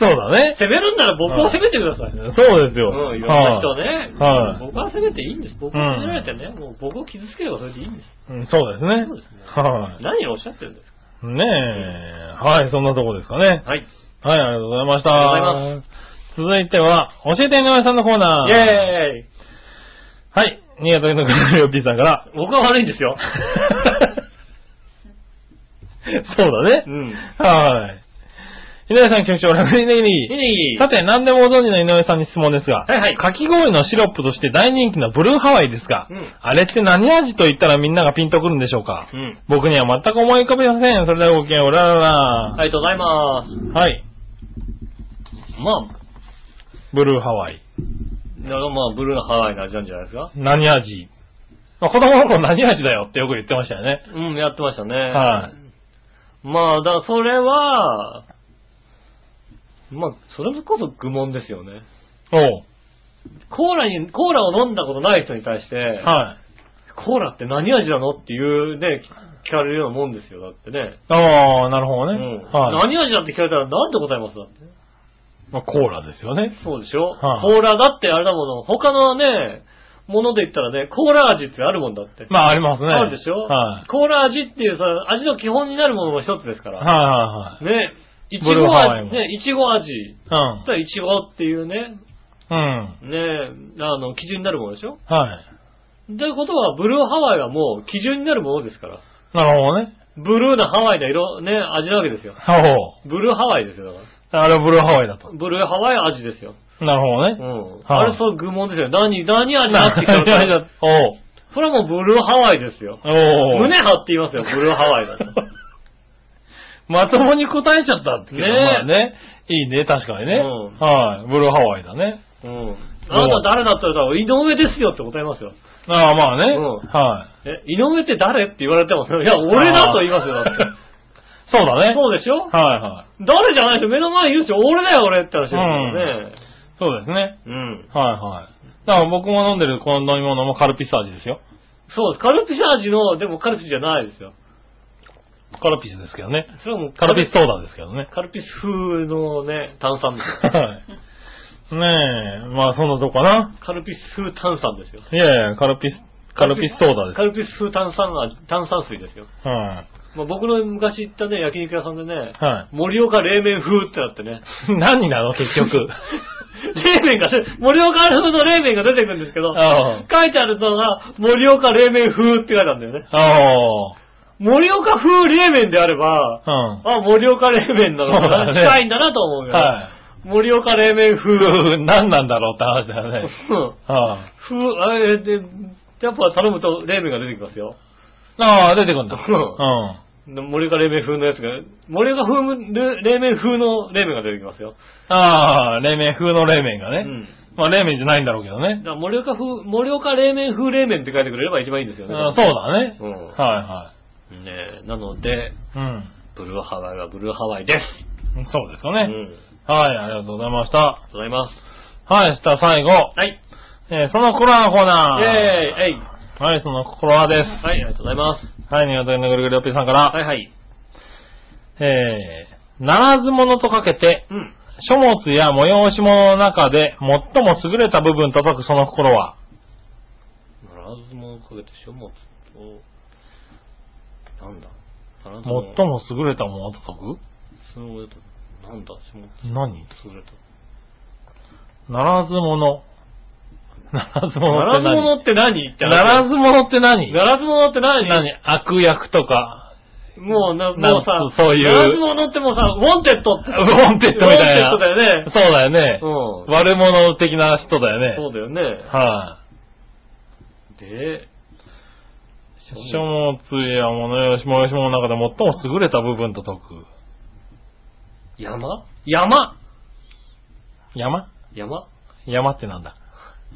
S3: そうだね。
S2: 攻めるんなら僕を責めてください。うん、
S3: そうですよ。
S2: いろんな人ね。
S3: はい
S2: 僕は責めていいんです。僕を責められてね、もう僕を傷つければそれでいいんです。
S3: うんそうですね
S2: そうですね。
S3: はい。
S2: 何をおっしゃってるんですか
S3: ねえ。はい、そんなとこですかね。
S2: はい。
S3: はい、ありがとうございました。
S2: ありがとうござい
S3: 続いては、教えて井上さんのコーナー。
S2: イェーイ
S3: はい。新潟県のグループ P さん から。
S2: 僕は悪いん ですよ。
S3: そうだね。
S2: うん。
S3: はい。井上さん局長、楽にネギネ
S2: いい
S3: ギ。
S2: ね、いい
S3: さて、何でもご存知の井上さんに質問ですが、
S2: はいはい
S3: かき氷のシロップとして大人気のブルーハワイですが、
S2: うん
S3: あれって何味と言ったらみんながピンとくるんでしょうか、
S2: うん。
S3: 僕には全く思い浮かびません。それではごきげんよう、おららら、
S2: ありがとうございます。
S3: はい。
S2: まあ、
S3: ブルーハワイ。
S2: だからまあ、ブルーのハワイの味なんじゃないですか
S3: 何味まあ子供の頃何味だよってよく言ってましたよね。
S2: うん、やってましたね。。
S3: はい
S2: まあ、だからそれは、まあ、それこそ愚問ですよね。
S3: おう。
S2: コーラに、コーラを飲んだことない人に対して、
S3: はい。
S2: コーラって何味なのっていうね、聞かれるようなもんですよ、だってね。
S3: ああ、なるほど
S2: う
S3: ね。
S2: ん。
S3: はい。
S2: 何味だって聞かれたら何て答えますだって。
S3: まあ、コーラですよね。
S2: そうでしょ、
S3: はい
S2: コーラだってあれだもの、他のね、もので言ったらね、コーラ味ってあるもんだって。
S3: まあ、ありますね。
S2: あるでしょ
S3: はい。
S2: コーラ味っていうさ、味の基本になるものの一つですから。
S3: はい
S2: ね、いち
S3: ブルー
S2: ご
S3: ハワイ
S2: 味、
S3: も
S2: ね、いちご味。
S3: はい
S2: だっ
S3: は
S2: たらいちごっていうね、
S3: い。うん。うん。
S2: ね、あの、基準になるものでしょ
S3: はい。
S2: ということは、ブルーハワイはもう基準になるものですから。
S3: なるほどね。
S2: ブルーなハワイの色、ね、味なわけですよ。
S3: ほう。
S2: ブルーハワイですよ、だか
S3: あれはブルーハワイだと
S2: ら。。ブルーハワイ味ですよ。
S3: なるほど
S2: う
S3: ね。
S2: ん。
S3: は
S2: あ
S3: い
S2: れそう愚問ですよ。何、何味だって聞かれた ら。
S3: おう。
S2: それはもうブルーハワイですよ。
S3: おう。
S2: 胸張って言いますよ、ブルーハワイだ と。
S3: まともに答えちゃったっていうの
S2: ねえ
S3: はまあね。いいね、確かにね。
S2: うん
S3: はい。ブルーハワイだね。
S2: うん。あなた誰だったら、井上ですよって答えますよ。
S3: ああ、まあね。
S2: うん
S3: はい。
S2: え、井上って誰って言われても、いや、俺だと言いますよ、だって。
S3: そうだね。
S2: そうでしょ
S3: はいはい。
S2: 誰じゃないでしょ目の前にいるでしょ俺だよ、俺って話ですよね。
S3: そうですね。
S2: うん。
S3: はいはい。だから僕も飲んでるこの飲み物もカルピス味ですよ。
S2: そうです。カルピス味の、でもカルピスじゃないですよ。
S3: カルピスですけどね。
S2: それはもう
S3: カルピスソーダですけど ね。
S2: カルピス風のね、炭酸です よ。
S3: はい。ねえ、まあそんなとこかな。
S2: カルピス風炭酸ですよ。
S3: いやいや、カルピス、カルピスソーダです
S2: カ。ルピス風炭酸味、炭酸水ですよ。
S3: は
S2: まあ、僕の昔行ったね、焼肉屋さんでね、
S3: い。は
S2: 盛岡冷麺風ってなってね。
S3: い。何なの結局。
S2: 冷麺が、盛岡風の冷麺が出てくるんですけど、
S3: あ
S2: 書いてあるのが、盛岡冷麺風って書いてあるんだよね。
S3: あ
S2: 盛岡風冷麺であれば、
S3: あ、
S2: あ、盛岡冷麺なの
S3: そう
S2: か
S3: だ
S2: な、
S3: ね
S2: 近いんだなと思う
S3: う
S2: よ。
S3: ん。は
S2: 盛岡冷麺 風。
S3: い。 何なんだろうって話だよね。
S2: うん
S3: はい
S2: 風、あれで、やっぱ頼むと冷麺が出てきますよ。
S3: ああ、出てくんだ。
S2: うん
S3: うん。
S2: 盛岡冷麺風のやつが、盛岡風冷冷麺風の冷麺が出てきますよ。
S3: ああ、冷麺、風の冷麺が
S2: う
S3: ね。
S2: ん。
S3: まあ冷麺じゃないんだろうけど
S2: だ
S3: ね。
S2: から盛岡風、盛岡冷麺風冷麺って書いてくれれば一番いいんですよね。
S3: あそうだね。
S2: うん
S3: は
S2: ねえ、なので、
S3: いはい。
S2: ブルーハワイはブルーハワイです。
S3: うん。そうですか
S2: う
S3: ね。
S2: ん。
S3: はい、ありがとうございました。
S2: ございます。
S3: はい、した最後、
S2: はい。
S3: えーその心のコー
S2: イェ
S3: ナー。
S2: ーイえい
S3: はい、その心はです。
S2: はい、ありがとうございます。
S3: はい、新潟県のぐるぐるおっぴーさんから、
S2: はいはい。
S3: えー、ならず者とかけて、
S2: うん。
S3: 書物や催し物の中で最も優れた部分と解くその心は、
S2: ならずもかけて書物と、なんだならず
S3: 最も優れたものと解
S2: その上と、なんだ書物
S3: く何
S2: 優れた。
S3: ならず者。なら
S2: な
S3: ず者
S2: ら
S3: って何
S2: ず者って何って
S3: ならず者って何
S2: ならず者って何
S3: 何悪役とか、
S2: もうな、
S3: なん
S2: もうさ、
S3: そういう
S2: ならず者ってもうさ、ウォンテッド って。
S3: ウォンテッドみたいな
S2: ウォンテッドだよね。
S3: そうだよね
S2: う。ん。
S3: 悪者的な人だよね。
S2: そうだよね。
S3: は
S2: で、
S3: い、書物や物よし催し物の中で最も優れた部分と解く。
S2: 山山
S3: 山
S2: 山
S3: 山ってなんだ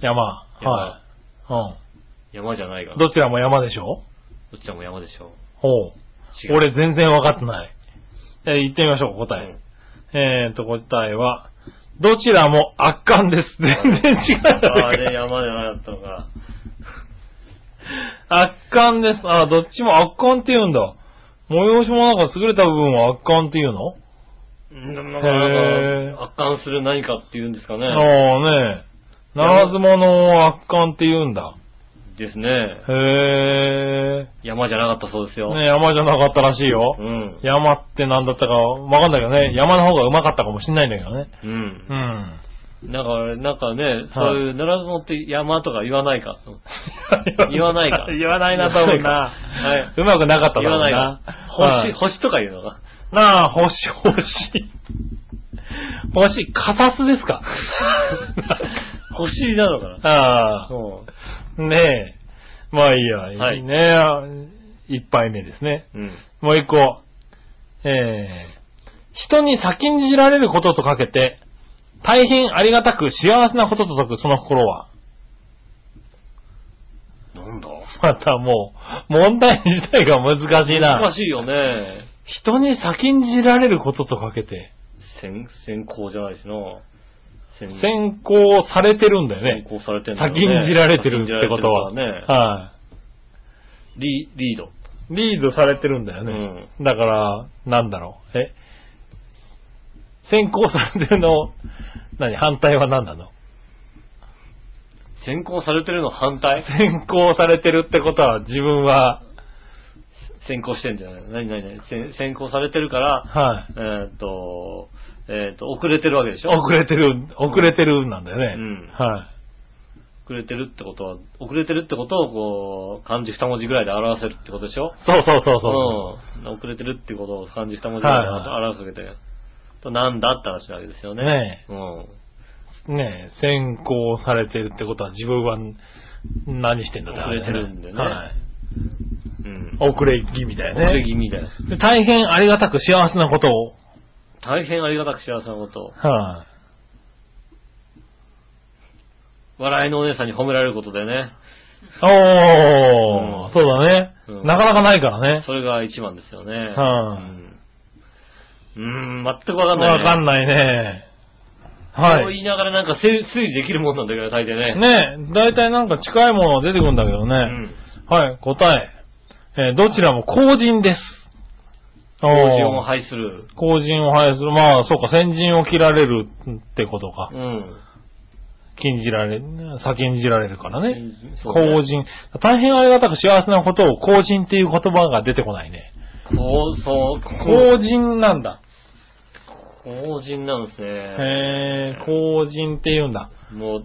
S3: 山。
S2: 山
S3: はい。
S2: 山じゃないか
S3: う
S2: ら
S3: ん。。どちらも山でしょ
S2: どっちらも山でしょ
S3: ほう。
S2: 違う。
S3: 俺全然わかってない。えー、言ってみましょう、答え。
S2: うん
S3: えーと、答えは、どちらも圧巻です。全然違うじゃないか
S2: あれ山じゃなかったのか。
S3: 圧巻です。あ、どっちも圧巻って言うんだ。催し物なんか優れた部分は圧巻って言うの
S2: うん、なんか、
S3: へ
S2: なんか圧巻する何かっていうんですか
S3: あ
S2: ね。
S3: あね。ならず者を圧巻って言うんだ。
S2: ですね。
S3: へえ。
S2: 山じゃなかったそうですよ。
S3: ね山じゃなかったらしいよ。
S2: うん。
S3: 山って何だったかわかんないけどね、山の方がうまかったかもしんないんだけどね。
S2: うん
S3: う。ん。
S2: だから、なんかね、そういう、ならずもって山とか言わないか。言わないか
S3: 言わないな、多分な。
S2: はいう
S3: まくなかった
S2: 言わないか。
S3: は
S2: 星、
S3: い
S2: 星とか言うのか。
S3: なあ、星、星。星、カサス ですか
S2: 星なのか
S3: あ
S2: な。う
S3: あ、ねえ。まあいいや、
S2: はい
S3: ねえ、一杯目ですね。
S2: ん。うん。
S3: もう一個。えー、人に先んじられることとかけて、大変ありがたく幸せなことと解く、その心は。
S2: なんだ
S3: またもう、問題自体が難しいな。
S2: 難しいよね。
S3: 人に先んじられることとかけて、
S2: 先、先行じゃないしな。先
S3: 先行されてるんだよ
S2: 先
S3: ね。
S2: 行されてんだよね
S3: 先んじられてるってことは。
S2: 先んじられてるからね。
S3: は
S2: リリード。
S3: い。リードされてるんだよね。だから、なんだろう。え先行されてるの、何反対は何なの
S2: 先行されてるの反対
S3: 先行されてるってことは自分は、
S2: 先行してんじゃないの何何何先先行されてるから、
S3: は
S2: えーっと、えーっと、遅れてるわけでし
S3: い。
S2: ょ
S3: 遅れてる、遅れてるなんだよね。
S2: うん
S3: は
S2: 遅れてるってことは、遅れてるってことをこう、漢字二文字ぐらいで表せるってことでしょ
S3: い。そうそうそうそう。
S2: うん。遅れてるってことを漢字二文字ぐらいで表すわけで。となんだって話なわけですよね。
S3: ね
S2: うん。
S3: ねえ、先行されてるってことは自分は何してんだって話だよ
S2: 遅れてるんだよね
S3: はい。
S2: うん。
S3: 遅れ気味だよね。
S2: 遅れ気味だよ。
S3: で大変ありがたく幸せなことを。
S2: 大変ありがたく幸せなこと。
S3: はい、
S2: 笑いのお姉さんに褒められることでね。
S3: おー、
S2: うん
S3: そうだね、
S2: うん
S3: なかなかないからね。
S2: それが一番ですよね。
S3: は
S2: うん。うーん、全くわかんない、
S3: わ
S2: ね。
S3: かんないね。
S2: は。
S3: はい
S2: そう言
S3: い。
S2: いながらなんかせ推理できるもんなんだけど、大抵ね。
S3: ねえ、だいたいなんか近いものが出てくるんだけど
S2: う
S3: ね。
S2: ん。
S3: はい、答え。えーどちらも後人です。お
S2: 工
S3: ー
S2: 事を排する。
S3: 後人を排する。まあ、そうか、先人を切られるってことか
S2: う。ん。
S3: 禁じられ、先んじられるからね。
S2: そうね
S3: 後人。大変ありがたく幸せなことを後人っていう言葉が出てこないね。
S2: こう、そう、こ
S3: 後人なんだ。
S2: う、後人なんですね。
S3: へー、後人って言うんだ。
S2: もう、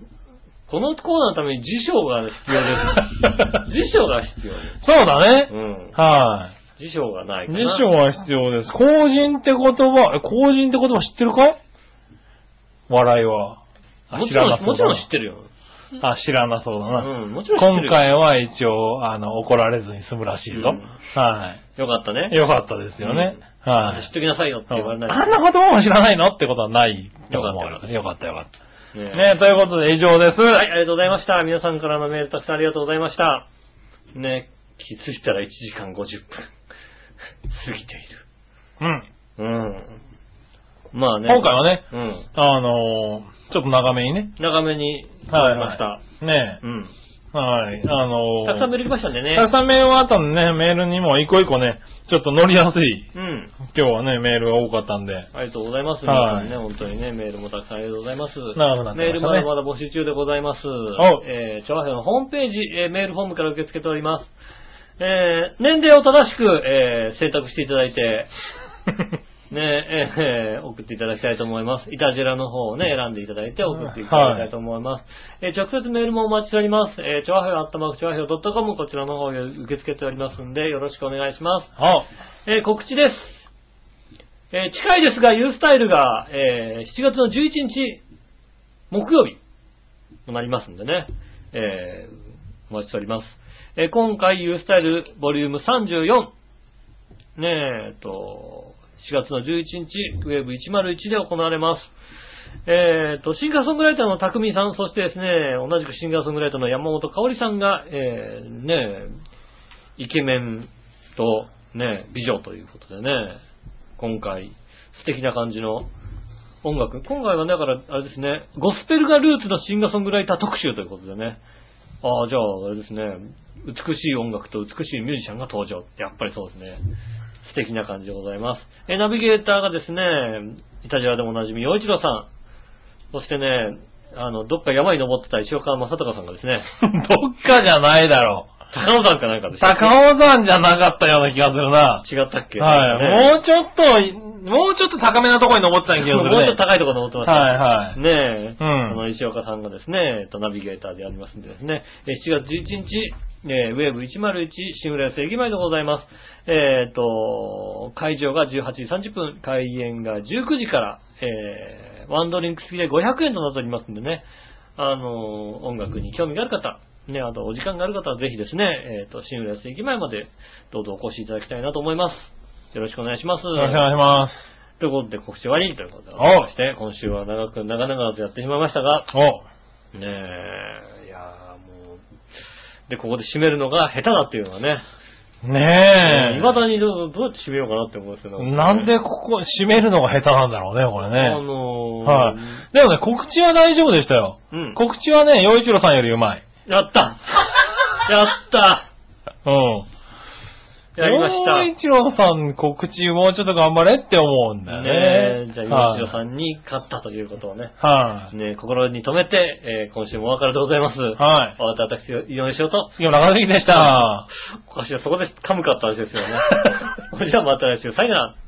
S2: このコーナーのために辞書が必要です。 辞書が必要で
S3: そうだ
S2: す。
S3: ね。
S2: うん。
S3: は
S2: 辞書がない
S3: い。
S2: か
S3: 辞
S2: な。
S3: 書は必要です。後人って言葉、え、後人って言葉知ってるかい笑いは。あ
S2: もちろん、もちろん知っ
S3: る。
S2: てるよ。
S3: あ、知らなそうだな。
S2: うん、もちろん知ってる
S3: 今
S2: よ。
S3: 回は一応、あの、怒られずに済むらしいぞ。
S2: うん
S3: は
S2: よかったね
S3: い。。よかったですよね。はい。
S2: 知っときなさいよって言われない。
S3: あんな言葉も知らないのってことはないと思う。
S2: よかった
S3: よかったよかっ
S2: ね
S3: た。ねということで以上です。
S2: はい、ありがとうございました。皆さんからのメールたくさんありがとうございました。ね、気づいたら1時間50分過ぎて
S3: うん。
S2: いる。うん。まあね。
S3: 今回はね、
S2: うん。
S3: あのー、ちょっと長めにね。
S2: 長めにやりました。
S3: い。ね
S2: うん。
S3: え。はい。あのー、
S2: たくさんメール来ましたんでね。
S3: たくさんメールはあったんでね、メールにも一個一個ね、ちょっと乗りやすい、
S2: うん。
S3: 今日はね、メールが多かったんで。
S2: ありがとうございます。皆
S3: は
S2: さ
S3: い
S2: んね、本当にね、メールもたくさんありがとうございます。
S3: なるほど
S2: メールまだまだ募集中でございます。
S3: お
S2: えー、調和表のホームページ、えーメールフォームから受け付けております。えー、年齢を正しく、えー、選択していただい て、ねえ、えー送っていただきたいと思います。イタジェラの方をね、選んでいただいて送っていただきたいと思います。えー直接メールもお待ちしております。えー、ちょわひょう、あったまくちょわひょう .com こちらの方を受け付けておりますんで、よろしくお願いします。
S3: あ、
S2: えー告知です。えー近いですが、ユースタイルが、えー7月の11日、木曜日となりますんでね、えーお待ちしております。えー今回、ユースタイルボリューム34、ねえ、えっと、4月の11日、ウェブ101で行われます。えー、と、シンガーソングライターの匠さん、そしてですね、同じくシンガーソングライターの山本香織さんが、えー、ねえ、イケメンとね、美女ということでね、今回、素敵な感じの音楽。今回はねだから、あれですね、ゴスペルがルーツのシンガーソングライター特集ということでね、ああ、じゃあ、あれですね、美しい音楽と美しいミュージシャンが登場。やっぱりそうですね。素敵な感じでございます。え、ナビゲーターがですね、いたじらでもおなじみ、洋一郎さん。そしてね、あの、どっか山に登ってた石岡正隆さんがですね、
S3: どっかじゃないだろ
S2: 高尾山かなんかで
S3: う。
S2: したっけ
S3: 高尾山じゃなかったような気がするな。
S2: 違ったっけ
S3: はい。
S2: ね
S3: もうちょっと、もうちょっと高めなところに登ってた気がするね。
S2: もうちょっと高いところに登ってました。
S3: はいはい。
S2: ねえ、
S3: うん
S2: あの、石岡さんがですね、えっと、ナビゲーターでありますんでですね、え7月11日、えーウェーブ101新浦安駅前でございます。えーっと、会場が18時30分、開演が19時から、えーワンドリンク付きで500円となっておりますんでね、あのー音楽に興味がある方、ね、あとお時間がある方はぜひですね、えーっと、新浦安駅前までどうぞお越しいただきたいなと思います。よろしくお願いします。
S3: よろしくお願いします。
S2: ということで告知終わりということで、
S3: お
S2: そして今週は長く長々とやってしまいましたが、
S3: お
S2: ねえ、いやーもう、で、ここで締めるのが下手だっていうのはね、
S3: ねえ。
S2: いまだにどうどうやって締めようかなって思うんですけど、
S3: なんでここ締めるのが下手なんだろうね、これ
S2: あ
S3: ね。
S2: のー、
S3: はい。でもね、告知は大丈夫でしたよ。
S2: うん、
S3: 告知はね、洋一郎さんよりうまい。
S2: や ったやった
S3: うん。
S2: やりまし
S3: 洋一郎さん告知もうちょっと頑張れって思うんだ
S2: た。
S3: よ
S2: ね
S3: ね。
S2: え、じゃあ、吉野
S3: ん。
S2: さんに勝ったということをね、
S3: はい。
S2: ねえ心に留めて、えー今週もお別れでございます。
S3: はい
S2: お別れ私、井上翔と、
S3: 今、中崎でした。
S2: おかしいな、そこで噛むかった話ですよね。それじゃあまた来週、さよなら。